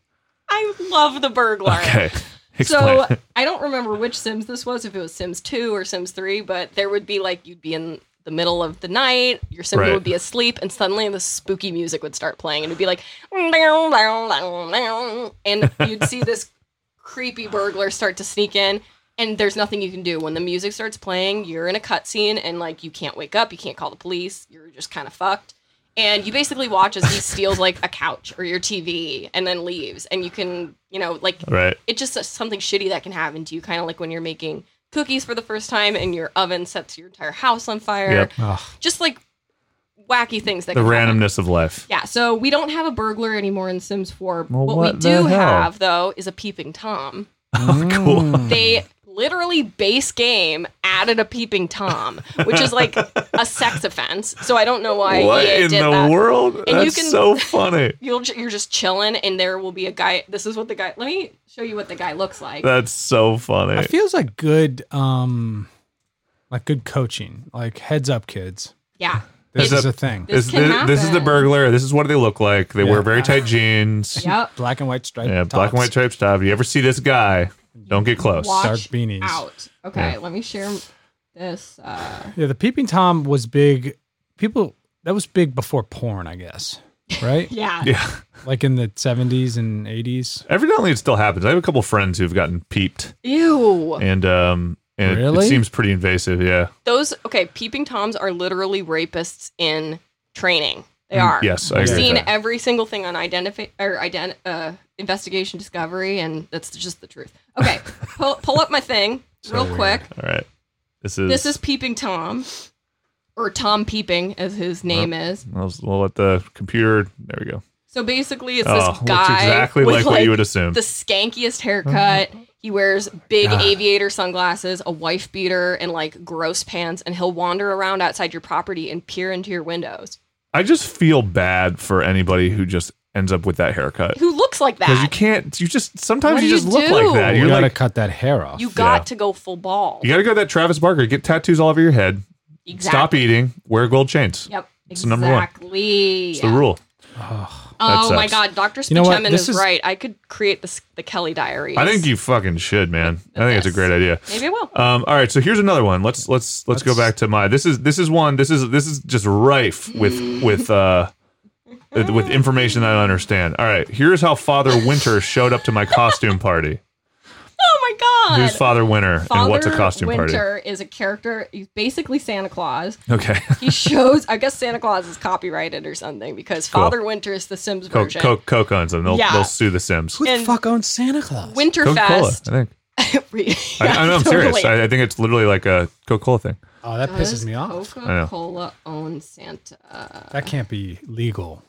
[SPEAKER 4] I love the burglar.
[SPEAKER 2] Okay, explain.
[SPEAKER 4] So I don't remember which Sims this was, if it was Sims 2 or Sims 3, but there would be like you'd be in the middle of the night, your Sim
[SPEAKER 2] Right.
[SPEAKER 4] would be asleep, and suddenly the spooky music would start playing, and it'd be like, and you'd see this creepy burglar start to sneak in. And there's nothing you can do when the music starts playing. You're in a cutscene, and like you can't wake up, you can't call the police. You're just kind of fucked. And you basically watch as he steals like a couch or your TV, and then leaves. And you can, you know, like
[SPEAKER 2] right.
[SPEAKER 4] it's just a- something shitty that can happen to you kind of like when you're making cookies for the first time and your oven sets your entire house on fire
[SPEAKER 2] Yep.
[SPEAKER 3] Ugh.
[SPEAKER 4] just like wacky things that
[SPEAKER 2] The
[SPEAKER 4] can happen.
[SPEAKER 2] randomness of life.
[SPEAKER 4] yeah so we don't have a burglar anymore in sims 4
[SPEAKER 2] Well,
[SPEAKER 4] what,
[SPEAKER 2] what the
[SPEAKER 4] we do
[SPEAKER 2] hell? Oh,
[SPEAKER 4] have though is a peeping tom
[SPEAKER 2] cool.
[SPEAKER 4] they literally base game added a peeping tom which is like a sex offense so i don't know why
[SPEAKER 2] what
[SPEAKER 4] EA
[SPEAKER 2] in the
[SPEAKER 4] did that.
[SPEAKER 2] world?
[SPEAKER 4] you
[SPEAKER 2] That's
[SPEAKER 4] can-
[SPEAKER 2] so funny.
[SPEAKER 4] You'll, ju- you're just chilling and there will be a guy this is what the guy let me show you what the guy looks like
[SPEAKER 2] That's so funny.
[SPEAKER 3] It feels like good, um, like good coaching, like heads up, kids.
[SPEAKER 4] yeah
[SPEAKER 3] This
[SPEAKER 2] Heads
[SPEAKER 3] is
[SPEAKER 2] up.
[SPEAKER 3] a thing.
[SPEAKER 4] This
[SPEAKER 2] This, this,
[SPEAKER 4] can
[SPEAKER 2] this is the
[SPEAKER 4] happen.
[SPEAKER 2] burglar. This is what they look like. They
[SPEAKER 3] Yeah.
[SPEAKER 2] wear very tight jeans.
[SPEAKER 4] yep
[SPEAKER 3] Black and white striped.
[SPEAKER 2] Yeah, black and white
[SPEAKER 3] tops.
[SPEAKER 2] striped top. You ever see this guy? Don't get close.
[SPEAKER 4] Watch
[SPEAKER 3] Dark beanies.
[SPEAKER 4] out. Okay,
[SPEAKER 2] Yeah.
[SPEAKER 4] let me share this. Uh,
[SPEAKER 3] Yeah, the peeping tom was big. People that was big before porn, I guess. Right?
[SPEAKER 4] yeah.
[SPEAKER 2] Yeah.
[SPEAKER 3] like in the 70s and 80s.
[SPEAKER 2] Evidently, it still happens. I have a couple friends who've gotten peeped,
[SPEAKER 4] Ew.
[SPEAKER 2] and um, and it-
[SPEAKER 3] Really?
[SPEAKER 2] it seems pretty invasive. Yeah.
[SPEAKER 4] Those okay. Peeping toms are literally rapists in training. They are.
[SPEAKER 2] Mm, Yes, I
[SPEAKER 4] I've
[SPEAKER 2] agree with
[SPEAKER 4] seen
[SPEAKER 2] that.
[SPEAKER 4] every single thing on identify or ident- uh, investigation discovery, and that's just the truth. Okay, pull, pull up my thing real quick.
[SPEAKER 2] All right. This is.
[SPEAKER 4] This is Peeping Tom, or Tom Peeping, as his name is.
[SPEAKER 2] We'll, we'll let the computer. There we go.
[SPEAKER 4] So basically, it's
[SPEAKER 2] Oh,
[SPEAKER 4] this
[SPEAKER 2] looks
[SPEAKER 4] guy
[SPEAKER 2] exactly
[SPEAKER 4] with
[SPEAKER 2] like what you would assume.
[SPEAKER 4] The skankiest haircut.
[SPEAKER 2] Mm-hmm.
[SPEAKER 4] He wears big aviator sunglasses, a wife beater, and like gross pants, and he'll wander around outside your property and peer into your windows.
[SPEAKER 2] I just feel bad for anybody who just ends up with that haircut
[SPEAKER 4] Who looks like
[SPEAKER 2] because you
[SPEAKER 4] that?
[SPEAKER 2] can't. You just sometimes
[SPEAKER 4] What
[SPEAKER 2] you
[SPEAKER 4] do you
[SPEAKER 2] just look like
[SPEAKER 4] do?
[SPEAKER 2] that.
[SPEAKER 3] You
[SPEAKER 2] You're
[SPEAKER 3] gotta
[SPEAKER 2] like
[SPEAKER 3] cut that hair off.
[SPEAKER 4] You got
[SPEAKER 2] Yeah.
[SPEAKER 4] to go full ball.
[SPEAKER 2] you got to go that Travis Barker. Get tattoos all over your head.
[SPEAKER 4] Exactly.
[SPEAKER 2] Stop eating. Wear gold chains.
[SPEAKER 4] Yep.
[SPEAKER 2] It's the number one.
[SPEAKER 4] Exactly.
[SPEAKER 2] It's the rule.
[SPEAKER 4] Oh my
[SPEAKER 2] sucks.
[SPEAKER 4] god, Dr.
[SPEAKER 3] You know what?
[SPEAKER 4] Spichemin
[SPEAKER 3] This
[SPEAKER 4] is,
[SPEAKER 3] is-
[SPEAKER 4] right. I could create this, the Kelly Diaries.
[SPEAKER 2] I think you fucking should, man. I think it's a
[SPEAKER 4] Yes.
[SPEAKER 2] great idea.
[SPEAKER 4] Maybe I will.
[SPEAKER 2] Um, all right, so here's another one. Let's let's let's go back to my. This is this is one. This is this is just rife with with uh with information I don't understand. All right, here's how Father Winter showed up to my costume party.
[SPEAKER 4] oh my god.
[SPEAKER 2] Who's Father Winter and what's a
[SPEAKER 4] Father
[SPEAKER 2] costume
[SPEAKER 4] Winter is a character. He's basically Santa Claus.
[SPEAKER 2] party? Okay,
[SPEAKER 4] He shows. I guess Santa Claus is copyrighted or something because
[SPEAKER 2] Cool.
[SPEAKER 4] Father Winter is the Sims
[SPEAKER 2] Coke
[SPEAKER 4] version.
[SPEAKER 2] Coke Coke owns them. They'll
[SPEAKER 4] Yeah.
[SPEAKER 2] they'll sue the Sims.
[SPEAKER 3] Who the
[SPEAKER 4] And-
[SPEAKER 3] fuck owns Santa Claus?
[SPEAKER 2] Coca Cola, I
[SPEAKER 4] Winterfest.
[SPEAKER 2] think.
[SPEAKER 4] yeah,
[SPEAKER 2] I, I know, I'm serious.
[SPEAKER 4] totally.
[SPEAKER 2] I, I think it's literally like a Coca Cola thing.
[SPEAKER 3] oh, that pisses
[SPEAKER 4] Does
[SPEAKER 3] me off.
[SPEAKER 4] Coca-Cola owns Santa.
[SPEAKER 3] That can't be legal.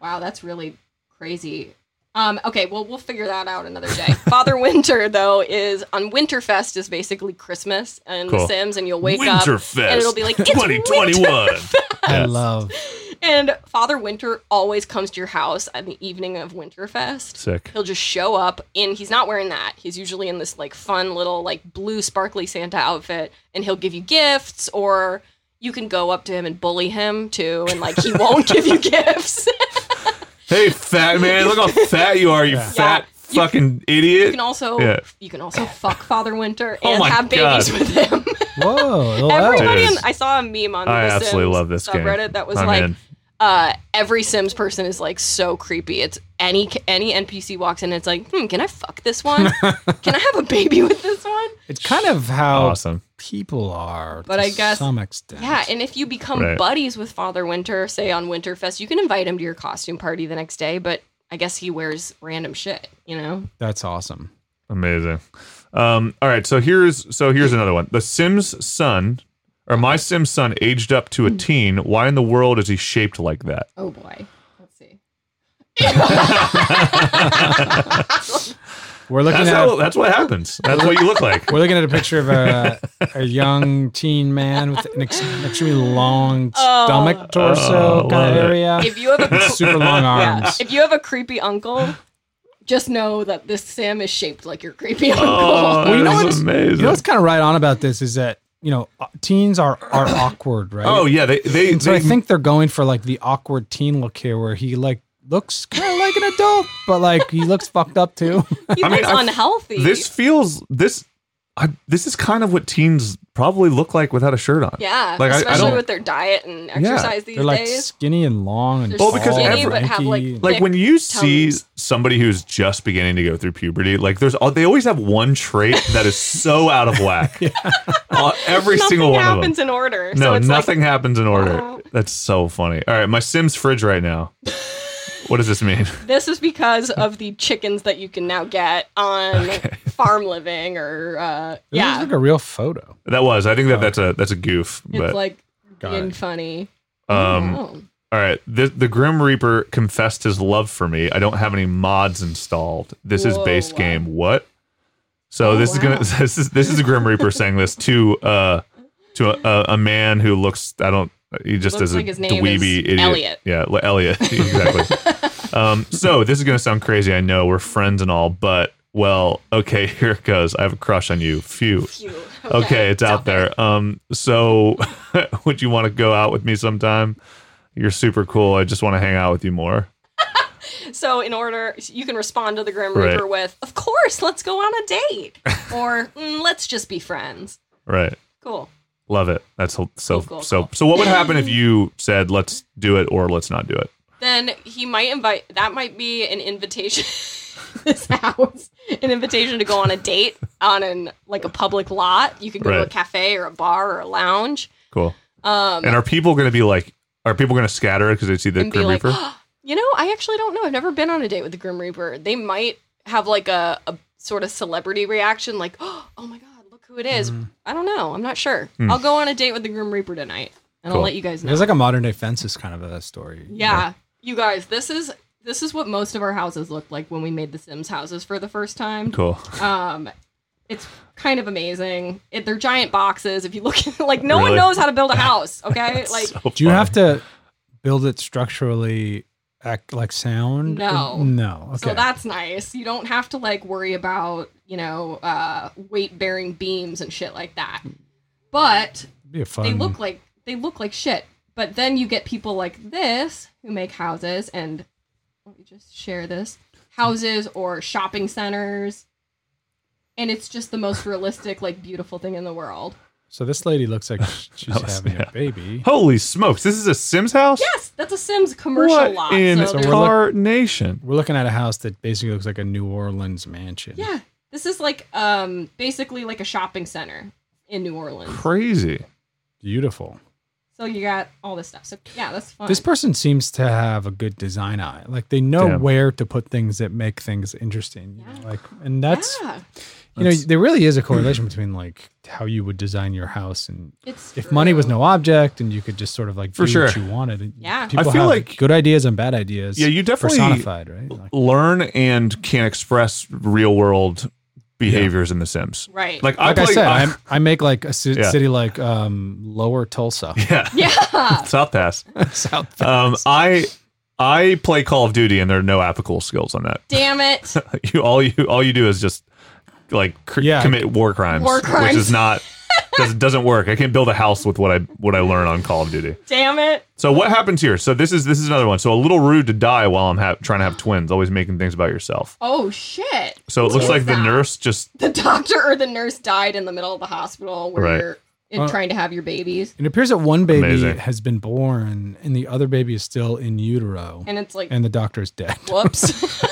[SPEAKER 4] Wow, that's really crazy. Um, okay, well, we'll figure that out another day. Father Winter, though, is on Winterfest is basically Christmas and The
[SPEAKER 2] Cool.
[SPEAKER 4] Sims, and you'll wake
[SPEAKER 2] Winterfest.
[SPEAKER 4] up and it'll be like it's 2021.
[SPEAKER 2] 2021.
[SPEAKER 3] I
[SPEAKER 2] Yeah.
[SPEAKER 3] love.
[SPEAKER 4] And Father Winter always comes to your house on the evening of Winterfest.
[SPEAKER 2] Sick.
[SPEAKER 4] He'll just show up and he's not wearing that. He's usually in this like fun little like blue sparkly Santa outfit and he'll give you gifts or you can go up to him and bully him too and like he won't give you gifts.
[SPEAKER 2] Hey, fat man, look how fat you are, you fat fucking idiot.
[SPEAKER 4] you can also
[SPEAKER 2] Yeah.
[SPEAKER 4] you can also fuck Father Winter
[SPEAKER 2] Oh
[SPEAKER 4] and
[SPEAKER 2] my
[SPEAKER 4] have babies
[SPEAKER 2] God.
[SPEAKER 4] with him.
[SPEAKER 3] Whoa. hello.
[SPEAKER 4] Everybody, in,
[SPEAKER 2] Yes.
[SPEAKER 4] I saw a meme on
[SPEAKER 2] I
[SPEAKER 4] the
[SPEAKER 2] absolutely
[SPEAKER 4] Sims
[SPEAKER 2] love this game.
[SPEAKER 4] subreddit that was
[SPEAKER 2] I'm
[SPEAKER 4] like,
[SPEAKER 2] in.
[SPEAKER 4] uh, every Sims person is like so creepy. It's any any NPC walks in, and it's like, hmm, can I fuck this one? can I have a baby with this one?
[SPEAKER 3] It's kind of how
[SPEAKER 2] Awesome.
[SPEAKER 3] people are,
[SPEAKER 4] But
[SPEAKER 3] to
[SPEAKER 4] I guess-
[SPEAKER 3] some extent.
[SPEAKER 4] Yeah, and if you become
[SPEAKER 2] Right.
[SPEAKER 4] buddies with Father Winter, say on Winterfest, you can invite him to your costume party the next day. But I guess he wears random shit, you know?
[SPEAKER 3] that's awesome.
[SPEAKER 2] Amazing. Um, all right, so here's so here's another one. The Sims son or my Sims son aged up to a teen. Why in the world is he shaped like that?
[SPEAKER 4] Oh boy, let's see.
[SPEAKER 3] We're looking
[SPEAKER 2] That's
[SPEAKER 3] at
[SPEAKER 2] how, that's what happens. That's what you look like.
[SPEAKER 3] we're looking at a picture of a, a young teen man with an ex- extremely long stomach, torso
[SPEAKER 2] Oh,
[SPEAKER 3] kind
[SPEAKER 2] love it.
[SPEAKER 3] of area,
[SPEAKER 4] If you have a
[SPEAKER 3] super long
[SPEAKER 4] Yeah.
[SPEAKER 3] arms.
[SPEAKER 4] If you have a creepy uncle, just know that this Sim is shaped like your creepy uncle.
[SPEAKER 2] Oh,
[SPEAKER 3] you know
[SPEAKER 2] that's
[SPEAKER 3] what's-
[SPEAKER 2] amazing.
[SPEAKER 3] You know what's kind of right on about this is that you know uh, teens are are awkward, right?
[SPEAKER 2] oh yeah, they they,
[SPEAKER 3] And so I
[SPEAKER 2] they-
[SPEAKER 3] think they're going for like the awkward teen look here, where he like looks kind of like an adult, but like he looks fucked up too.
[SPEAKER 4] He
[SPEAKER 2] I mean,
[SPEAKER 4] looks
[SPEAKER 2] I-
[SPEAKER 4] unhealthy.
[SPEAKER 2] this feels this I, this is kind of what teens probably look like without a shirt on.
[SPEAKER 4] yeah,
[SPEAKER 2] Like, I- I
[SPEAKER 4] especially
[SPEAKER 2] don't-
[SPEAKER 4] with their diet and exercise these
[SPEAKER 3] they're like
[SPEAKER 4] days.
[SPEAKER 3] skinny and long and
[SPEAKER 4] They're
[SPEAKER 2] Well, because
[SPEAKER 3] tall and
[SPEAKER 2] skinny,
[SPEAKER 4] but have, like,
[SPEAKER 3] lanky.
[SPEAKER 2] like
[SPEAKER 4] thick
[SPEAKER 2] when you see
[SPEAKER 4] tongues.
[SPEAKER 2] somebody who's just beginning to go through puberty like there's al- they always have one trait that is so out of whack Uh, every
[SPEAKER 4] nothing
[SPEAKER 2] single one of
[SPEAKER 4] happens
[SPEAKER 2] them
[SPEAKER 4] in order. so
[SPEAKER 2] no
[SPEAKER 4] it's
[SPEAKER 2] nothing happens in order
[SPEAKER 4] Wow.
[SPEAKER 2] that's so funny all right my sims fridge right now what does this mean
[SPEAKER 4] Like, this is because of the chickens that you can now get on farm living or uh,
[SPEAKER 3] This
[SPEAKER 4] yeah,
[SPEAKER 3] looks like a real photo.
[SPEAKER 2] that was i think that that's a that's a goof
[SPEAKER 4] it's
[SPEAKER 2] but
[SPEAKER 4] like
[SPEAKER 3] Got
[SPEAKER 4] being
[SPEAKER 3] it.
[SPEAKER 4] funny.
[SPEAKER 2] um
[SPEAKER 4] Oh.
[SPEAKER 2] all right the, the grim reaper confessed his love for me i don't have any mods installed this is
[SPEAKER 4] Whoa. Oh,
[SPEAKER 2] base game what so this is gonna
[SPEAKER 4] wow.
[SPEAKER 2] this is this is a grim reaper saying this to uh to a, a, a man who looks I don't he just
[SPEAKER 4] Looks
[SPEAKER 2] is a
[SPEAKER 4] like his name
[SPEAKER 2] dweeby
[SPEAKER 4] is
[SPEAKER 2] idiot.
[SPEAKER 4] Elliot.
[SPEAKER 2] Yeah, well, Elliot exactly. um, so this is gonna sound crazy. I know we're friends and all, but well, okay, here it goes. I have a crush on you. Phew.
[SPEAKER 4] Phew.
[SPEAKER 2] Okay, it's out there. Um, so would you want to go out with me sometime? You're super cool. I just want to hang out with you more.
[SPEAKER 4] So in order, you can respond to the Grim
[SPEAKER 2] Right.
[SPEAKER 4] Reaper with, "Of course, let's go on a date," or "Mm, "Let's just be friends."
[SPEAKER 2] Right.
[SPEAKER 4] Cool.
[SPEAKER 2] Love it. That's so so
[SPEAKER 4] Cool, cool,
[SPEAKER 2] so.
[SPEAKER 4] cool.
[SPEAKER 2] So what would happen if you said let's do it or let's not do it?
[SPEAKER 4] Then he might invite. That might be an invitation. this house, an invitation to go on a date on an like a public lot. You could go to a
[SPEAKER 2] Right.
[SPEAKER 4] cafe or a bar or a lounge.
[SPEAKER 2] Cool.
[SPEAKER 4] Um,
[SPEAKER 2] And are people going to be like, are people going to scatter because they see the
[SPEAKER 4] and be
[SPEAKER 2] Grim
[SPEAKER 4] like,
[SPEAKER 2] Reaper?
[SPEAKER 4] you know, I actually don't know. I've never been on a date with the Grim Reaper. They might have like a, a sort of celebrity reaction, like, oh my god, look who it is.
[SPEAKER 2] Mm.
[SPEAKER 4] I don't know. I'm not sure. I'll go on a date with the Grim Reaper tonight, and I'll
[SPEAKER 2] Hmm. Cool.
[SPEAKER 4] let you guys know.
[SPEAKER 3] There's like a modern day fences kind of a story.
[SPEAKER 4] yeah, you guys, this is this is what most of our houses looked like when we made the Sims houses for the first time.
[SPEAKER 2] cool.
[SPEAKER 4] Um, it's kind of amazing. It, they're giant boxes. If you look, at like, no one
[SPEAKER 2] Really?
[SPEAKER 4] knows how to build a house. Okay, like.
[SPEAKER 2] So
[SPEAKER 3] Do you
[SPEAKER 2] funny.
[SPEAKER 3] have to build it structurally act like sound?
[SPEAKER 4] No.
[SPEAKER 3] No. Okay.
[SPEAKER 4] So that's nice. You don't have to like worry about, you know, uh, weight bearing beams and shit like that. But
[SPEAKER 3] It'd be a fun.
[SPEAKER 2] Um,
[SPEAKER 4] they look like they look like shit. But then you get people like this who make houses and let me just share this houses or shopping centers. And it's just the most realistic, like beautiful thing in the world.
[SPEAKER 3] So this lady looks like sh- she's
[SPEAKER 2] was-
[SPEAKER 3] having
[SPEAKER 2] yeah.
[SPEAKER 3] a baby.
[SPEAKER 2] Holy smokes! This is a Sims house.
[SPEAKER 4] Yes, that's a Sims commercial
[SPEAKER 2] what
[SPEAKER 4] lot.
[SPEAKER 2] in
[SPEAKER 4] so
[SPEAKER 3] we're
[SPEAKER 4] there's-
[SPEAKER 3] like-
[SPEAKER 2] tar nation?
[SPEAKER 3] We're looking at a house that basically looks like a New Orleans mansion.
[SPEAKER 4] yeah, this is like um basically like a shopping center in New Orleans.
[SPEAKER 2] Crazy.
[SPEAKER 3] Beautiful.
[SPEAKER 4] So you got all this stuff. So yeah, that's fun.
[SPEAKER 3] This person seems to have a good design eye. Like they know
[SPEAKER 2] Damn.
[SPEAKER 3] where to put things that make things interesting. You know? Like and that's
[SPEAKER 4] yeah,
[SPEAKER 3] you know, there really is a correlation between like how you would design your house and
[SPEAKER 4] it's
[SPEAKER 3] if money was
[SPEAKER 4] true.
[SPEAKER 3] no object and you could just sort of like
[SPEAKER 2] For
[SPEAKER 3] do what
[SPEAKER 2] sure.
[SPEAKER 3] you wanted. and
[SPEAKER 4] Yeah. I
[SPEAKER 3] People
[SPEAKER 2] feel
[SPEAKER 3] have
[SPEAKER 2] like-
[SPEAKER 3] good ideas and bad ideas.
[SPEAKER 2] Yeah, you definitely-
[SPEAKER 3] personified, right? Like,
[SPEAKER 2] Learn and can express real world behaviors in The Sims.
[SPEAKER 4] right.
[SPEAKER 2] Like,
[SPEAKER 3] like
[SPEAKER 2] I,
[SPEAKER 3] I,
[SPEAKER 2] play,
[SPEAKER 3] said, I'm, I make like a ci-
[SPEAKER 2] Yeah.
[SPEAKER 3] city like um, Lower Tulsa,
[SPEAKER 2] yeah,
[SPEAKER 4] yeah,
[SPEAKER 2] South Pass.
[SPEAKER 3] South.
[SPEAKER 2] Um, I I play Call of Duty, and there are no applicable skills on that.
[SPEAKER 4] damn it.
[SPEAKER 2] You all you all you do is just like cr-
[SPEAKER 3] Yeah.
[SPEAKER 2] commit war crimes,
[SPEAKER 4] War
[SPEAKER 2] which
[SPEAKER 4] crimes.
[SPEAKER 2] is not does, doesn't work. I can't build a house with what I what I learn on Call of Duty.
[SPEAKER 4] Damn it.
[SPEAKER 2] So what happens here? So this is this is another one. So a little rude to die while I'm ha- trying to have twins, always making things about yourself.
[SPEAKER 4] Oh shit.
[SPEAKER 2] So it looks
[SPEAKER 4] is
[SPEAKER 2] like the
[SPEAKER 4] that?
[SPEAKER 2] nurse just
[SPEAKER 4] The doctor or the nurse died in the middle of the hospital where
[SPEAKER 2] Right.
[SPEAKER 4] you're in
[SPEAKER 3] Uh,
[SPEAKER 4] trying to have your babies.
[SPEAKER 3] It appears that one baby
[SPEAKER 2] Amazing.
[SPEAKER 3] has been born and the other baby is still in utero, and,
[SPEAKER 4] And it's like,
[SPEAKER 3] the doctor is dead.
[SPEAKER 4] whoops.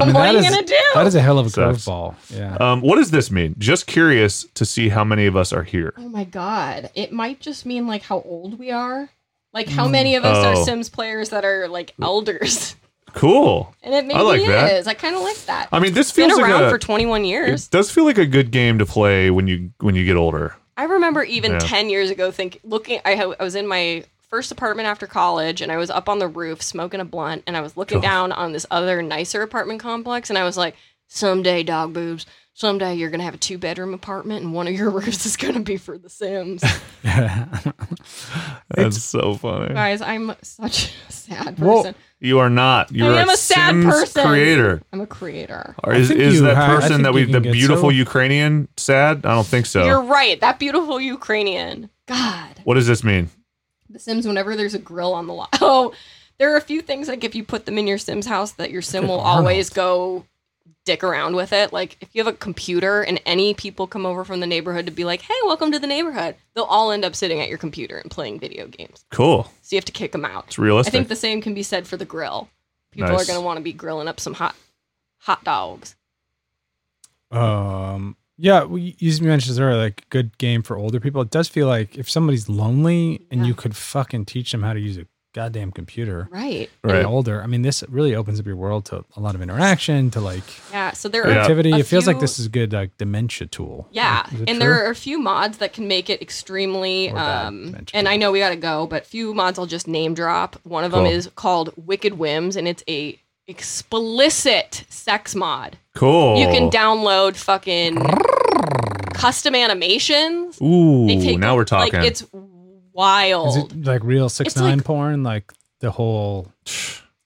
[SPEAKER 3] I mean,
[SPEAKER 4] what
[SPEAKER 3] that
[SPEAKER 4] are you
[SPEAKER 3] is-
[SPEAKER 4] gonna do?
[SPEAKER 3] That is a hell of a
[SPEAKER 2] Sucks.
[SPEAKER 3] curveball. Yeah.
[SPEAKER 2] Um, what does this mean? Just curious to see how many of us are here.
[SPEAKER 4] oh my god. It might just mean like how old we are. Like how many of us
[SPEAKER 2] Oh.
[SPEAKER 4] are Sims players that are like elders.
[SPEAKER 2] Cool.
[SPEAKER 4] And it maybe
[SPEAKER 2] I like
[SPEAKER 4] is.
[SPEAKER 2] that.
[SPEAKER 4] I kinda like that.
[SPEAKER 2] I mean, this
[SPEAKER 4] it's been
[SPEAKER 2] feels like
[SPEAKER 4] around
[SPEAKER 2] a,
[SPEAKER 4] for 21 years.
[SPEAKER 2] it does feel like a good game to play when you when you get older.
[SPEAKER 4] I remember even
[SPEAKER 2] Yeah.
[SPEAKER 4] 10 years ago think looking I, ha- I was in my first apartment after college and I was up on the roof smoking a blunt and I was looking
[SPEAKER 2] Ugh.
[SPEAKER 4] down on this other nicer apartment complex and I was like someday dog boobs someday you're going to have a two bedroom apartment and one of your roofs is going to be for the Sims.
[SPEAKER 2] That's so funny.
[SPEAKER 4] Guys, I'm such a sad
[SPEAKER 3] Whoa.
[SPEAKER 4] person.
[SPEAKER 2] You are not. You are
[SPEAKER 4] I am a sad
[SPEAKER 2] Sims
[SPEAKER 4] person.
[SPEAKER 2] creator.
[SPEAKER 4] I'm a creator.
[SPEAKER 2] Or is
[SPEAKER 3] think
[SPEAKER 2] is
[SPEAKER 3] you
[SPEAKER 2] that
[SPEAKER 3] ha- I
[SPEAKER 2] person
[SPEAKER 3] think
[SPEAKER 2] that
[SPEAKER 3] you
[SPEAKER 2] we
[SPEAKER 3] can
[SPEAKER 2] the
[SPEAKER 3] get
[SPEAKER 2] beautiful
[SPEAKER 3] so-
[SPEAKER 2] Ukrainian sad? I don't think so.
[SPEAKER 4] You're right. That beautiful Ukrainian. God.
[SPEAKER 2] what does this mean?
[SPEAKER 4] The Sims whenever there's a grill on the lot. Oh, there are a few things like if you put them in your Sim's house that your Sim will always go dick around with it. Like if you have a computer and any people come over from the neighborhood to be like, "Hey, welcome to the neighborhood," they'll all end up sitting at your computer and playing video games.
[SPEAKER 2] Cool.
[SPEAKER 4] So you have to kick them out.
[SPEAKER 2] It's realistic.
[SPEAKER 4] I think the same can be said for the grill. People
[SPEAKER 2] Nice.
[SPEAKER 4] are going to want to be grilling up some hot hot dogs.
[SPEAKER 3] Um, yeah, we you mentioned this earlier, like good game for older people. It does feel like if somebody's lonely and
[SPEAKER 4] Yeah.
[SPEAKER 3] you could fucking teach them how to use a goddamn computer
[SPEAKER 4] Right.
[SPEAKER 3] and
[SPEAKER 2] right.
[SPEAKER 3] older, I mean, this really opens up your world to a lot of interaction, to like
[SPEAKER 4] Yeah, so there are
[SPEAKER 2] Yeah.
[SPEAKER 3] activity.
[SPEAKER 4] A
[SPEAKER 3] It feels like
[SPEAKER 4] few-
[SPEAKER 3] this is a good like dementia tool.
[SPEAKER 4] Yeah,
[SPEAKER 3] Is it
[SPEAKER 4] and
[SPEAKER 3] true?
[SPEAKER 4] there are a few mods that can make it extremely.
[SPEAKER 3] Or bad,
[SPEAKER 4] Um,
[SPEAKER 3] mention
[SPEAKER 4] and I
[SPEAKER 3] it.
[SPEAKER 4] know we gotta go, but few mods I'll just name drop. One of
[SPEAKER 2] Cool.
[SPEAKER 4] them is called Wicked Whims, and it's a explicit sex mod.
[SPEAKER 2] Cool.
[SPEAKER 4] You can download fucking custom animations. They
[SPEAKER 2] Ooh,
[SPEAKER 4] take-
[SPEAKER 2] now we're talking.
[SPEAKER 4] Like it's
[SPEAKER 3] Is
[SPEAKER 4] wild.
[SPEAKER 3] it like real six nine
[SPEAKER 4] like-
[SPEAKER 3] porn, like the whole.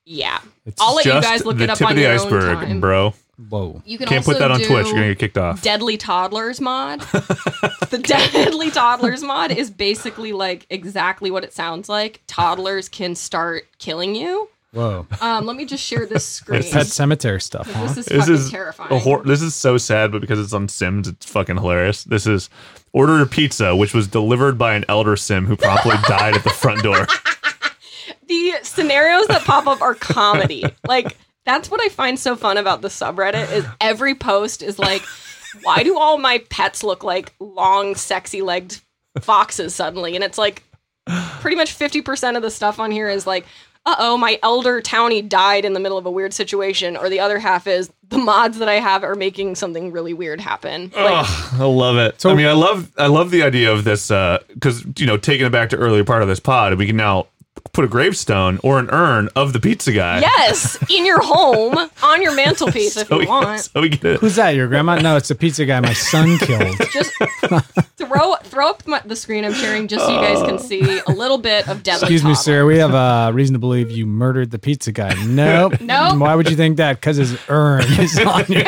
[SPEAKER 4] yeah,
[SPEAKER 3] It's
[SPEAKER 4] I'll let you
[SPEAKER 2] Just
[SPEAKER 4] guys look
[SPEAKER 2] the
[SPEAKER 4] it up
[SPEAKER 2] tip
[SPEAKER 4] on
[SPEAKER 2] of the
[SPEAKER 4] your own
[SPEAKER 2] iceberg,
[SPEAKER 4] time.
[SPEAKER 2] bro.
[SPEAKER 3] whoa.
[SPEAKER 4] you can
[SPEAKER 2] Can't put
[SPEAKER 4] also
[SPEAKER 2] that on
[SPEAKER 4] do
[SPEAKER 2] Twitch. You're gonna get kicked off.
[SPEAKER 4] Deadly Toddlers mod. the Deadly Toddlers mod is basically like exactly what it sounds like. Toddlers can start killing you.
[SPEAKER 3] Whoa.
[SPEAKER 4] Um, let me just share this screen.
[SPEAKER 3] Pet cemetery stuff, huh?
[SPEAKER 4] this is
[SPEAKER 2] This
[SPEAKER 4] fucking
[SPEAKER 2] is
[SPEAKER 4] terrifying.
[SPEAKER 2] a hor- this is so sad, but because it's on Sims, it's fucking hilarious. This is ordered a pizza, which was delivered by an elder Sim who promptly died at the front door.
[SPEAKER 4] the scenarios that pop up are comedy. Like that's what I find so fun about the subreddit is every post is like, why do all my pets look like long, sexy-legged foxes suddenly? And it's like pretty much 50% of the stuff on here is like, uh-oh, my elder townie died in the middle of a weird situation, or the other half is the mods that I have are making something really weird happen. Like,
[SPEAKER 2] Ugh, I love it. I mean, I love I love the idea of this because you know taking it back to earlier part of this pod, we can now put a gravestone or an urn of the pizza guy.
[SPEAKER 4] yes, in your home, on your mantelpiece if
[SPEAKER 2] so
[SPEAKER 4] you
[SPEAKER 2] we,
[SPEAKER 4] want.
[SPEAKER 2] So we get it.
[SPEAKER 3] Who's that? Your grandma? No, it's a pizza guy my son killed.
[SPEAKER 4] just throw throw up my, the screen I'm sharing just so you guys can see a little bit of deadly.
[SPEAKER 3] Excuse me,
[SPEAKER 4] Toddler.
[SPEAKER 3] sir. We have uh, reason to believe you murdered the pizza guy. Nope.
[SPEAKER 4] Nope.
[SPEAKER 3] Why would you think that? Because his urn is on your.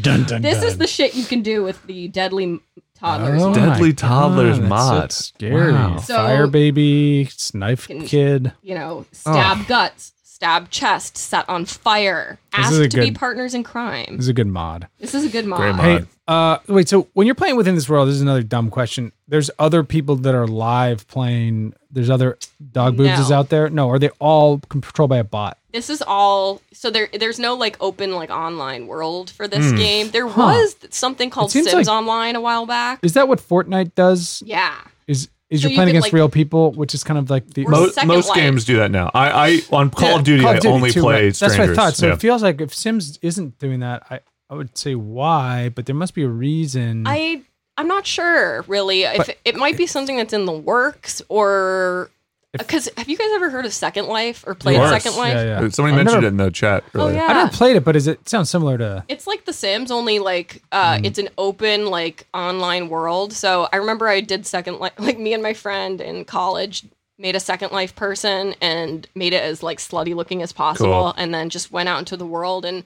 [SPEAKER 3] dun, dun,
[SPEAKER 4] This
[SPEAKER 3] dun.
[SPEAKER 4] is the shit you can do with the deadly toddlers.
[SPEAKER 3] Oh
[SPEAKER 2] Deadly
[SPEAKER 3] my
[SPEAKER 2] Toddlers
[SPEAKER 3] God, that's
[SPEAKER 2] mod.
[SPEAKER 3] So scary.
[SPEAKER 2] Wow.
[SPEAKER 4] So-
[SPEAKER 3] Fire baby, knife
[SPEAKER 4] Can-
[SPEAKER 3] kid.
[SPEAKER 4] You know, stab
[SPEAKER 3] Oh.
[SPEAKER 4] guts, stab chest, set on fire,
[SPEAKER 3] This
[SPEAKER 4] ask
[SPEAKER 3] is
[SPEAKER 4] to
[SPEAKER 3] a
[SPEAKER 4] be
[SPEAKER 3] good-
[SPEAKER 4] partners in crime.
[SPEAKER 3] This is a good mod.
[SPEAKER 4] This is a good mod.
[SPEAKER 2] Great mod.
[SPEAKER 3] Hey, uh, wait. So when you're playing within this world, this is another dumb question. There's other people that are live playing. There's other dog boobs
[SPEAKER 4] No.
[SPEAKER 3] out there. No, are they all controlled by a bot?
[SPEAKER 4] This is all so there. There's no like open like online world for this game. There was something called
[SPEAKER 3] Hmm. seems
[SPEAKER 4] Sims
[SPEAKER 3] like-
[SPEAKER 4] Online a while back.
[SPEAKER 3] Is that what Fortnite does?
[SPEAKER 4] yeah,
[SPEAKER 3] Is is
[SPEAKER 4] So
[SPEAKER 3] you're
[SPEAKER 4] you
[SPEAKER 3] playing
[SPEAKER 4] could,
[SPEAKER 3] against
[SPEAKER 4] like-
[SPEAKER 3] real people, which is kind of like the
[SPEAKER 4] Or
[SPEAKER 2] Mo-
[SPEAKER 4] Second
[SPEAKER 2] most
[SPEAKER 4] Life.
[SPEAKER 2] games do that now. I, I on Call
[SPEAKER 3] Yeah,
[SPEAKER 2] of Duty,
[SPEAKER 3] Call
[SPEAKER 2] I only
[SPEAKER 3] too,
[SPEAKER 2] play
[SPEAKER 3] right.
[SPEAKER 2] strangers.
[SPEAKER 3] That's what I thought. So
[SPEAKER 2] Yeah.
[SPEAKER 3] it feels like if Sims isn't doing that, I, I would say why, but there must be a reason.
[SPEAKER 4] I I'm not sure really. If
[SPEAKER 3] But-
[SPEAKER 4] it might be something that's in the works or because have you guys ever heard of Second Life or played
[SPEAKER 2] Of course.
[SPEAKER 4] Second Life?
[SPEAKER 3] Yeah, yeah.
[SPEAKER 2] Somebody
[SPEAKER 3] I've
[SPEAKER 2] mentioned
[SPEAKER 3] never-
[SPEAKER 2] it in the chat.
[SPEAKER 4] Oh
[SPEAKER 2] earlier.
[SPEAKER 4] yeah,
[SPEAKER 3] I've never played it, but is it, it sounds similar to?
[SPEAKER 4] It's like The Sims, only like uh,
[SPEAKER 2] Mm-hmm.
[SPEAKER 4] it's an open like online world. So I remember I did Second Life, like me and my friend in college made a Second Life person and made it as like slutty looking as possible,
[SPEAKER 2] Cool.
[SPEAKER 4] and then just went out into the world and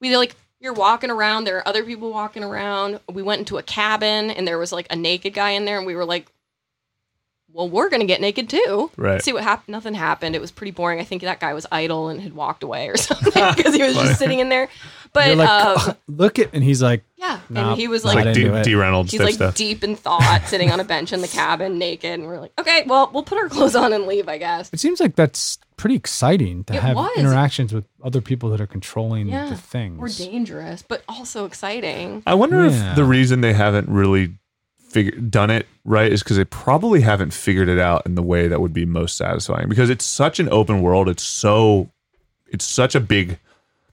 [SPEAKER 4] we like you're walking around. There are other people walking around. We went into a cabin and there was like a naked guy in there, and we were like. Well, we're gonna get naked too.
[SPEAKER 2] Right.
[SPEAKER 4] See what happened? Nothing happened. It was pretty boring. I think that guy was idle and had walked away or something because he was just sitting in there. But
[SPEAKER 3] You're like,
[SPEAKER 4] um,
[SPEAKER 3] look at, and he's like,
[SPEAKER 4] yeah,
[SPEAKER 3] Nah,
[SPEAKER 4] and he was
[SPEAKER 3] not
[SPEAKER 4] like,
[SPEAKER 3] it.
[SPEAKER 2] like
[SPEAKER 3] into
[SPEAKER 2] D, D Reynolds
[SPEAKER 4] he's
[SPEAKER 2] type
[SPEAKER 4] like
[SPEAKER 2] stuff.
[SPEAKER 4] deep in thought, sitting on a bench in the cabin, naked, and we're like, okay, well, we'll put our clothes on and leave, I guess.
[SPEAKER 3] it seems like that's pretty exciting to
[SPEAKER 4] It
[SPEAKER 3] have
[SPEAKER 4] was.
[SPEAKER 3] interactions with other people that are controlling
[SPEAKER 4] Yeah,
[SPEAKER 3] the things.
[SPEAKER 4] We're dangerous, but also exciting.
[SPEAKER 2] I wonder
[SPEAKER 3] Yeah.
[SPEAKER 2] if the reason they haven't really figured done it right is because they probably haven't figured it out in the way that would be most satisfying. Because it's such an open world. It's so it's such a big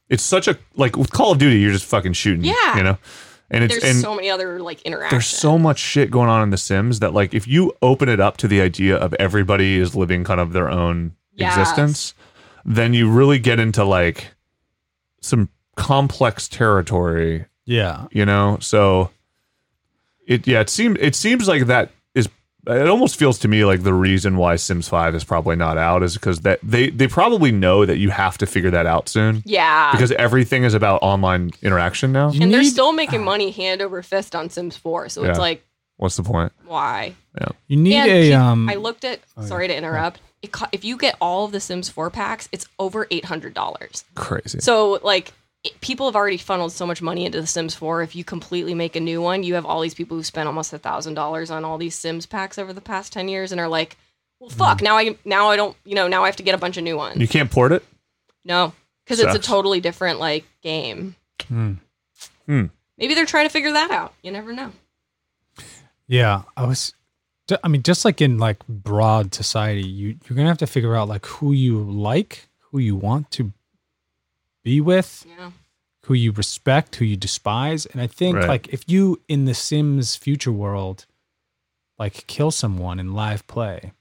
[SPEAKER 2] it's such a like with Call of Duty, you're just fucking shooting.
[SPEAKER 4] Yeah.
[SPEAKER 2] You know? And it's
[SPEAKER 4] There's
[SPEAKER 2] and
[SPEAKER 4] so many other like interactions.
[SPEAKER 2] there's so much shit going on in The Sims that like if you open it up to the idea of everybody is living kind of their own
[SPEAKER 4] Yes.
[SPEAKER 2] existence, then you really get into like some complex territory
[SPEAKER 3] Yeah.
[SPEAKER 2] you know so it yeah it seems it seems like that is it almost feels to me like the reason why sims 5 is probably not out is because that they they probably know that you have to figure that out soon
[SPEAKER 4] yeah.
[SPEAKER 2] because everything is about online interaction now
[SPEAKER 3] You
[SPEAKER 4] and they're
[SPEAKER 3] need- Ah.
[SPEAKER 4] still making money hand over fist on Sims 4, so it's
[SPEAKER 2] Yeah.
[SPEAKER 4] like,
[SPEAKER 2] what's the point
[SPEAKER 4] why?
[SPEAKER 3] You need
[SPEAKER 4] And
[SPEAKER 3] a
[SPEAKER 4] peop-
[SPEAKER 3] um.
[SPEAKER 4] I looked at.
[SPEAKER 3] yeah.
[SPEAKER 4] Sorry to interrupt. It co- if you get all of the Sims 4 packs, it's over eight hundred dollars.
[SPEAKER 2] crazy
[SPEAKER 4] So like it- people have already funneled so much money into the Sims 4. If you completely make a new one, you have all these people who spent almost a thousand dollars on all these Sims packs over the past ten years and are like, well,
[SPEAKER 3] Mm-hmm.
[SPEAKER 4] fuck. Now I now I don't you know now I have to get a bunch of new ones.
[SPEAKER 2] you can't port it
[SPEAKER 4] no, because it's a
[SPEAKER 2] Sucks.
[SPEAKER 4] totally different like game.
[SPEAKER 3] hmm.
[SPEAKER 4] Maybe they're trying to figure that out. You never know.
[SPEAKER 3] Yeah, I was. ju- I mean, just like in like broad society, you you're gonna have to figure out like who you like, who you want to be with,
[SPEAKER 4] Yeah.
[SPEAKER 3] who you respect, who you despise, and I think
[SPEAKER 2] Right.
[SPEAKER 3] like if you in the Sims future world, like kill someone in live play,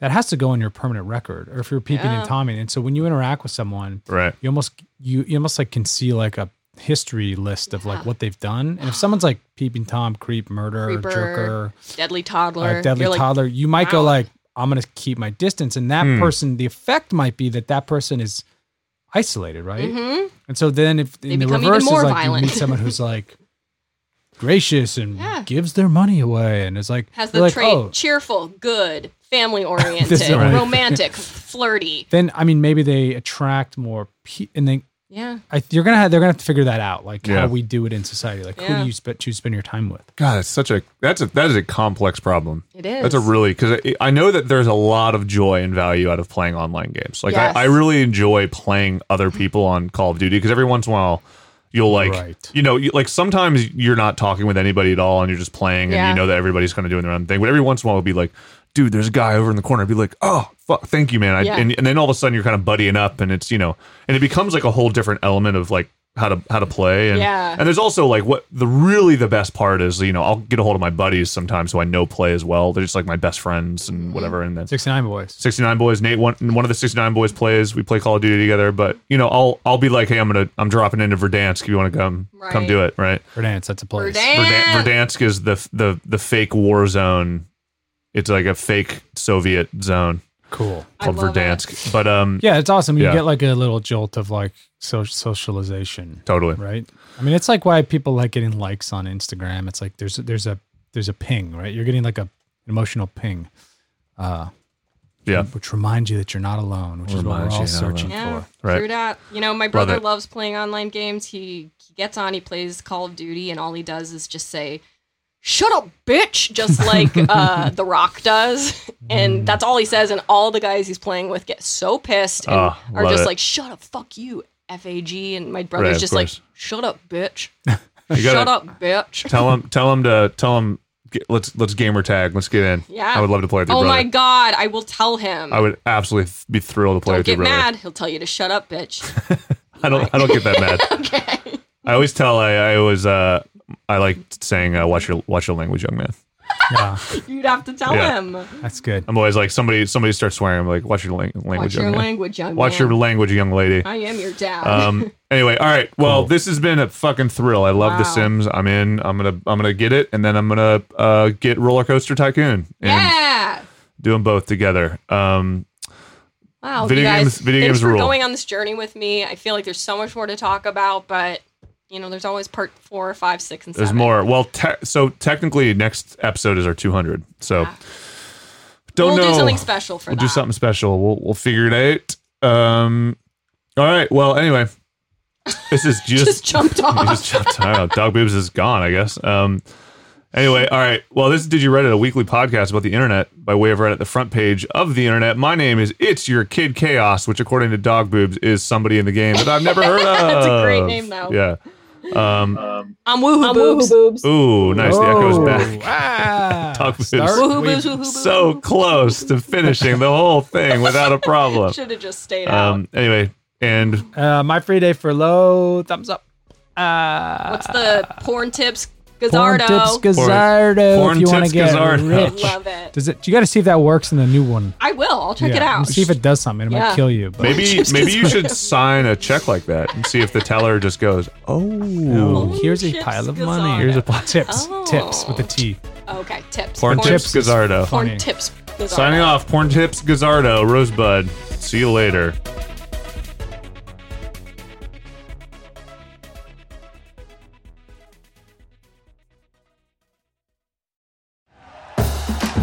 [SPEAKER 3] that has to go on your permanent record, or if you're peeping
[SPEAKER 4] Yeah.
[SPEAKER 3] and timing, and so when you interact with someone,
[SPEAKER 2] right
[SPEAKER 3] you almost you you almost like can see like a history list of like
[SPEAKER 4] Yeah.
[SPEAKER 3] what they've done, and if someone's like peeping tom, creep, murder,
[SPEAKER 4] Creeper.
[SPEAKER 3] jerker
[SPEAKER 4] Deadly toddler.
[SPEAKER 3] a deadly
[SPEAKER 4] You're like,
[SPEAKER 3] toddler, you might go
[SPEAKER 4] wow.
[SPEAKER 3] like, I'm going to keep my distance. And that
[SPEAKER 2] Hmm.
[SPEAKER 3] person, the effect might be that that person is isolated, right?
[SPEAKER 4] Mm-hmm.
[SPEAKER 3] And so then if in the
[SPEAKER 4] become even
[SPEAKER 3] reverse is
[SPEAKER 4] more
[SPEAKER 3] like
[SPEAKER 4] violent.
[SPEAKER 3] you meet someone who's like gracious and
[SPEAKER 4] Yeah.
[SPEAKER 3] gives their money away and it's like,
[SPEAKER 4] Has the
[SPEAKER 3] you're like,
[SPEAKER 4] trait
[SPEAKER 3] oh,
[SPEAKER 4] cheerful, good, family
[SPEAKER 3] This
[SPEAKER 4] oriented,
[SPEAKER 3] is right.
[SPEAKER 4] romantic, flirty.
[SPEAKER 3] then I mean, maybe they attract more pe and then
[SPEAKER 4] Yeah.
[SPEAKER 3] I, you're going to have, they're going to have to figure that out. Like
[SPEAKER 2] Yeah.
[SPEAKER 3] how we do it in society. Like who
[SPEAKER 4] Yeah.
[SPEAKER 3] do you sp- choose to spend your time with?
[SPEAKER 2] god it's such a that's a that is a complex problem
[SPEAKER 4] It is.
[SPEAKER 2] That's a really because I, I know that there's a lot of joy and value out of playing online games. Like
[SPEAKER 4] Yes.
[SPEAKER 2] I, I really enjoy playing other people on Call of Duty because every once in a while you'll like
[SPEAKER 3] Right.
[SPEAKER 2] you know you, like sometimes you're not talking with anybody at all and you're just playing
[SPEAKER 4] Yeah.
[SPEAKER 2] and you know that everybody's kind of doing their own thing. But every once in a while, it'll be like, dude, there's a guy over in the corner. I'd be like, oh fuck, thank you, man. I,
[SPEAKER 4] Yeah.
[SPEAKER 2] and, and then all of a sudden you're kind of buddying up and it's you know and it becomes like a whole different element of like how to how to play and
[SPEAKER 4] Yeah.
[SPEAKER 2] and there's also like what the really the best part is, you know, I'll get a hold of my buddies sometimes who I know play as well. They're just like my best friends
[SPEAKER 4] Mm-hmm.
[SPEAKER 2] and whatever. And then
[SPEAKER 3] 69 boys.
[SPEAKER 2] 69 boys, Nate, one one of the 69 boys plays. We play Call of Duty together, but you know, I'll I'll be like, hey, I'm gonna I'm dropping into Verdansk if you want to come come
[SPEAKER 4] Right.
[SPEAKER 2] do it, right?
[SPEAKER 3] Verdance, that's a place.
[SPEAKER 4] Verdance.
[SPEAKER 2] Verdan-
[SPEAKER 4] Yeah.
[SPEAKER 2] Verdansk is the the the fake war zone. It's like a fake Soviet zone
[SPEAKER 3] Cool.
[SPEAKER 4] I
[SPEAKER 2] called
[SPEAKER 4] love it.
[SPEAKER 2] Verdansk, but um,
[SPEAKER 3] Yeah, it's awesome. You
[SPEAKER 2] Yeah.
[SPEAKER 3] get like a little jolt of like so- socialization.
[SPEAKER 2] totally.
[SPEAKER 3] right? I mean, it's like why people like getting likes on Instagram. It's like there's there's a there's a ping, right? You're getting like a an emotional ping, uh,
[SPEAKER 2] Yeah.
[SPEAKER 3] which reminds you that you're not alone, which is what we're
[SPEAKER 2] Reminds you
[SPEAKER 3] all
[SPEAKER 2] you're not
[SPEAKER 3] searching
[SPEAKER 4] Yeah,
[SPEAKER 3] for.
[SPEAKER 2] Right.
[SPEAKER 4] true dat. You know, my brother
[SPEAKER 2] it.
[SPEAKER 4] loves playing online games. He, he gets on, he plays Call of Duty, and all he does is just say, "Shut up, bitch!" Just like uh, The Rock does,
[SPEAKER 2] Mm.
[SPEAKER 4] and that's all he says. And all the guys he's playing with get so pissed and
[SPEAKER 2] Ah,
[SPEAKER 4] are
[SPEAKER 2] love
[SPEAKER 4] just
[SPEAKER 2] it.
[SPEAKER 4] like, "Shut up, fuck you." Fag and my
[SPEAKER 2] Right,
[SPEAKER 4] brother's
[SPEAKER 2] of
[SPEAKER 4] just
[SPEAKER 2] course.
[SPEAKER 4] like, "Shut up, bitch!
[SPEAKER 2] You gotta-
[SPEAKER 4] Shut up, bitch!"
[SPEAKER 2] Tell him, tell him to tell him. Get, let's let's gamer tag. Let's get in.
[SPEAKER 4] Yeah.
[SPEAKER 2] I would love to play with your
[SPEAKER 4] Oh
[SPEAKER 2] brother.
[SPEAKER 4] my god, I will tell him.
[SPEAKER 2] I would absolutely th- be thrilled to play
[SPEAKER 4] Don't
[SPEAKER 2] with your
[SPEAKER 4] get
[SPEAKER 2] brother.
[SPEAKER 4] mad. He'll tell you to shut up, bitch.
[SPEAKER 2] I don't. I don't get that mad. okay. I always tell. I, I always. Uh, I like saying, uh, "Watch your watch your language, young man."
[SPEAKER 3] Yeah,
[SPEAKER 4] You'd have to tell
[SPEAKER 2] Yeah.
[SPEAKER 4] him.
[SPEAKER 3] that's good.
[SPEAKER 2] I'm always like, somebody somebody starts swearing. I'm like, "Watch your lang- language,
[SPEAKER 4] Watch
[SPEAKER 2] young
[SPEAKER 4] your
[SPEAKER 2] man.
[SPEAKER 4] language, young
[SPEAKER 2] watch
[SPEAKER 4] man.
[SPEAKER 2] your language, young lady."
[SPEAKER 4] I am your dad.
[SPEAKER 2] Um. anyway, all right. Well,
[SPEAKER 3] Cool.
[SPEAKER 2] this has been a fucking thrill. I love The
[SPEAKER 4] Wow.
[SPEAKER 2] Sims. I'm in. I'm gonna. I'm gonna get it, and then I'm gonna uh, get Roller Coaster Tycoon and
[SPEAKER 4] yeah.
[SPEAKER 2] do them both together. Um.
[SPEAKER 4] Wow.
[SPEAKER 2] video
[SPEAKER 4] you guys,
[SPEAKER 2] games- video
[SPEAKER 4] thanks
[SPEAKER 2] games
[SPEAKER 4] for
[SPEAKER 2] rule.
[SPEAKER 4] going on this journey with me. I feel like there's so much more to talk about, but you know, there's always part four, five, six, and
[SPEAKER 2] There's
[SPEAKER 4] seven.
[SPEAKER 2] more. Well, te- so technically, next episode is our 200. So don't
[SPEAKER 4] we'll
[SPEAKER 2] know.
[SPEAKER 4] do something special for
[SPEAKER 2] we'll
[SPEAKER 4] that.
[SPEAKER 2] do something special. We'll we'll figure it out. Um. All right. Well. Anyway, this is just.
[SPEAKER 4] Just jumped
[SPEAKER 2] we
[SPEAKER 4] off.
[SPEAKER 2] just jumped- I don't know. Dog boobs is gone. I guess. Um. Anyway, all right. Well, this is Did You Reddit, a weekly podcast about the internet by way of Reddit, the front page of the internet. My name is It's Your Kid Chaos, which, according to Dog Boobs, is somebody in the game that I've never heard of. That's
[SPEAKER 4] a great name, though.
[SPEAKER 2] Yeah. Um,
[SPEAKER 4] I'm woohoo boobs.
[SPEAKER 2] ooh, nice. The echo's
[SPEAKER 3] Oh.
[SPEAKER 2] back.
[SPEAKER 3] Ah,
[SPEAKER 2] Talk with
[SPEAKER 3] start
[SPEAKER 2] us.
[SPEAKER 4] Woohoo
[SPEAKER 3] with-
[SPEAKER 4] boobs. Woohoo boobs.
[SPEAKER 2] so close to finishing the whole thing without a problem.
[SPEAKER 4] should have just stayed out.
[SPEAKER 2] Um, anyway, and
[SPEAKER 3] Uh, my free day for low thumbs up.
[SPEAKER 4] What's the porn tips?
[SPEAKER 3] Porn
[SPEAKER 4] Gazzardo.
[SPEAKER 3] tips Gazzardo.
[SPEAKER 2] Porn
[SPEAKER 3] if you want to
[SPEAKER 2] tips
[SPEAKER 3] get
[SPEAKER 2] Gazzardo.
[SPEAKER 3] rich,
[SPEAKER 4] Love it.
[SPEAKER 3] does it? You got to see if that works in the new one.
[SPEAKER 4] I will. I'll check
[SPEAKER 3] Yeah,
[SPEAKER 4] it out.
[SPEAKER 3] See if it does something. It might
[SPEAKER 4] Yeah.
[SPEAKER 3] kill you. But
[SPEAKER 2] maybe
[SPEAKER 4] Just
[SPEAKER 2] maybe you should sign a check like that and see if the teller just goes,
[SPEAKER 3] Ooh,
[SPEAKER 2] "Oh,
[SPEAKER 3] here's a
[SPEAKER 4] chips
[SPEAKER 3] pile of
[SPEAKER 4] Gazzardo.
[SPEAKER 3] money.
[SPEAKER 4] Here's a
[SPEAKER 3] tips.
[SPEAKER 4] Oh.
[SPEAKER 3] Tips with a T.
[SPEAKER 4] Okay. Tips.
[SPEAKER 2] porn, tips
[SPEAKER 3] tips is
[SPEAKER 2] Gazzardo."
[SPEAKER 3] fun.
[SPEAKER 4] Porn
[SPEAKER 3] Funny.
[SPEAKER 4] tips. Gazzardo.
[SPEAKER 2] Signing off, porn tips Gazzardo, Rosebud. See you later.